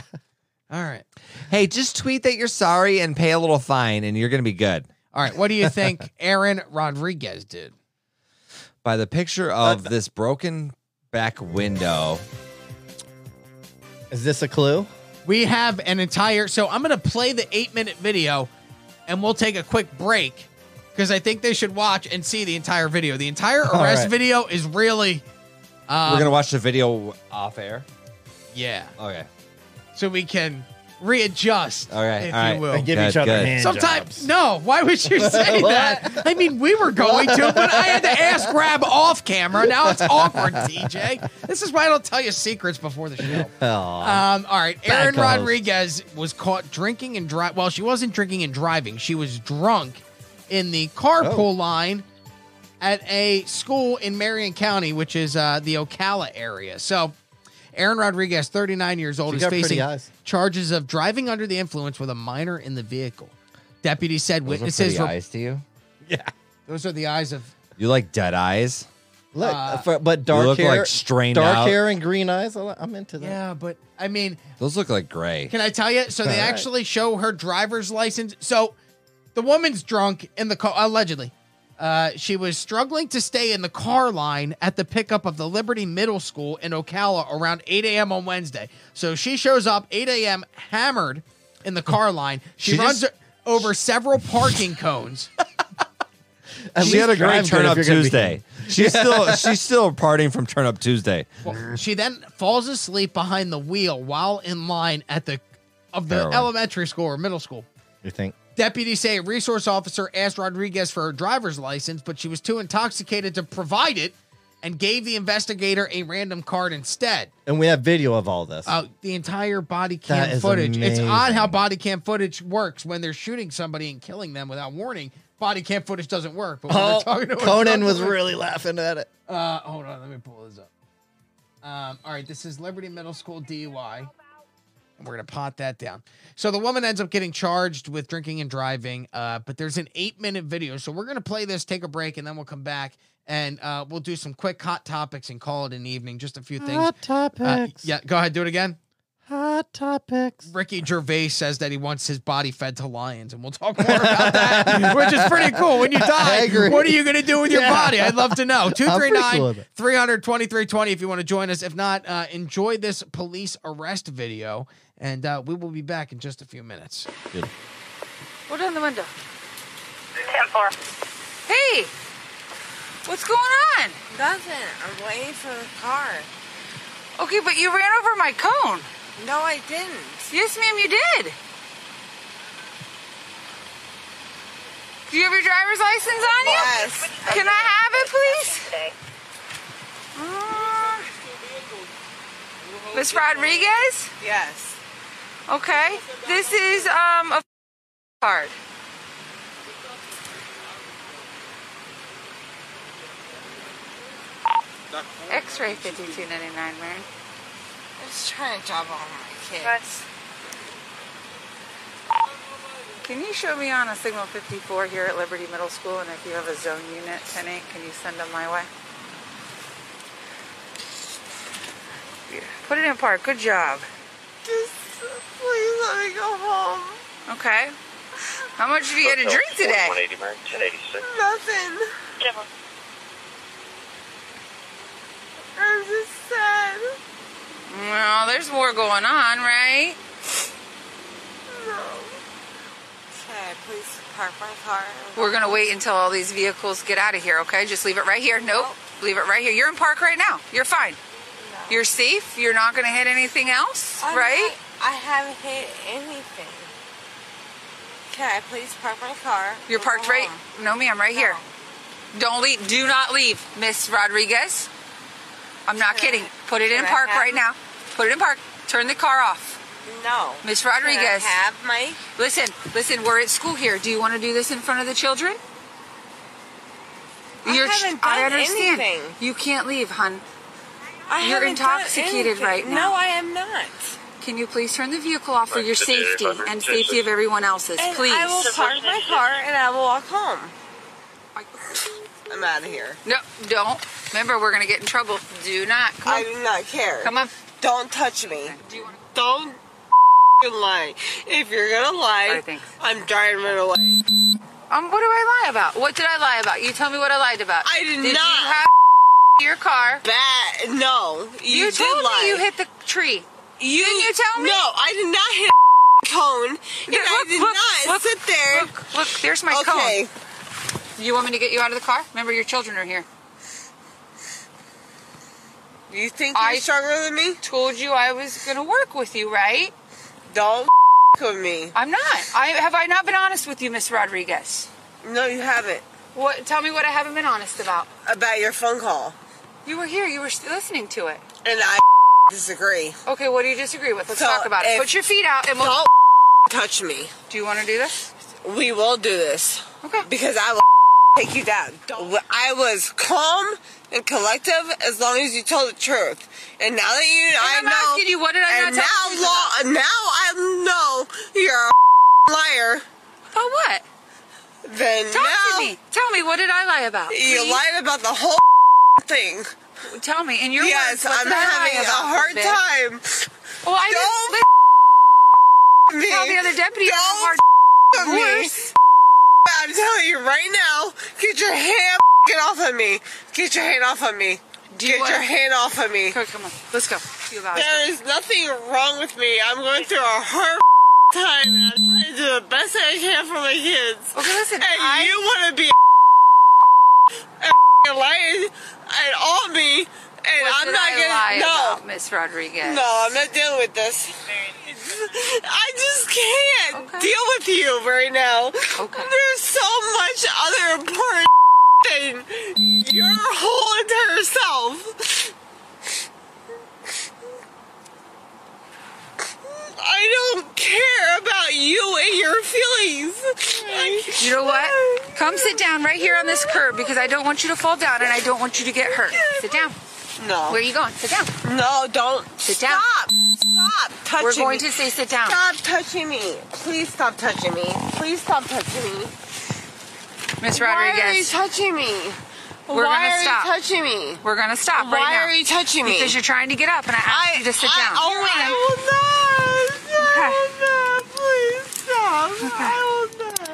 All right.
Hey, just tweet that you're sorry and pay a little fine, and you're gonna be good.
All right. What do you think Aaron Rodriguez did?
By the picture of this broken back window.
Is this a clue?
We have an entire. So I'm going to play the eight minute video and we'll take a quick break because I think they should watch and see the entire video. The entire arrest
right.
video is really. Um,
We're gonna watch the video off air.
Yeah.
Okay.
So we can readjust,
All right,
if
all right.
you will.
They give
Good,
each other
good.
hand
Sometimes,
jobs.
no. Why would you say that? I mean, we were going to, but I had to ask grab off camera. Now it's awkward, TJ. This is why I don't tell you secrets before the show.
Aw.
Um, all right. Aaron
Bad co-host.
Rodriguez was caught drinking and driving. Well, she wasn't drinking and driving. She was drunk in the carpool
Oh.
line at a school in Marion County, which is uh, the Ocala area. So, Aaron Rodriguez, 39 years old,
She
is
got pretty
facing
eyes.
charges of driving under the influence with a minor in the vehicle. Deputy said
Those are
witnesses.
pretty
Were,
eyes to you.
those are the eyes of.
You like dead eyes?
Look,
uh,
for- but dark
look,
hair,
like, strained
dark
out.
hair and green eyes. I li- I'm into that.
Yeah, but I mean,
Those look like gray.
Can I tell you? So they
All right.
actually show her driver's license. So the woman's drunk in the car, allegedly. Uh, she was struggling to stay in the car line at the pickup of the Liberty Middle School in Ocala around 8 a.m. on Wednesday. So she shows up 8 a.m. hammered in the car line. She,
She
runs
just-
over several parking cones.
At
she
least
had a
drive
great
good
turn
if
up
you're gonna be-
Tuesday. She's still she's still partying from turn up Tuesday.
Well, she then falls asleep behind the wheel while in line at the of the
Heroin.
elementary school or middle school.
You think?
Deputies say a resource officer asked Rodriguez for her driver's license, but she was too intoxicated to provide it and gave the investigator a random card instead.
And we have video of all this.
Uh, the entire body cam
That is
footage. It's odd
amazing.
how body cam footage works when they're shooting somebody and killing them without warning. Body cam footage doesn't work. But when
oh,
they're talking to a
Conan
drunk
was
woman-
really laughing at it.
Uh, hold on, let me pull this up. Um, all right, this is Liberty Middle School DUI. And we're going to pot that down. So the woman ends up getting charged with drinking and driving, uh, but there's an eight minute video. So we're going to play this, take a break, and then we'll come back and uh, we'll do some quick hot topics and call it an evening. Just a few things.
Hot topics.
Uh, yeah, go ahead, do it again.
Hot topics.
Ricky Gervais says that he wants his body fed to lions, and we'll talk more about that, which is pretty cool. When you
I
die,
agree.
what are you going to do with your
Yeah.
body? I'd love to know.
pretty cool
239
with it.
32320 if you want to join us. If not, uh, enjoy this police arrest video, and uh, we will be back in just a few minutes.
Go down the window.
Ten four.
Hey, what's going on?
Nothing. I'm waiting for the car.
Okay, but you ran over my cone.
No, I didn't.
Yes, ma'am, you did. Do you have your driver's license on you?
Yes.
Can I have it, please?
Today.
Uh, Miss Rodriguez?
Yes.
Okay. This is um a card. X-ray 5299, Mary.
I'm just trying to drop off my kids.
Yes. Can you show me on a signal 54 here at Liberty Middle School, and if you have a zone unit 108, can you send them my way? Yeah. Put it in park. Good job.
Just please let me go home.
Okay. How much have you had to drink today?
180, Mary. 1086.
Nothing. I'm just sad.
Well, there's more going on, right?
park my car.
We're gonna wait until all these vehicles get out of here, okay? Just leave it right here. Nope. Leave it right here. You're in park right now. You're fine. You're safe. You're not gonna hit anything else,
I'm
right?
not- I haven't hit anything. Can I please park my car?
You're
Move
parked right.
along?
No, ma'am, right here. Don't leave. Do not leave, Miss Rodriguez. I'm not
Should I-
kidding. Put it in
should I
park
have-
right now. Put it in park. Turn the car off.
No.
Miss
Can I
Rodriguez.
have my
Listen, listen, we're at school here. Do you want to do this in front of the children?
I
You're,
haven't
I
done
understand.
anything.
You can't leave, hon.
I
You're
haven't done
intoxicated
anything.
right now.
No, I am not.
Can you please turn the vehicle off for
Right,
your
sit there,
safety
Robert.
and
Yes,
safety
yes.
of everyone else's?
And
Please.
I will park my car and I will walk home. I'm out of here.
No, don't. Remember, we're going to get in trouble. Do not. Come
I
on.
do not care.
Oh. Come on.
Don't touch me.
Do you want
Don't f***ing lie. If you're gonna lie,
All right, thanks.
I'm driving it away.
Um, what do I lie about? What did I lie about? You tell me what I lied about.
I did
Did
not.
you have your car?
Bad. No, you, did
told
lie.
me you hit the tree.
You,
Didn't you tell me?
No, I did not hit a cone.
Here,
and I
look,
did
look,
not
look,
sit there.
Look, look, there's my cone.
okay.
You want me to get you out of the car? Remember, your children are here.
You think you're
I-
stronger than me?
Told you I was gonna work with you, right?
Don't f- with me.
I'm not. I have I not been honest with you, Miss Rodriguez.
No, you haven't.
What? Tell me what I haven't been honest about.
About your phone call,
You were here. You were s- listening to it.
and I disagree.
Okay, what do you disagree with? Let's
So,
talk about it.
if-
Put your feet out, and we'll.
Don't touch me.
Do you want to do this?
We will do this
Okay.
because I will take you down. I was calm and collective as long as you told the truth. And now that you, I
I'm
know.
asking you, what did I not
and
tell
now
the truth
law. Now I know you're a liar.
About what?
Then
Talk
now
to me. Tell me what did I lie about?
you
Please,
lied about the whole thing.
Tell me in your
yes,
words. what
I'm
did I lie
having a
about,
hard
bitch?
time.
Well, I
Don't
didn't
Me.
tell the other deputy I had a
Don't
hard
f- with me.
divorce.
I'm telling you right now, get your hand get off of me. Get your hand off of me.
Do you
get your
wanna-
hand off of me.
Okay, come on, let's go. You allow us to go.
There is nothing wrong with me. I'm going through a hard time. and I'm trying to do the best I can for my kids.
Okay, listen.
And
I,
you want to be a lying and all me, and
what
I'm
did
not
I
gonna
lie
no.
about, Miss Rodriguez.
No, I'm not dealing with this. I just can't
Okay.
deal with you right now.
Okay.
There's so much other important than your whole entire self. I don't care about you and your feelings.
You know what? Come sit down right here on this curb because I don't want you to fall down and I don't want you to get hurt. Sit down.
No.
Where are you going? Sit down.
No, don't.
Sit down.
Stop. Stop touching
We're going
me.
to say sit down.
Stop touching me. Please stop touching me. Please stop touching me.
Miss
Why are you
Rodriguez,
touching me?
We're gonna
Why are
stop.
you touching me?
we're going to stop
Why
right now.
are you touching me?
because you're trying to get up and I asked you to sit down.
I,
Here I am.
will not. I
Okay.
will not. Please stop. I will not.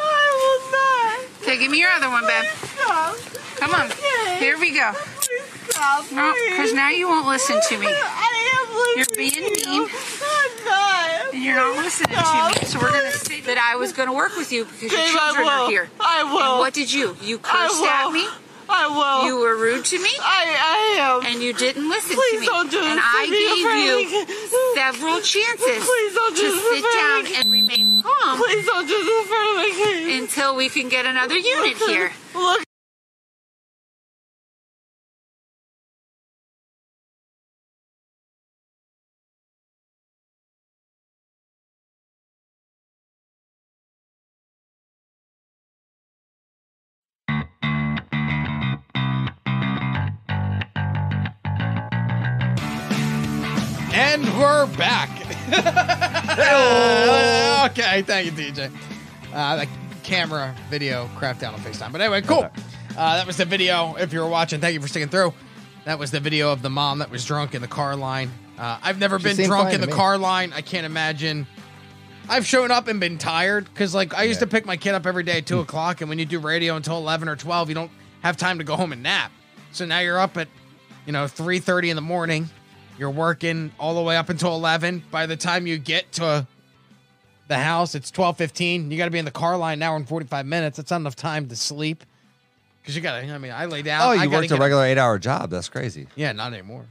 I will not.
Okay, give me your other one, babe.
Please stop.
Come on.
Okay.
Here we go.
Please stop.
No,
please.
because now you won't listen to me.
I
You're
am listening
being
to you.
mean.
I'm not.
And you're not listening to me. So we're going to say that I was going to work with you because your
Babe, I
children
will.
are here.
I will.
And what did you? You
I
cursed
will.
at me.
I will.
You were rude to me.
I, I am.
And you didn't listen to
Please
me.
don't do this
and
to
I
me,
gave you
Frank.
several chances
Please don't do
to
this to
sit down
Frank.
and remain calm
Please don't do this in front of my kids.
until we can get another unit here.
Look.
And we're back. okay, thank you, DJ. Uh, the camera video crapped out on FaceTime. But anyway, cool. Uh, that was the video. If you were watching, thank you for sticking through. That was the video of the mom that was drunk in the car line. Uh, I've never been
seemed
drunk
fine
in
to
the
me.
car line. I can't imagine. I've shown up and been tired because, like, I used
Yeah. Hmm.
to pick my kid up every day at two o'clock, and when you do radio until eleven or twelve, you don't have time to go home and nap. So now you're up at, you know, three thirty in the morning. You're working all the way up until eleven. By the time you get to the house. It's twelve fifteen. You got to be in the car line an hour and forty five minutes. That's not enough time to sleep. Because you got to. I mean, I lay down.
Oh,
I
you
gotta
worked a
get-
regular eight-hour job. That's crazy.
Yeah, not anymore.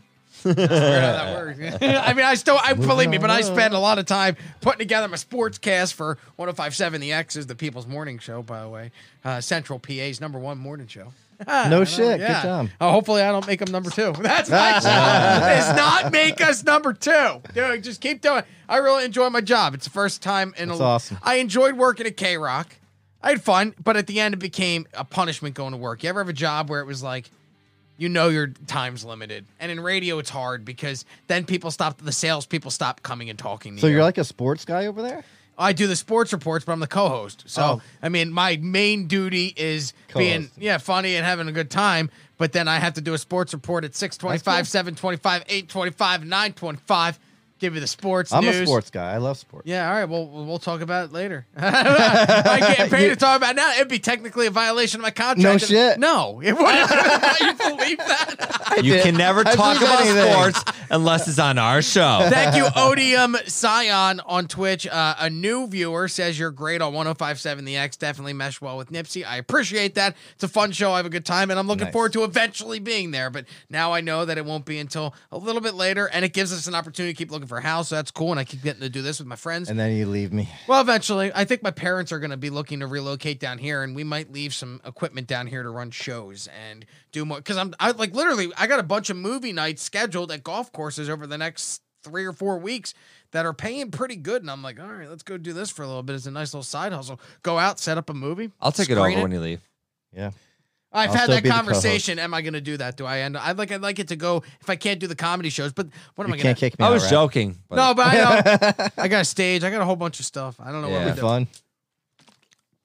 That's weird how that works. I mean, I still, I believe me, but I spend a lot of time putting together my sports cast for 1057 The X is the People's Morning Show, by the way. Uh, Central PA's number one morning show.
No shit.
Yeah.
Good job.
Oh, hopefully, I don't make them number two. That's my job. Is not make us number two. Dude, just keep doing. it. I really enjoy my job. It's the first time in
That's
a.
awesome.
I enjoyed working at K Rock. I had fun, but at the end, it became a punishment going to work. You ever have a job where it was like, you know, your time's limited, and in radio, it's hard because then people stop. The sales people stop coming and talking to
So
you.
you're like a sports guy over there?
I do the sports reports, but I'm the co-host. So
Oh.
I mean, my main duty is being
Co-host.
yeah funny and having a good time. But then I have to do a sports report at six twenty-five, seven twenty-five, eight twenty-five, nine twenty-five. Give you the sports.
I'm a
news.
sports guy. I love sports.
Yeah, all right. Well, we'll we'll talk about it later. I can't pay to talk about it now. It'd be technically a violation of my contract.
No shit.
No, it wouldn't. you believe that?
you can never
I
talk
believe
about
anything.
sports unless it's on our show.
Thank you, Odium Scion on Twitch. Uh, a new viewer says you're great on 1057 The X. Definitely mesh well with Nipsey. I appreciate that. It's a fun show. I have a good time, and I'm looking
Nice.
forward to eventually being there. But now I know that it won't be until a little bit later, and it gives us an opportunity to keep looking for a house. So that's cool, and I keep getting to do this with my friends.
And then you leave me.
well, eventually, I think my parents are going to be looking to relocate down here, and we might leave some equipment down here to run shows and do more. Because I'm I, like literally, I got a bunch of movie nights scheduled at golf courses over the next three or four weeks that are paying pretty good, and I'm like, all right, let's go do this for a little bit. It's a nice little side hustle. Go out, set up a movie.
I'll take it over
screen
when you leave.
Yeah.
I've
I'll
had
still
that
be the co-host.
conversation. Am I going to do that? Do I end? I'd like I'd like it to go if I can't do the comedy shows, but what am
You
I going
can't
to?
kick me
I
out,
was
right?
joking. But
No, but I, know. I got a stage. I got a whole bunch of stuff. I don't know
Yeah.
what
Be
we do.
fun.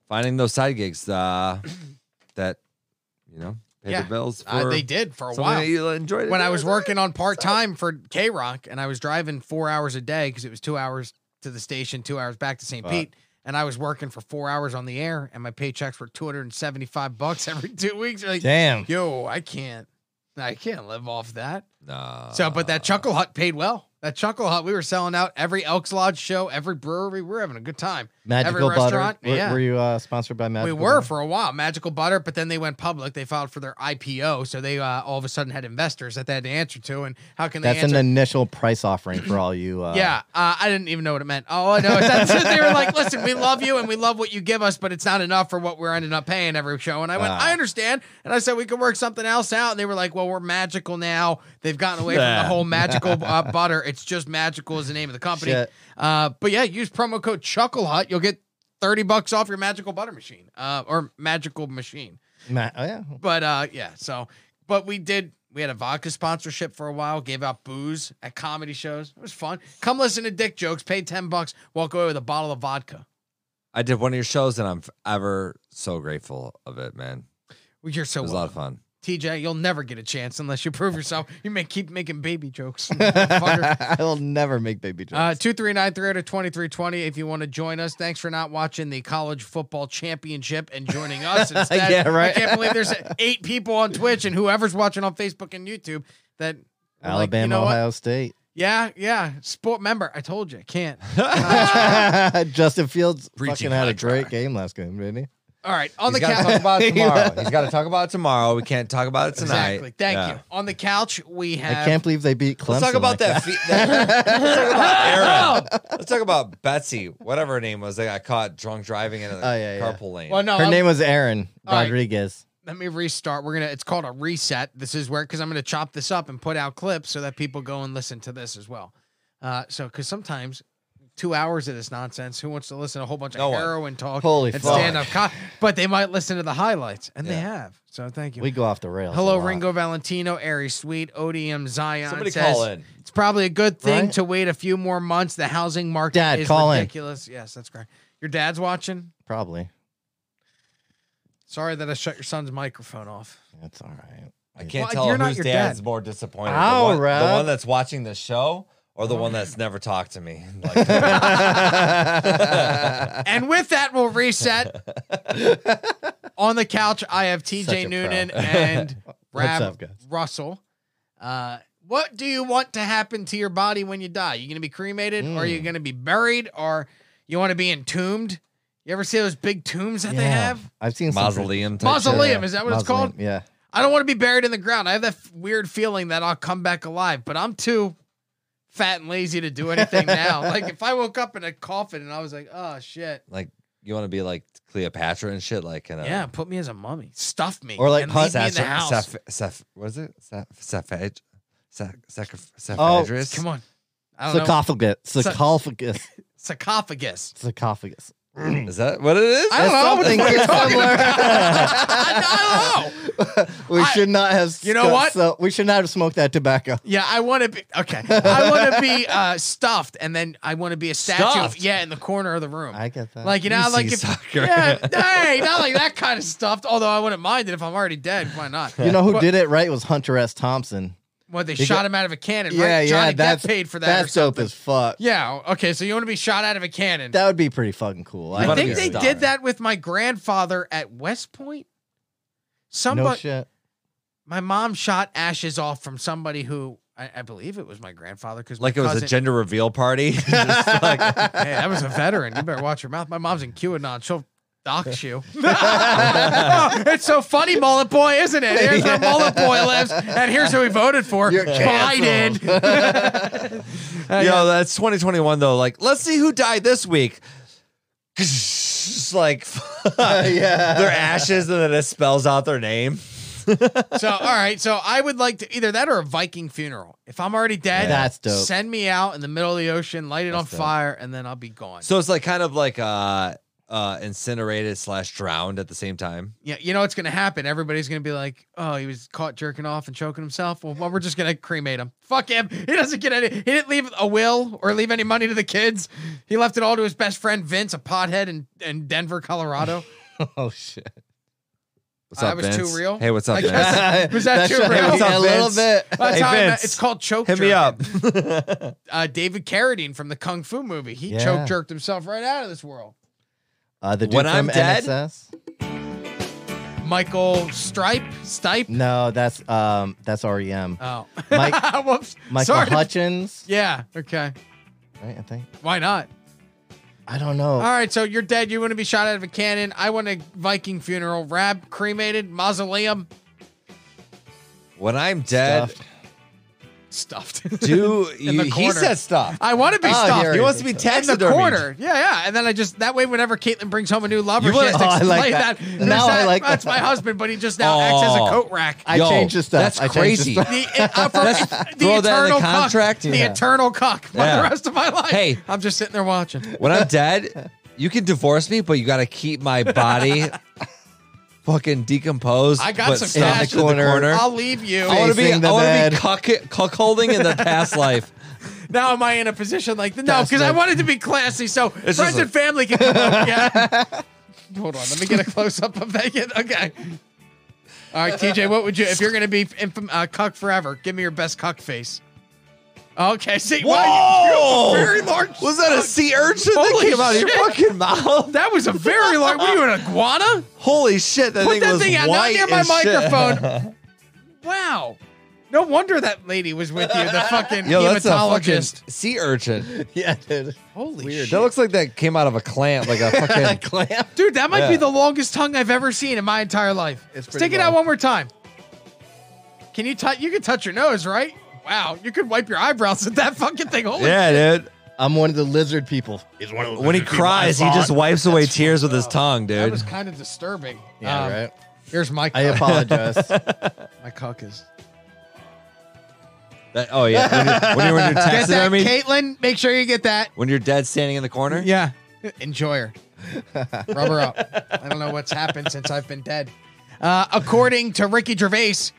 finding those side gigs uh, that you know pay
Yeah.
the bills for
Uh, they did for a
something
while.
that you enjoyed.
when I was working on part time for K Rock and I was driving four hours a day because it was two hours to the station, two hours back to St.
Fuck.
Pete. And I was working for four hours on the air, and my paychecks were 275 bucks every two weeks. Like,
Damn.
yo, I can't, I can't live off that.
Nah.
So, but
Ah.
that Chuckle Hut paid well. That Chuckle Hut, we were selling out every Elks Lodge show, every brewery. We were having a good time.
Magical
every
butter.
restaurant,
Were-
yeah.
Were you uh, sponsored by Magical?
we were
Butter?
for a while, Magical Butter, but then they went public. They filed for their IPO, so they uh, all of a sudden had investors that they had to answer to. And how can they
That's
answer?
an initial price offering for all you. Uh,
yeah, uh, I didn't even know what it meant. All I know is that they were like, "Listen, we love you and we love what you give us, but it's not enough for what we're ending up paying every show." And I went,
Ah.
"I understand," and I said, "We could work something else out." And they were like, "Well, we're magical now. They've gotten away from
Yeah.
the whole magical uh, butter. It's just magical is the name of the company."
Shit.
Uh, but yeah, use promo code Chuckle Hut. You'll get thirty bucks off your magical butter machine uh, or magical machine.
Ma- oh yeah.
But uh, yeah, so but we did. We had a vodka sponsorship for a while. Gave out booze at comedy shows. It was fun. Come listen to dick jokes. Pay ten bucks. Walk away with a bottle of vodka.
I did one of your shows, and I'm f- ever so grateful of it, man.
Well, You're
It
so
was a lot of
welcome.
fun.
TJ, you'll never get a chance unless you prove yourself. You may keep making baby jokes. motherfucker.
I will never make baby jokes.
Uh, 239-300-2320 if you want to join us. Thanks for not watching the college football championship and joining us instead.
Yeah, right.
I can't believe there's eight people on Twitch and whoever's watching on Facebook and YouTube that are like,
Alabama,
you know what?
Ohio State.
Yeah, yeah. Sport member. I told you, I can't. Ah!
Justin Fields
Preaching
fucking had a
high
great
prayer.
game last game, didn't he?
All right. On
He's
the
got to talk
couch.
about it tomorrow. He's got to talk about it tomorrow. We can't talk about it tonight.
Exactly. Thank
Yeah.
you. On the couch, we have.
I can't believe they beat Clemson.
Let's talk about
like
that. fe- that- Let's talk about Aaron. Let's talk about Betsy, whatever her name was. They got caught drunk driving in a
Oh, yeah, yeah.
carpool lane.
well, no.
Her
I'm-
name was Aaron
All right.
Rodriguez.
let me restart. We're gonna. It's called a reset. This is where because I'm gonna chop this up and put out clips so that people go and listen to this as well. Uh, so because sometimes two hours of this nonsense, who wants to listen to a whole bunch
No
of
one.
heroin talk
Holy
and
fuck.
stand up? Co- but they might listen to the highlights, and they
Yeah.
have. So thank you.
We go off the rails. a
Hello,
lot.
Ringo Valentino, Aries Sweet, ODM Zion.
Somebody
says,
call in.
It's probably a good thing
Right?
to wait a few more months. The housing market
Dad,
is
call in.
ridiculous. Yes, that's correct. Your dad's watching.
Probably.
Sorry that I shut your son's microphone off.
That's all right.
I can't
Well,
tell
you're not
whose
your
dad's
dad.
more disappointed.
Ow,
the, one, the
Rob.
one that's watching the show or the one that's never talked to me. Like,
And with that, we'll reset. On the couch, I have
Such a
TJ
pro.
Noonan and Rab
up, guys?
Russell. Uh,
Hmm.
what do you want to happen to your body when you die? You going to be cremated, or are you going to be buried, or You want to be entombed? You ever see those big tombs that they have?
I've seen some
Mausoleum. type shit.
Mausoleum, is that what it's
Mausoleum,
called?
Yeah.
I don't want to be buried in the ground. I have that f- weird feeling that I'll come back alive, but I'm too fat and lazy to do anything now. Like if I woke up in a coffin and I was like, oh shit.
Like you want to be like Cleopatra and shit. Like in a,
Yeah, put me as a mummy. Stuff me.
Or like
and leave me in
Saf-
the house.
Saf- Saf- what is it? Saf- Safaj? Sac- sac- Saphadris?
Oh, Come on. I don't know.
Sarcophagus. Sarcophagus.
Sarcophagus.
Sarcophagus.
Is that what it is?
I don't know what the fuck you're talking I, I don't know.
we
I-
should not have.
You know
stu-
what?
So we should not have smoked that tobacco.
Yeah, I want to be okay. I want to be uh, stuffed, and then I want to be a statue.
Stuffed?
Yeah, in the corner of the room.
I get that.
Like you know,
You
like
see
if,
soccer.
yeah, hey, not like that kind of stuffed. Although I wouldn't mind it if I'm already dead. Why not?
you know who
What-
did it right was Hunter S. Thompson.
What they
He
shot
got-
him out of a cannon?
Yeah,
right? Johnny
yeah,
Depp
that's
paid for that. or
That's dope
something.
as fuck.
Yeah. Okay, so you want to be shot out of a cannon?
That would be pretty fucking cool.
You
I
wanna
think
be a
they
star.
did that with my grandfather at West Point. Somebody,
no shit.
my mom shot ashes off from somebody who I, I believe it was my grandfather because
Like it was a
cousin,
gender reveal party. Just like,
Hey, that was a veteran. You better watch your mouth. My mom's in QAnon. She'll dox you. it's so funny, Mullet Boy, isn't it? Here's where Mullet Boy lives, and here's who he voted for.
You're
Biden.
yo, that's 2021 though. Like, let's see who died this week. Just like
yeah.
their ashes, and then it spells out their name.
So, all right. So, I would like to either that or a Viking funeral. If I'm already dead,
That's dope.
send me out in the middle of the ocean, light it on
dope.
fire, and then I'll be gone.
So it's like kind of like uh, uh, incinerated slash drowned at the same time.
yeah, you know what's going to happen. Everybody's going to be like, "Oh, he was caught jerking off and choking himself." Well, well, we're just going to cremate him. Fuck him. He doesn't get any. He didn't leave a will or leave any money to the kids. He left it all to his best friend Vince, a pothead in, in Denver, Colorado.
Oh shit.
What's
I
up,
was
Vince?
too real?
Hey, what's up,
I
Vince?
guess- Was that too
shit
real?
hit me
What's
A
up,
little
Vince?
bit.
That's
Hey,
how I met-
Vince.
it's called choke.
Hit me
jerking.
up.
Uh, David Carradine from the Kung Fu movie. He
Yeah.
choke jerked himself right out of this world.
Uh, the dude
When
from
I'm dead?
NXS?
Michael Stripe, Stipe.
No, that's um, that's REM.
Oh,
Mike,
whoops.
Michael
Sorry.
Hutchins.
Yeah. Okay.
Right, I think.
Why not?
I don't know.
All right, so you're dead. You want to be shot out of a cannon. I want a Viking funeral. Rab, cremated, mausoleum,
when I'm dead,
Stuff.
stuffed.
do
In
you,
the
he
corner.
said stuff.
I want to be
Oh,
stuffed.
here
He wants to be
in the
taxidermied.
corner. Yeah, yeah. And then I just, that way, whenever Caitlin brings home a new lover,
You
she
wanna-
has to
Oh, I
explain
like
that.
that.
There's
Now I like
That's
that.
my husband, but he just now acts as
Oh.
a coat rack.
I
Yo,
changed the stuff.
that's
I changed
crazy.
The stuff.
the, uh, for- the
throw that in the
eternal
contract.
Cuck,
Yeah.
The eternal cock for
Yeah.
the rest of my life.
Hey.
I'm just sitting there watching.
When I'm dead, you can divorce me, but you got to keep my body fucking decomposed.
I got
but
some
stuffed
cash.
in the corner.
I'll leave you.
I want to be.
Facing the
I want
bed.
to be cuck, cuckolding in the past life.
Now am I in a position like no? Because I
Tesla.
wanted to be classy, so friends
It's just a-
and family can come up. Yeah. Hold on, let me get a close up of that. Yet. Okay. All right, TJ, what would you if you're gonna be infam- uh, cuck forever? Give me your best cuck face. Okay, see, wow,
Whoa!
you have a very large.
Was that a sea urchin that
Holy
came out of your
shit.
fucking mouth?
That was a very large. What are you an iguana?
Holy shit! That
Put
thing
that
was
thing out not
white
near my
as shit.
microphone. wow. No wonder that lady was with you, the fucking
Yo, that's a fucking
hematologist.
sea urchin.
Yeah, dude.
Holy
That looks like that came out of a clamp, like a fucking
Clamp.
Dude, that might
Yeah.
be the longest tongue I've ever seen in my entire life.
It's pretty
Stick it out
long.
one more time. Can you touch? You can touch your nose, right? Wow, you could wipe your eyebrows with that fucking thing. Holy
yeah, dude.
I'm one of the lizard people.
When he cries, he just wipes away tears with his tongue,
that
dude.
was kind of disturbing.
Yeah,
Um,
right.
Here's my cuck.
I apologize.
my cuck is.
That- oh yeah, when you're, when you're, when
Get
you're
that,
taxidermy,
Caitlin. Make sure you get that.
when you're dead standing in the corner.
Yeah, enjoy her. Rub her up. I don't know what's happened since I've been dead. Uh, according to Ricky Gervais,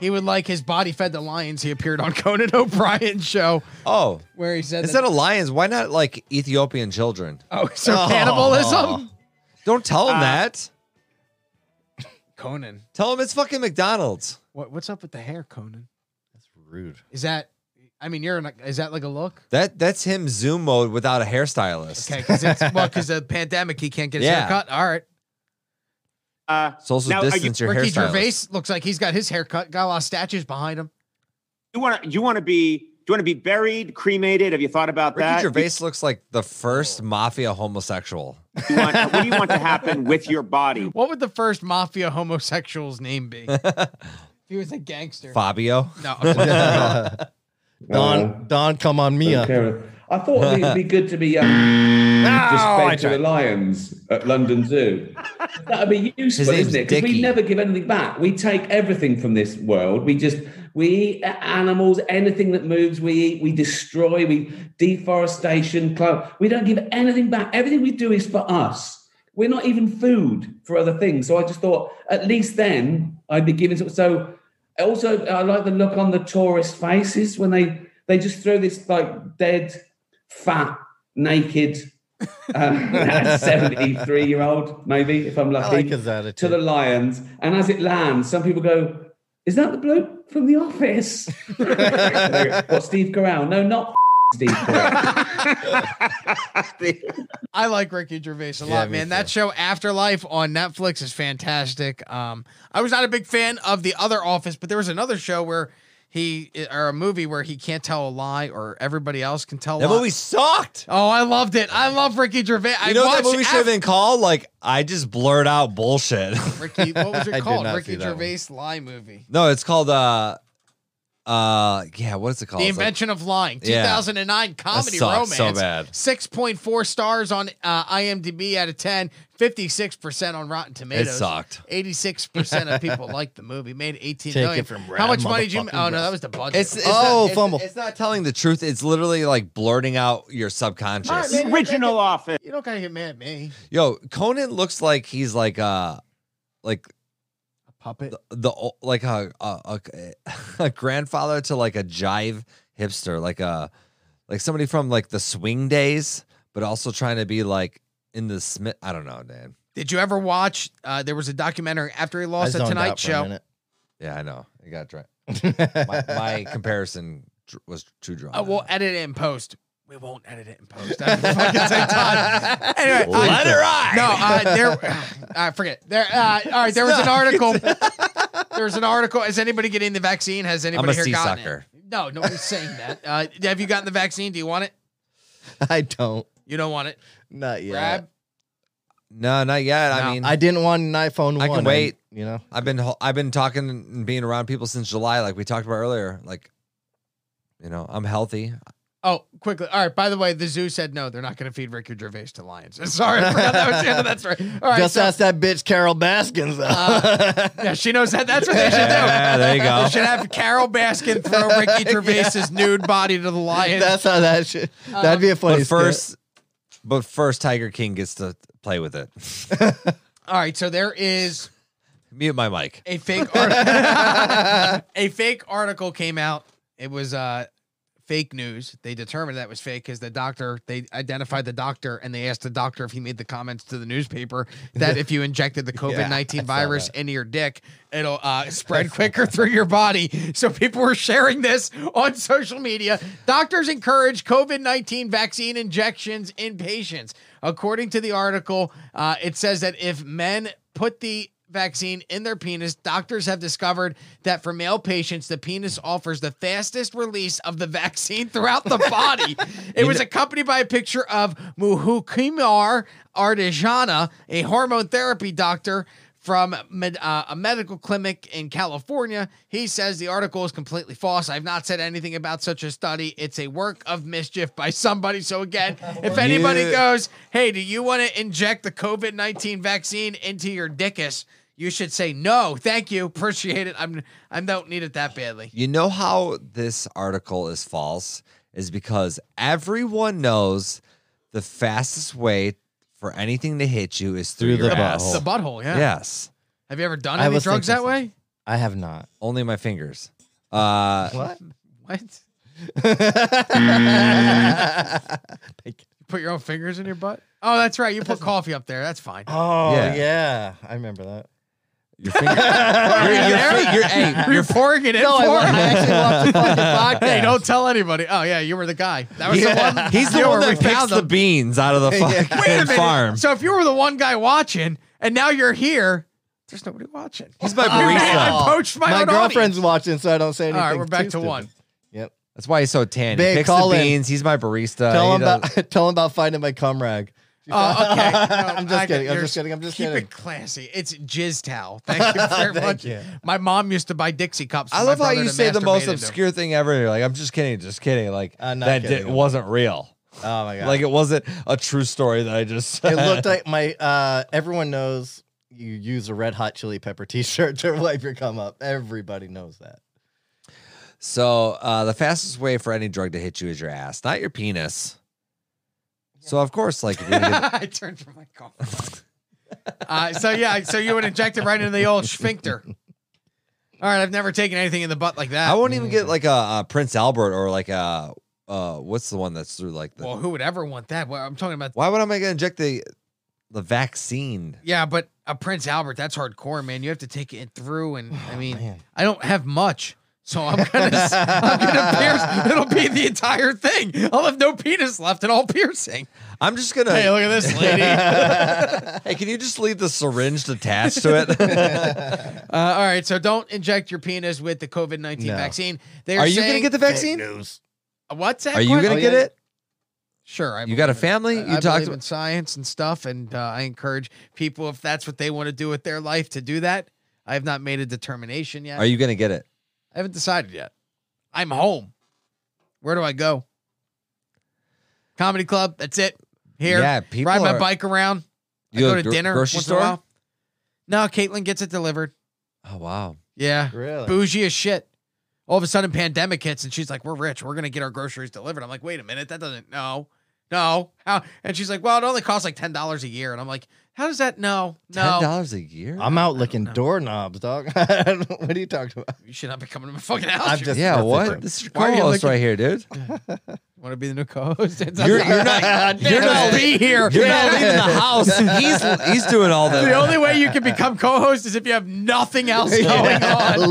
he would like his body fed to lions. He appeared on Conan O'Brien's show
Oh,
where he said
instead of lions, why not like Ethiopian children?
Oh, so cannibalism?
Don't tell
Ah.
them that.
Conan.
Tell them it's fucking McDonald's.
What what's up with the hair, Conan?
That's rude.
Is that I mean, you're an, is that like a look?
That that's him Zoom mode without a hairstylist.
Okay, cuz it's well cuz the pandemic he can't get his
Yeah.
hair cut. All right.
Uh,
Social
Now, are you-
distance your
Ricky
hairstylist.
Gervais looks like he's got his hair cut. Got a lot of statues behind him.
you want to you want to be you want to be buried, cremated? Have you thought about
Ricky
that?
Gervais looks like the
Oh.
first mafia homosexual.
Do you want- what do you want to happen with your body?
What would the first mafia homosexual's name be? if he was a gangster.
Fabio.
No. I'm kidding.
Uh,
Don, Don, come on, Mia.
Karen. I thought it'd be good to be um,
I
displayed to
tried.
the lions at London Zoo. That would be
His
useful,
name's
isn't it? Because
Dickie.
we never give anything back. We take everything from this world. We just we eat a- animals, anything that moves, we eat, we destroy, we deforestation, clo- we don't give anything back. Everything we do is for us. We're not even food for other things. So I just thought at least then I'd be giving. some- So also I like the look on the tourist faces when they they just throw this like dead, fat, naked. Uh, 73 year old, maybe, if I'm lucky
I like his attitude.
to the Lions, and as it lands, some people go, "Is that the bloke from The Office?" They go, what Steve Carell? No, not Steve Carell.
I like Ricky Gervais a
Yeah,
lot,
me
man. That
too.
show Afterlife on Netflix is fantastic. Um, I was not a big fan of the other Office, but there was another show where he eh, or a movie where he can't tell a lie, or everybody else can tell. a
That
lie.
movie sucked.
Oh, I loved it. I love Ricky Gervais. I
You know what
watched
that movie should have
af-
been called? Like, I just blurred out bullshit.
Ricky. What was
I
it
did
called?
not see
Ricky
that one.
Gervais lie movie.
no, it's called uh uh yeah, what is it called?
The
It's like-
Invention of Lying,
Yeah.
2009 comedy romance.
sucks so bad.
6.4 stars on uh, IMDb out of 10, 56% on Rotten Tomatoes.
sucked.
86% of people liked the movie. Made 18
Take it
million.
from
How
Brad,
much money did you
motherfucking
Oh, no, that
Brad.
was the budget.
it's, it's
Oh,
not, it's-
fumble.
It's, not telling the truth. It's literally like blurting out your subconscious.
All right, man.
The original office.
you don't got to get mad at me.
Yo, Conan looks like he's like uh like
A puppet.
the o- like a a, a a grandfather to like a jive hipster, like a like somebody from like the swing days, but also trying to be like in the Smith. I don't know, man.
Did you ever watch uh, there was a documentary after he
I
lost the
zoned out
Tonight
for a
Show?
minute.
Yeah, I know. I got drunk. My, my comparison dr- was too drawn.
Uh, we'll edit it in post. We won't edit it in post. That would fucking take time. Anyway, I-
Let her ride.
No, uh, there. I forget. There. Uh, all right, there was an article. there was an article. Has anybody getting the vaccine? Has anybody
a
here
sea
gotten
sucker.
it? No, nobody's saying that. Uh, have you gotten the vaccine? Do you want it?
I don't.
You don't want it.
Not yet.
Brad?
no, not yet.
No.
I mean,
I
I,
didn't want an iPhone
I can
one.
wait.
you know,
have been ho- I've been talking and being around people since July, like we talked about earlier. Like, you know, I'm healthy.
Oh, quickly. All right. By the way, the zoo said no. They're not going to feed Ricky Gervais to lions. Sorry, I forgot that was the end of that story. All right.
just
so- Uh,
ask that bitch Carol Baskins. Though.
yeah, she knows that. That's what they should do.
Yeah, there you go.
They should have Carol Baskin throw Ricky Gervais's nude body to the lions.
That's how that should.
Uh,
that'd be a funny.
But
skit.
first, but first, Tiger King gets to play with it.
All right. So there is.
Mute my mic.
a fake article a fake article came out it was uh fake news they determined that was fake because the doctor they identified the doctor and they asked the doctor if he made the comments to the newspaper that if you injected the covid-19 virus into your dick it'll uh, spread quicker through your body so people were sharing this on social media doctors encourage covid-19 vaccine injections in patients according to the article uh, it says that if men put the vaccine in their penis, doctors have discovered that for male patients, the penis offers the fastest release of the vaccine throughout the body. it was accompanied by a picture of Muhukumar Ardejana, a hormone therapy doctor. From med- uh, a medical clinic in California, he says the article is completely false. I've not said anything about such a study. It's a work of mischief by somebody. So again, if anybody
You-
goes goes, "Hey, do you want to inject the COVID nineteen vaccine into your dickus?" You should say no. Thank you, appreciate it. I'm I don't need it that badly.
You know how this article is false is because everyone knows the fastest way for anything to hit you is through,
Through the
your ass.
butthole.
The butthole, yeah.
Yes,
Have you ever done
I
any
was
drugs that
thinking
way?
I have not.
only my fingers. Uh,
What?
What?
Mm.
Put your own fingers in your butt? Oh, that's right. You put coffee up there. That's fine.
Oh
Yeah.
yeah. I remember that.
Your finger, your, your, fi- your, hey,
You're
your,
pouring it in
No, I,
for
wa- I
him.
actually love the fucking podcast.
Hey, don't tell anybody. Oh yeah, you were the guy. That was
Yeah.
the one.
he's the
you
one
were- we
that picks
found
the
him.
beans out of the
Yeah.
fucking
Wait a minute.
farm.
So if you were the one guy watching, and now you're here, there's nobody watching.
He's my
I
barista.
poached my,
my
own
girlfriend's
audience.
watching, so I don't say
All
anything.
right, we're back
too
to one.
stupid. Yep.
That's why he's so tan.
Babe,
he picks
call
the
in.
beans. He's my barista.
tell
Uh, He
him
does-
about tell him about finding my cum rag.
Oh, okay. No,
I'm just
I-
kidding. I'm
there's-
just kidding. I'm just
keep
kidding.
it classy. It's jizz towel. Thank you very
Thank
much.
you.
My mom used to buy Dixie cups. for
I
my
love how
brother
you
to
say the
masturbate
most
into.
obscure thing ever. You're like, I'm just kidding, just kidding. Like
Uh, not
that
kidding.
di- wasn't real.
Oh my god.
Like it wasn't a true story that I just.
it looked like my uh everyone knows you use a red hot chili pepper t-shirt to wipe your cum up. Everybody knows that.
So uh, the fastest way for any drug to hit you is your ass, not your penis. So of course, like if you're gonna
I turned from my cough. uh, so yeah, so you would inject it right into the old sphincter. All right, I've never taken anything in the butt like that.
I won't even get like a, a Prince Albert or like a uh, what's the one that's through like the.
well, who would ever want that? Well, I'm talking about.
why would I make gonna inject the the vaccine?
Yeah, but a Prince Albert, that's hardcore, man. You have to take it through, and
Oh,
I mean,
man.
I don't have much. So I'm gonna, s- I'm gonna pierce. It'll be the entire thing. I'll have no penis left and all piercing.
I'm just gonna.
Hey, look at this lady. uh,
Hey, can you just leave the syringe attached to it?
all right, so don't inject your penis with the COVID nineteen
No.
vaccine. They
Are you gonna
saying- Uh,
get the vaccine?
News.
What's that?
Are you
question?
gonna
Oh,
get
yeah.
it?
Sure. I
You got a
believe it.
family?
I-
You
I
talked
believe in
about.
science and stuff, and uh, I encourage people if that's what they want to do with their life to do that. I have not made a determination yet.
Are you gonna get it?
I haven't decided yet. I'm home. Where do I go? Comedy club. That's it. Here.
Yeah, people
Ride my
are-
bike around. I
You
go
a
to
gro-
dinner.
grocery
once in a
store?
while. No, Caitlin gets it delivered.
Oh wow.
Yeah.
Really?
Bougie as shit. All of a sudden, pandemic hits, and she's like, "We're rich. We're gonna get our groceries delivered." I'm like, "Wait a minute, that doesn't no, no." How? And she's like, "Well, it only costs like ten dollars a year." And I'm like, "How does that? No,
Ten
no.
dollars a year?
I'm out licking doorknobs, dog. what are you talking about?
You should not be coming to my fucking house.
I'm
You
just-
yeah,
That's
what?
different.
This is your
Why are you
co-host
looking-
right here, dude.
want to be the new co-host? It's-
You're- you're not- you're
Just
not-
be here.
You're not leaving the house. Oh, He's he's doing all that.
the only way you can become co-host is if you have nothing else going
Yeah,
on.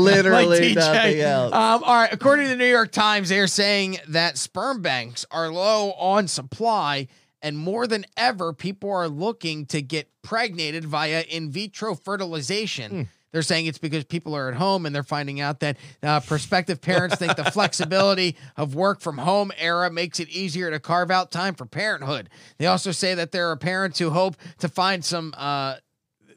like TJ.
literally nothing else.
Um, all right. According to the New York Times, they are saying that sperm banks are low on supply, and more than ever, people are looking to get pregnated via in vitro fertilization.
Hmm.
They're saying it's because people are at home and they're finding out that uh, prospective parents think the flexibility of work from home era makes it easier to carve out time for parenthood. They also say that there are parents who hope to find some. Uh,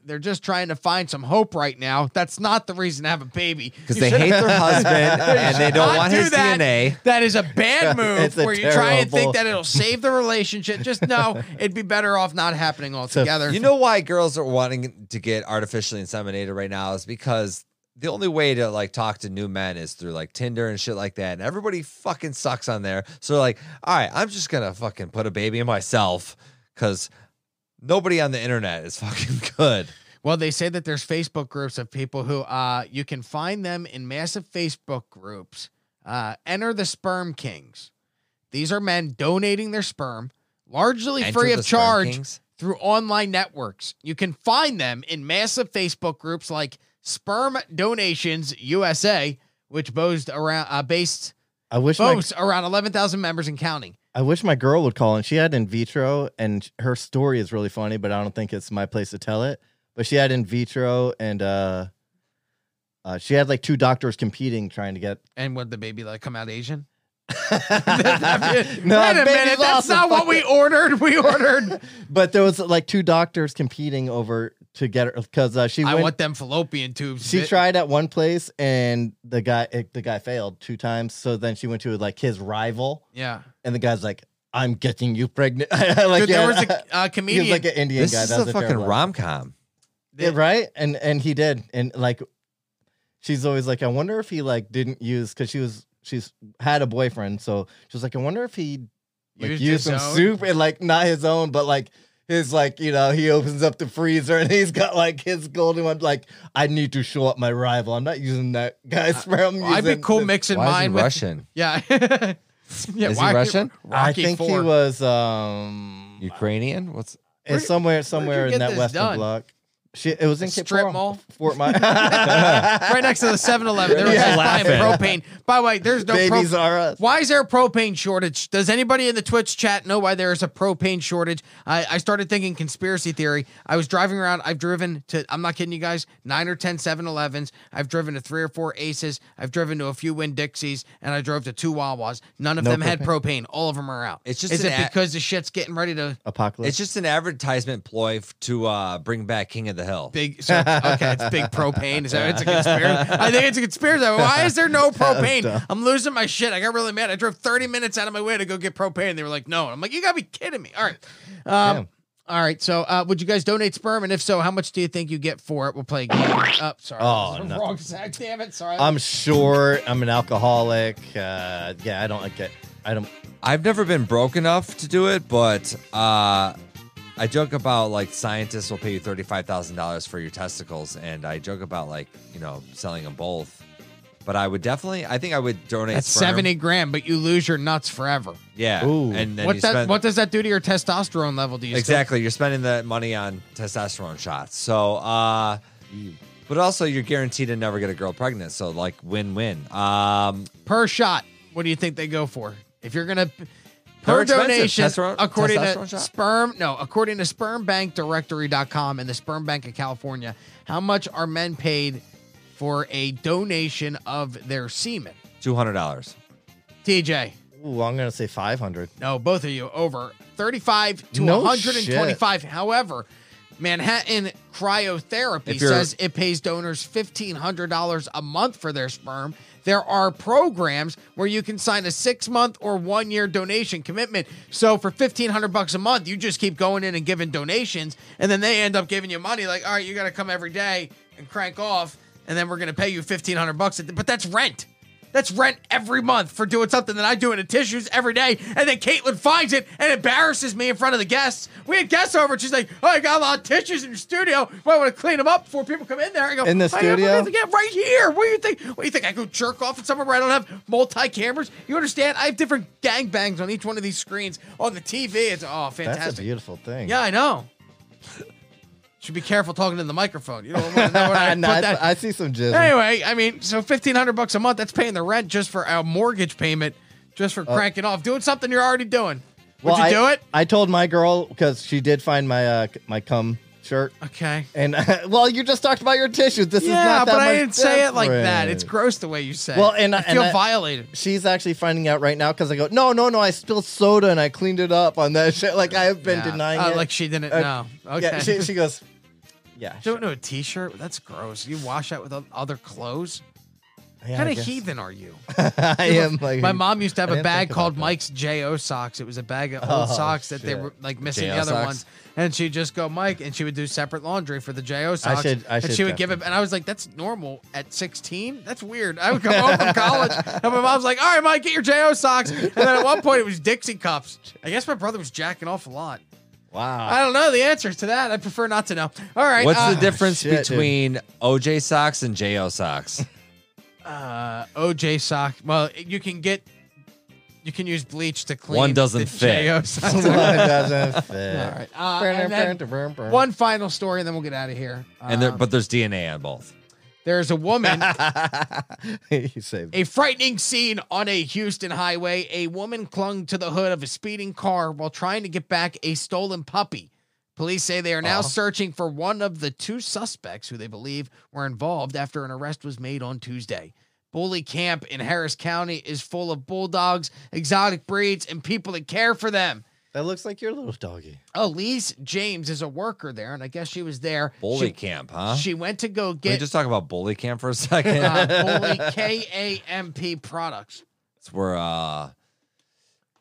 they're just trying to find some hope right now. That's not the reason to have a baby
because they hate their husband and they don't
not
want
do
his
that.
DNA.
That is a bad move
It's a
where you try and
terrible-
think that it'll save the relationship. Just no, it'd be better off not happening altogether.
You know why girls are wanting to get artificially inseminated right now is because the only way to like talk to new men is through like Tinder and shit like that, and everybody fucking sucks on there. So they're like, all right, I'm just gonna fucking put a baby in myself because nobody on the internet is fucking good.
well, they say that there's Facebook groups of people who uh you can find them in massive Facebook groups. Uh enter the sperm kings. These are men donating their sperm largely
Enter
free
the
of
sperm
charge
kings.
through online networks. You can find them in massive Facebook groups like Sperm Donations USA, which boasts around uh, based
I wish my
boasts around 11,000 members and counting.
I wish my girl would call and she had in vitro and her story is really funny, but I don't think it's my place to tell it. But she had in vitro and uh, uh she had like two doctors competing trying to get
And would the baby like come out Asian?
No,
Wait a
baby's
minute, that's
awesome.
not what
Fuck
we
it.
ordered. We ordered.
But there was like two doctors competing over to get her because uh, she
I
went-
want them fallopian tubes.
she
bit.
tried at one place and the guy it, the guy failed two times. So then she went to like his rival
Yeah.
and the guy's like, "I'm getting you pregnant." like
Dude, there
yeah,
was a uh,
he
comedian.
was like an Indian
This
guy.
is
that was
a fucking
terrible-
rom com.
Yeah, right? And and he did. And like she's always like, I wonder if he like didn't use because she was she's had a boyfriend, so she was like, I wonder if he like
Used
used,
his
some
own?
soup and like not his own, but like his like, you know, he opens up the freezer and he's got like his golden one, like, I need to show up my rival. I'm not using that guy's sperm.
I'd be
using
cool
this-
mixing
Why is
mine
he
with.
Russian?
Yeah. yeah.
Is
why-
he Russian?
I
Rocky
think he
IV.
was um
Ukrainian? What's
it's somewhere somewhere
you get
in that
this
Western
done?
block. She, it was in Cape
Strip
Coral-
mall?
Fort Myers.
right next to the 7-Eleven. There was
Yeah.
just buying
Laughing.
propane. By the way, there's no
Babies
pro-
are us.
Why is there a propane shortage? Does anybody in the Twitch chat know why there is a propane shortage? I, I started thinking conspiracy theory. I was driving around. I've driven to, I'm not kidding you guys, nine or 10 7 Elevens. I've driven to three or four Aces. I've driven to a few Winn Dixies and I drove to two Wawas. None of
No
them had propane. All of them are out.
It's just
is
an
it
a-
because the shit's getting ready to
Apocalypse.
It's just an advertisement ploy f- to uh, bring back King of the Hill.
Big, so, okay, it's big propane. Is that, it's a conspiracy. I think it's a conspiracy. Why is there no propane? I'm losing my shit. I got really mad. I drove 30 minutes out of my way to go get propane. They were like, no. I'm like, you gotta be kidding me. All right. Um, all right. So, uh, would you guys donate sperm? And if so, how much do you think you get for it? We'll play a game. Oh, sorry.
Oh,
That was
no.
Wrong sack. Damn it. Sorry.
I'm sure I'm an alcoholic. Uh, yeah, I don't get. I don't.
I've never been broke enough to do it, but uh, I joke about like scientists will pay you thirty-five thousand dollars for your testicles, and I joke about like you know selling them both. But I would definitely, I think I would donate.
That's
sperm.
70 grand, but you lose your nuts forever.
Yeah,
Ooh.
and then you
What, that,
spend
what does that do to your testosterone level? Do you think?
exactly. You're spending that money on testosterone shots. So, uh, but also you're guaranteed to never get a girl pregnant. So like win-win. Um,
per shot, what do you think they go for? If you're gonna
They're
per
expensive.
donation,
Testosterone-
according to
testosterone shot?
sperm, no, according to spermbankdirectory.com and the Sperm Bank of California, how much are men paid for a donation of their semen?
two hundred dollars.
TJ,
Ooh, I'm gonna say 500.
no, both of you over 35 to
No
125. However, Manhattan Cryotherapy
If you're-
says it pays donors $1,500 a month for their sperm. There are programs where you can sign a six month or one year donation commitment. So for 1500 bucks a month, you just keep going in and giving donations. And then they end up giving you money like, all right, you got to come every day and crank off. And then we're going to pay you 1500 bucks. But that's rent. That's rent every month for doing something that I do in the tissues every day. And then Caitlin finds it and embarrasses me in front of the guests. We had guests over and she's like, Oh, I got a lot of tissues in your studio. Well, I want to clean them up before people come in there. I go,
In the
"I have-
studio?
Yeah, right here. What do you think? What do you think? I go jerk off at somewhere where I don't have multi cameras? You understand? I have different gangbangs on each one of these screens on the TV. It's oh,
That's
fantastic.
a beautiful thing.
yeah, I know. Should be careful talking to the microphone. You don't want to know what I,
No,
put
I,
that.
I see some jizz.
Anyway, I mean, so fifteen hundred bucks a month, that's paying the rent just for our mortgage payment, just for cranking off, doing something you're already doing. Would
Uh, Well,
you
I,
do it?
I told my girl because she did find my uh, c- my cum shirt.
Okay.
And well, you just talked about your tissues. This is
Yeah,
not that
but I
much
didn't say it like that.
different.
It's gross the way you said.
Well,
it.
and
I
I-
feel
and I-
violated.
She's actually finding out right now because I go, no, no, no, I spilled soda and I cleaned it up on that shit. Like I have been
Yeah.
denying
Oh,
it.
Like she didn't
Uh,
know. Okay.
Yeah, she, she goes, yeah.
don't know a t-shirt. That's gross. You wash that with o- other clothes.
yeah, I
what kind of
guess."
heathen are you?
I am like
My mom used to have
I
a
didn't
bag
think about
called
that.
Mike's JO socks. It was a bag of old
Oh,
socks that they
shit.
were like missing
JO
the other
socks?
ones. And she'd just go, Mike, and she would do separate laundry for the JO socks.
should- I
and
should
she would give it.
definitely-
And I was like, that's normal at 16? That's weird. I would come home from college and my mom's like, all right, Mike, get your JO socks. And then at one point it was Dixie cups. I guess my brother was jacking off a lot.
Wow.
I don't know the answer to that. I prefer not to know. All right.
What's
uh,
the difference
shit, dude.
between OJ socks and JO socks?
uh, OJ sock. Well, you can get, you can use bleach to clean.
One doesn't
the
fit.
JO socks.
One doesn't fit.
All right. Uh, and then
Burn,
one final story, and then we'll get out of here.
and there,
Um,
but there's DNA on both.
there's a woman.
he saved. it.
A frightening scene on a Houston highway. A woman clung to the hood of a speeding car while trying to get back a stolen puppy. Police say they are now
Uh-huh.
Aw.
searching for one of the two suspects who they believe were involved after an arrest was made on Tuesday. Bully Camp in Harris County is full of bulldogs, exotic breeds, and people that care for them.
That looks like your little doggy.
Elise James is a worker there, and I guess she was there.
Bully
She-
camp, huh?
She went to go
Can we
get
just talk about bully camp for a second?
uh, Bully K A M P products.
It's where uh, a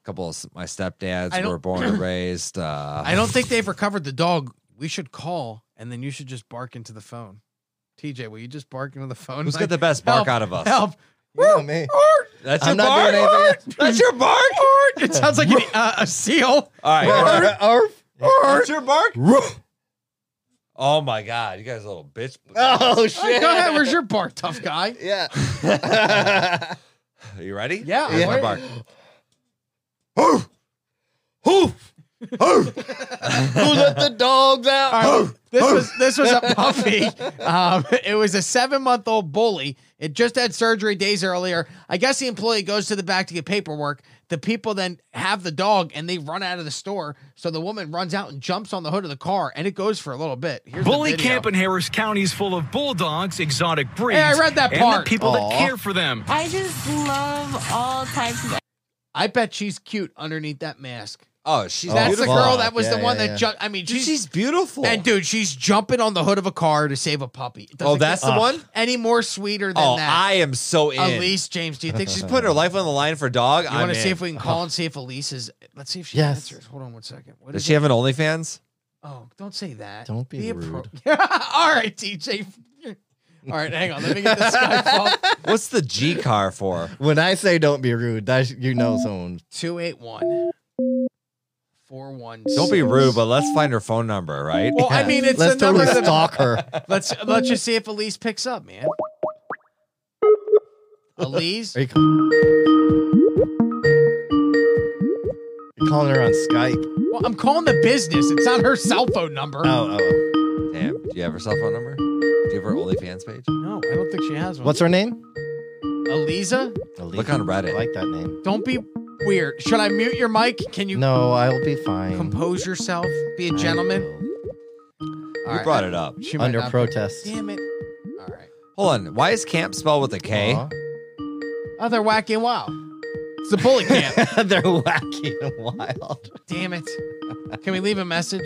couple of s- my
I
stepdads
don't-
were born and raised. Uh,
I don't think they've recovered the dog. We should call, and then you should just bark into the phone. TJ, will you just bark into the phone?
Who's
Like,
got the best bark
"Help,
out of us?
Help!
You know me.
That's your
I'm not
bark.
doing anything.
That's your bark.
It sounds like an, uh, a seal.
All right.
Arf, arf.
That's your bark. Oh my god, you guys are little bitch.
Ah.
Oh
All right,
shit.
go ahead. Where's your bark, tough guy?
Yeah.
Are you ready?
Yeah,
Here's
I'm
my bark.
ready.
Hoof. Hoof. Who let the dogs out?
All right, this
Oh.
was this was a puppy. Um, it was a seven month old bully. It just had surgery days earlier. I guess the employee goes to the back to get paperwork. The people then have the dog and they run out of the store. So the woman runs out and jumps on the hood of the car, and it goes for a little bit. Here's the
Bully
video.
Camp in Harris County is full of bulldogs, exotic breeds,
Hey, I read that
and
part.
the people
Aw.
that care for them.
I just love all types of
I bet she's cute underneath that mask.
Oh, she's
Oh,
That's the
beautiful.
girl that was
Yeah,
the
yeah,
one
yeah.
that jumped. I mean,
Dude,
she's,
she's, beautiful.
and dude, she's jumping on the hood of a car to save a puppy. It
oh,
doesn't
that's
get
the
Ah.
one.
any more sweeter than
Oh,
that.
I am so in.
Elise James, do you think
She's
she's
putting her life on the line for dog.
You
I'm
want to see
in.
if we can call and see if Elise is. Let's see if she
Yes.
answers. Hold on one second. What
Does
is
she
it?
have an OnlyFans?
Oh, don't say that.
Don't be
a pro-
rude.
All right, DJ. All right, hang on. Let me get this guy up.
What's the G car for?
When I say don't be rude, that's you know someone.
281 416.
Don't be rude, but let's find her phone number, right?
Well, I mean, it's
Let's
the number
totally
that-
stalk her.
Let's let's just see if Elise picks up, man. Elise,
Are you, ca- You're calling her on Skype?
well, I'm calling the business. It's not her cell phone number.
Oh, oh.
Damn, do you have her cell phone number? Do you have her OnlyFans page?
No, I don't think she has one.
What's her name?
Elisa?
Look on
I
Reddit.
like that name.
Don't be weird. Should I mute your mic? Can you
No, I'll be fine.
compose yourself, be a
I
gentleman.
will.
All
you
right.
brought it up.
She might
Under
not be-
protest.
Damn it. All right.
Hold on. Why is camp spelled with a K?
Aw.
Oh, they're wacky and wow. It's the bully camp.
They're wacky and wild.
Damn it. Can we leave a message?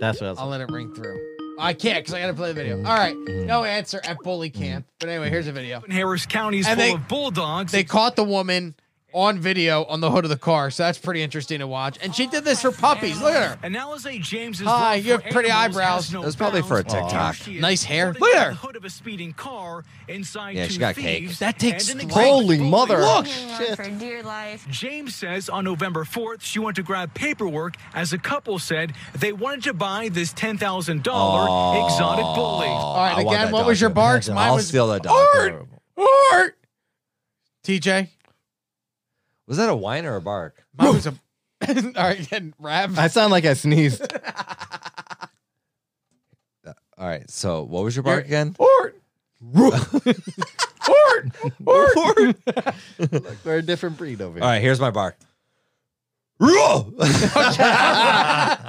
That's what I was.
I'll let it ring through. I can't because I got to play the video. All right. No answer at bully camp. But anyway, here's a video.
In Harris County is
And
full
they-
of bulldogs.
They caught the woman on video on the hood of the car. So that's pretty interesting to watch. And she did this for puppies. Look at her.
and Alizé James is
Hi, Ah, you have pretty eyebrows.
No
It was probably for a
bounds.
TikTok.
Here she is,
Nice hair.
holding
Look at
down
her.
the Hood of a speeding car inside
Yeah,
two
she got cake.
thieves
That takes
and
strength.
an excited
Holy
bully.
mother.
Look.
hanging on
Shit.
for dear life.
James says on November 4th, she went to grab paperwork as a couple said they wanted to buy this $10,000 exotic bully.
All right.
I want
Again,
that
what
dog
was your
food.
barks? Mine
I'll
was
steal that dog.
Art. Art. TJ.
Was that a whine or a bark?
Mine was a. All right, and Rav.
I sound like I sneezed.
All right. So what was your bark again?
Ort. Ort. Ort.
Look, we're a different breed over here.
All right. Here's my bark. Ruh!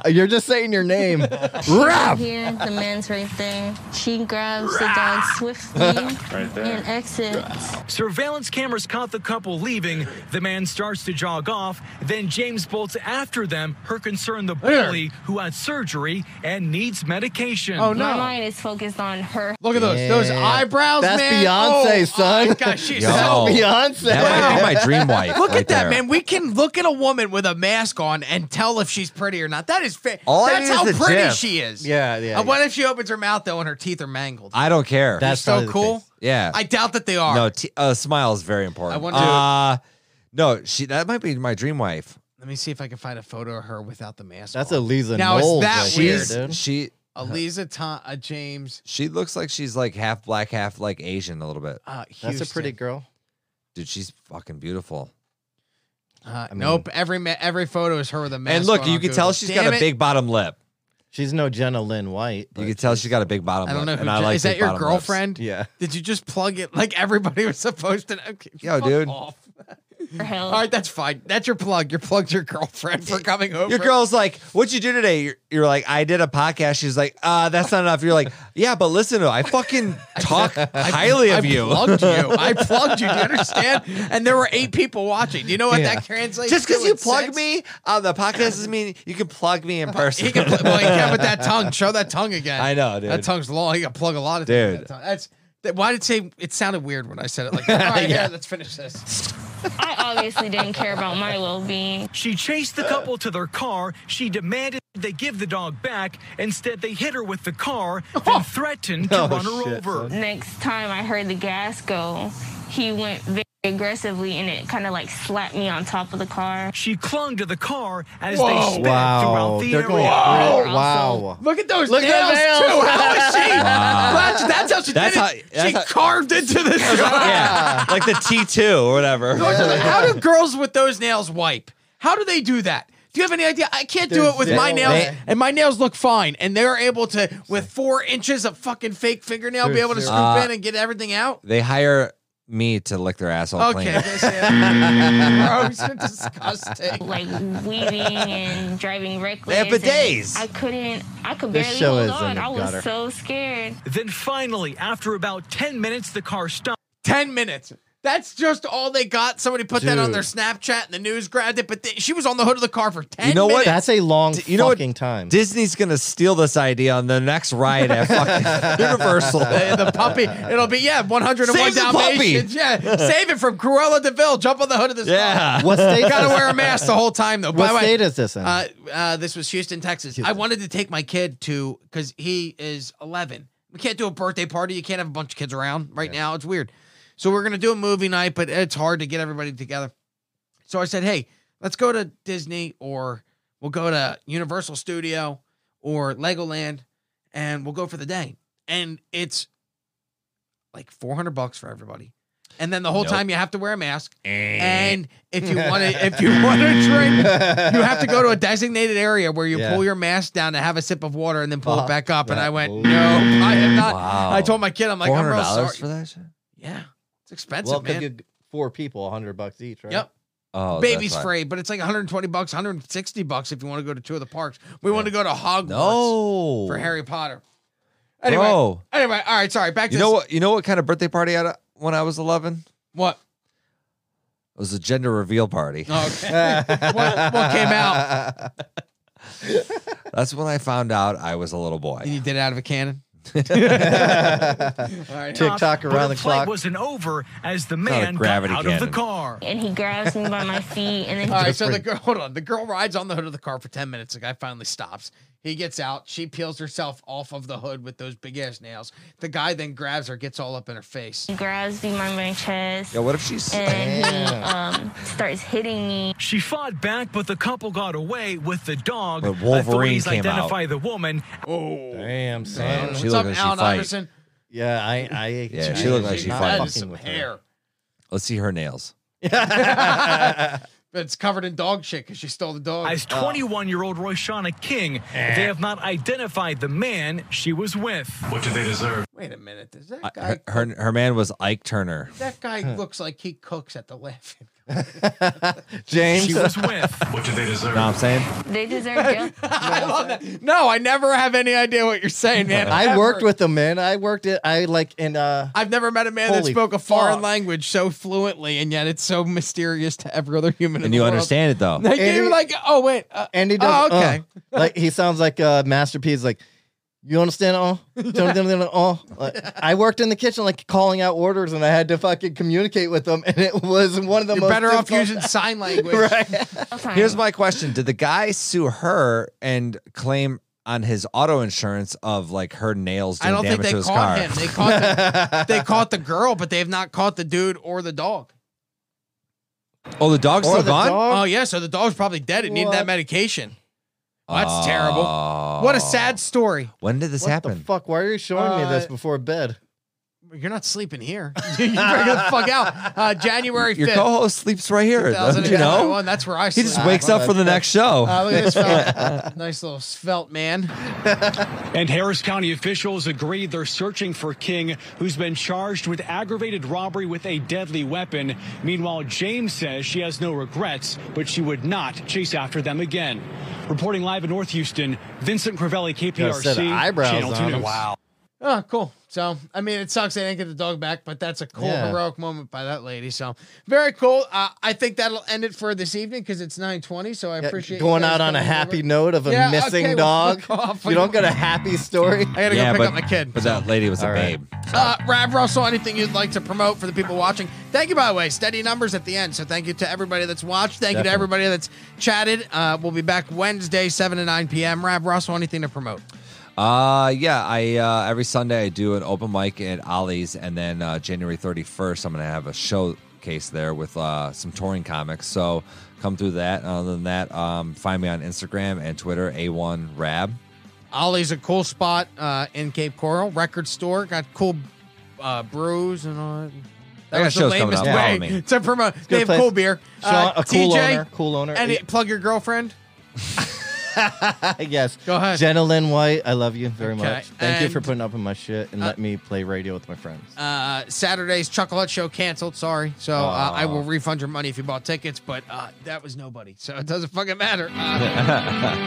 You're just saying your name.
Here, the man's right there. She grabs the dog swiftly and exits.
Surveillance cameras caught the couple leaving. The man starts to jog off. Then James bolts after them, her concern the
at her.
bully who had surgery and needs medication.
Oh
My
no!
mind is focused on her.
Look at those those
Yeah.
eyebrows,
That's
man.
Beyonce,
oh,
son.
My gosh, she's
Yo.
so.
Oh.
Beyonce.
that might be my dream wife.
Look
right
at that,
there.
man. We can look at a woman with a mask on and tell if she's pretty or not. That is fa-
All
That's
I need is
how
the
pretty
gif.
she is.
Yeah, yeah.
And what if she opens her mouth though and her teeth are mangled?
I don't care.
That's
so
probably the
cool.
case.
yeah.
I doubt that they are.
no, t- uh, smile is very
I
important.
wonder-
Uh, no, she. That might be my dream wife.
Let me see if I can find a photo of her without the mask.
That's a
on.
Lisa
Now, is
Knowles
that
right there,
weird?
dude.
She
Eliza Ta- uh, James.
she looks like she's like half black, half like Asian a little bit.
Uh,
That's a
Houston.
pretty girl.
Dude, she's fucking beautiful.
Uh,
I mean-
nope. Every ma- every photo is her with a mask.
and look,
on
you
on
can
Google.
tell she's got
Damn
a
it.
big bottom lip.
She's no Jenna Lynn White.
You
but
can tell
she's-
she's got a big bottom
I
lip.
don't know who.
and I
ju-
like
is that
big
your
bottom lips.
girlfriend?
Yeah.
Did you just plug it like everybody was supposed to? Okay,
Yo,
fuck
dude.
off.
Her
All
health.
right, that's fine. That's your plug. Your plug's your girlfriend for coming over.
Your girl's like, "What'd you do today?" You're, you're like, "I did a podcast." She's like, "Uh, that's not enough." You're like, "Yeah, but listen to it. I fucking talk highly
I
of you."
plugged you. I plugged you. Do you understand? And there were eight people watching. Do you know what
Yeah.
that translates?
Just because
to
you
in
plug
sex?
me on the podcast doesn't mean you can plug me in person.
He can plug, well, he can with that tongue. Show that tongue again.
I know, dude.
That tongue's long. He can plug a lot of things. with
Dude.
That tongue. That's that, why did it say it sounded weird when I said it like that. All right, yeah, let's finish this.
I obviously didn't care about my well being.
She chased the couple to their car. She demanded they give the dog back. Instead, they hit her with the car, then threatened to
Oh,
run her
shit,
over.
Next time I heard the gas go, he went very aggressively and it kind of like slapped me on top of the car.
She clung to the car as they
Whoa.
sped
Wow.
throughout the
They're
area.
going.
Oh,
Oh,
Whoa.
Wow.
Look at those
Look at
nails,
the nails.
too. How is she?
Wow.
That's, that's how she
That's
did
how-
it.
that's
she
how-
carved into this.
yeah, like the T two or whatever.
how do girls with those nails wipe? How do they do that? Do you have any idea? I can't do
There's
it with my
no
nails,
way.
and my nails look fine. And they're able to, with four inches of fucking fake fingernail, be
There's
able to
zero-
scoop
Uh,
in and get everything out.
They hire me to lick their asshole
okay,
clean.
that's it. Gross and disgusting.
like weaving and driving reckless.
They have
and
bidets.
I couldn't. I could
This
barely
show
hold
is in
on.
the
I was
gutter.
so scared.
Then finally, after about 10 minutes, the car stopped.
10 minutes. That's just all they got. Somebody put that on their
Dude.
Snapchat and the news grabbed it, but they- she was on the hood of the car for 10
You know
minutes.
what? That's a
long
you know
fucking time.
Disney's gonna steal this idea on the next ride at fucking Universal.
the, the puppy. It'll be, yeah, 101
Save the puppy.
Dalmatians. Yeah, save it from Cruella DeVille. Jump on the hood of this
Yeah.
car.
What state
You gotta
is-
wear a mask the whole time, though. By
What
the way,
state is this in?
Uh, uh, this was Houston, Texas. I wanted to take my kid to, because he is 11. We can't do a birthday party. You can't have a bunch of kids around right now. It's weird. So we're gonna do a movie night, but it's hard to get everybody together. So I said, hey, let's go to Disney or we'll go to Universal Studio or Legoland and we'll go for the day. And it's like 400 bucks for everybody. And then the whole
Nope.
time you have to wear a mask. And if you want to, if you want to drink, you have to go to a designated area where you
Yeah.
pull your mask down to have a sip of water and then pull
Fuck
it back up. And I went,
that
no, I am not.
Wow.
I told my kid, I'm like, I'm real
$400
sorry.
for that shit?
yeah, it's expensive,
well, 'cause
man.
you get four people, hundred bucks each, right?
Yep.
Oh,
Baby's
that's why.
free, but it's like 120 bucks, 160 bucks if you want to go to two of the parks. We want to go to Hogwarts
No.
for Harry Potter. Anyway,
Bro.
anyway, all right, sorry. Back to
You know
this-
what? You know what kind of birthday party I had when I was eleven?
what?
It was a gender reveal party.
Oh, okay. what? What came out?
That's when I found out I was a little boy.
And you did it out of a cannon. All right.
TikTok around
but
the
the flight
clock.
wasn't over as the
not a
man got
gravity
out of
cannon.
the car.
And he grabs me by my feet and then he
All right, so the girl, hold on. The girl rides on the hood of the car for 10 minutes. The guy finally stops. He gets out. She peels herself off of the hood with those big ass nails. The guy then grabs her, gets all up in her face.
he grabs me by my chest
Yeah, what if she's
and he um, starts hitting me.
She fought back, but the couple got away with the dog.
But Wolverine
Authorities
came
identify the woman.
Oh,
Damn,
man.
son.
What's
She looked
up,
like she
Alan
fight.
Iverson?
Yeah, I, I.
Yeah, she looked like she
not
fight.
That
fucking
is some
with her.
hair.
Let's see her nails.
But it's covered in dog shit because she stole the dog.
As 21 year old Roshana King, they have not identified the man she was with. What do they deserve?
Wait a minute. Does that
I-
guy
her, her her man was Ike Turner.
that guy looks like he cooks at the laughing?
James.
She was with. What do they deserve?
know what I'm saying?
They deserve death.
I love that. No, I never have any idea what you're saying, man.
I
Ever.
worked with him, man. I worked it. I like in uh.
I've never met a man that
Holy
spoke a foreign
fuck.
language so fluently, and yet it's so mysterious to every other human. in
And you
the world.
understand it though.
Like, you're
he-
like, oh wait, uh,
And he
Oh,
does.
okay.
uh, like he sounds like uh, Master P is like, you understand? Oh, oh. Like, I worked in the kitchen, like calling out orders, and I had to fucking communicate with them, and it was one of the
you're
most
better off
difficult-
using sign language.
Here's my question: Did the guy sue her and claim on his auto insurance of like her nails doing
I don't think
damage
they
to his
caught
car?
him. They caught the, they caught the girl, but they have not caught the dude or the dog.
oh, the dog's
Or
still
the
gone.
dog.
Oh yeah, so the dog's probably dead. It needed that
What?
medication. That's terrible. What a
Oh.
sad story.
When did this
what
happen?
the fuck? Why are you showing me this
Uh,
before bed?
You're not sleeping here. you better get the fuck out. Uh, January
Your
5th,
co-host sleeps right here. Don't you know?
2021. That's where I
He
sleep.
just wakes up for the next show.
Uh, look at this fella. nice little svelte man.
And Harris County officials agree they're searching for King, who's been charged with aggravated robbery with a deadly weapon. Meanwhile, James says she has no regrets, but she would not chase after them again. Reporting live in North Houston, Vincent Crivelli,
Gotta set
KPRC,
eyebrows
Channel 2
on
News.
him. Wow.
Oh, cool. So, I mean, it sucks they didn't get the dog back, but that's a cool,
Yeah.
heroic moment by that lady. So, very cool. Uh, I think that'll end it for this evening because it's 9.20, so I
Yeah,
appreciate you
going
guys
out on a
coming
happy
over.
note of a
Yeah,
missing
okay, well,
dog.
fuck off.
You don't get a happy story.
I got to
yeah,
go pick
but
up my kid.
but that lady was a
All right.
babe.
Uh, Rav Russell, anything you'd like to promote for the people watching? Thank you, by the way. Steady numbers at the end. So thank you to everybody that's watched. Thank you to
Definitely.
everybody that's chatted. Uh, we'll be back Wednesday, 7 to 9 p.m. Rav Russell, anything to promote?
Uh, yeah, I uh, every Sunday I do an open mic at Ollie's, and then uh, January 31st I'm gonna have a showcase there with uh, some touring comics. So come through that. Other than that, um, find me on Instagram and Twitter, A1 Rab.
Ollie's a cool spot uh, in Cape Coral. Record store. Got cool uh, brews and all that.
I got
was the
shows coming
lamest
up. Follow
way
me.
to promote. They
good
have
place.
cool beer. Uh,
Sean- a cool owner, cool owner.
Any,
Yeah.
plug your girlfriend.
yes.
Go ahead.
Jenna Lynn White, I love you very
Okay,
much. Thank you for
and-
putting up with my shit and
Uh,
let me play radio with my friends.
Uh, Saturday's Chucklehead show canceled. Sorry. So uh, I will refund your money if you bought tickets, but uh, that was nobody. So it doesn't fucking matter. Uh,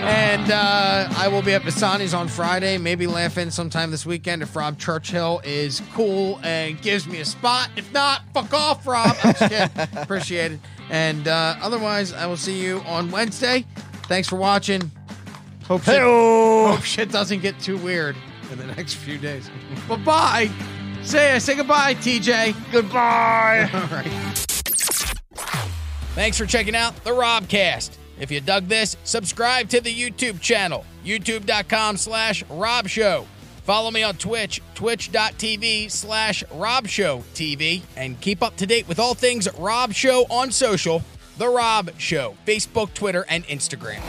and uh, I will be at Pisani's on Friday, maybe laughing sometime this weekend if Rob Churchill is cool and gives me a spot. If not, fuck off, Rob. I'm just kidding. Appreciate it. And uh, otherwise, I will see you on Wednesday. Thanks for watching. Hope shit, hope Oh, shit doesn't get too weird in the next few days. Bye bye. Say say goodbye, TJ. Goodbye. All right. Thanks for checking out the Robcast. If you dug this, subscribe to the YouTube channel, youtube.com slash Rob Show. Follow me on Twitch, twitch.tv slash Rob Show TV, and keep up to date with all things Rob Show on social, The Rob Show, Facebook, Twitter, and Instagram.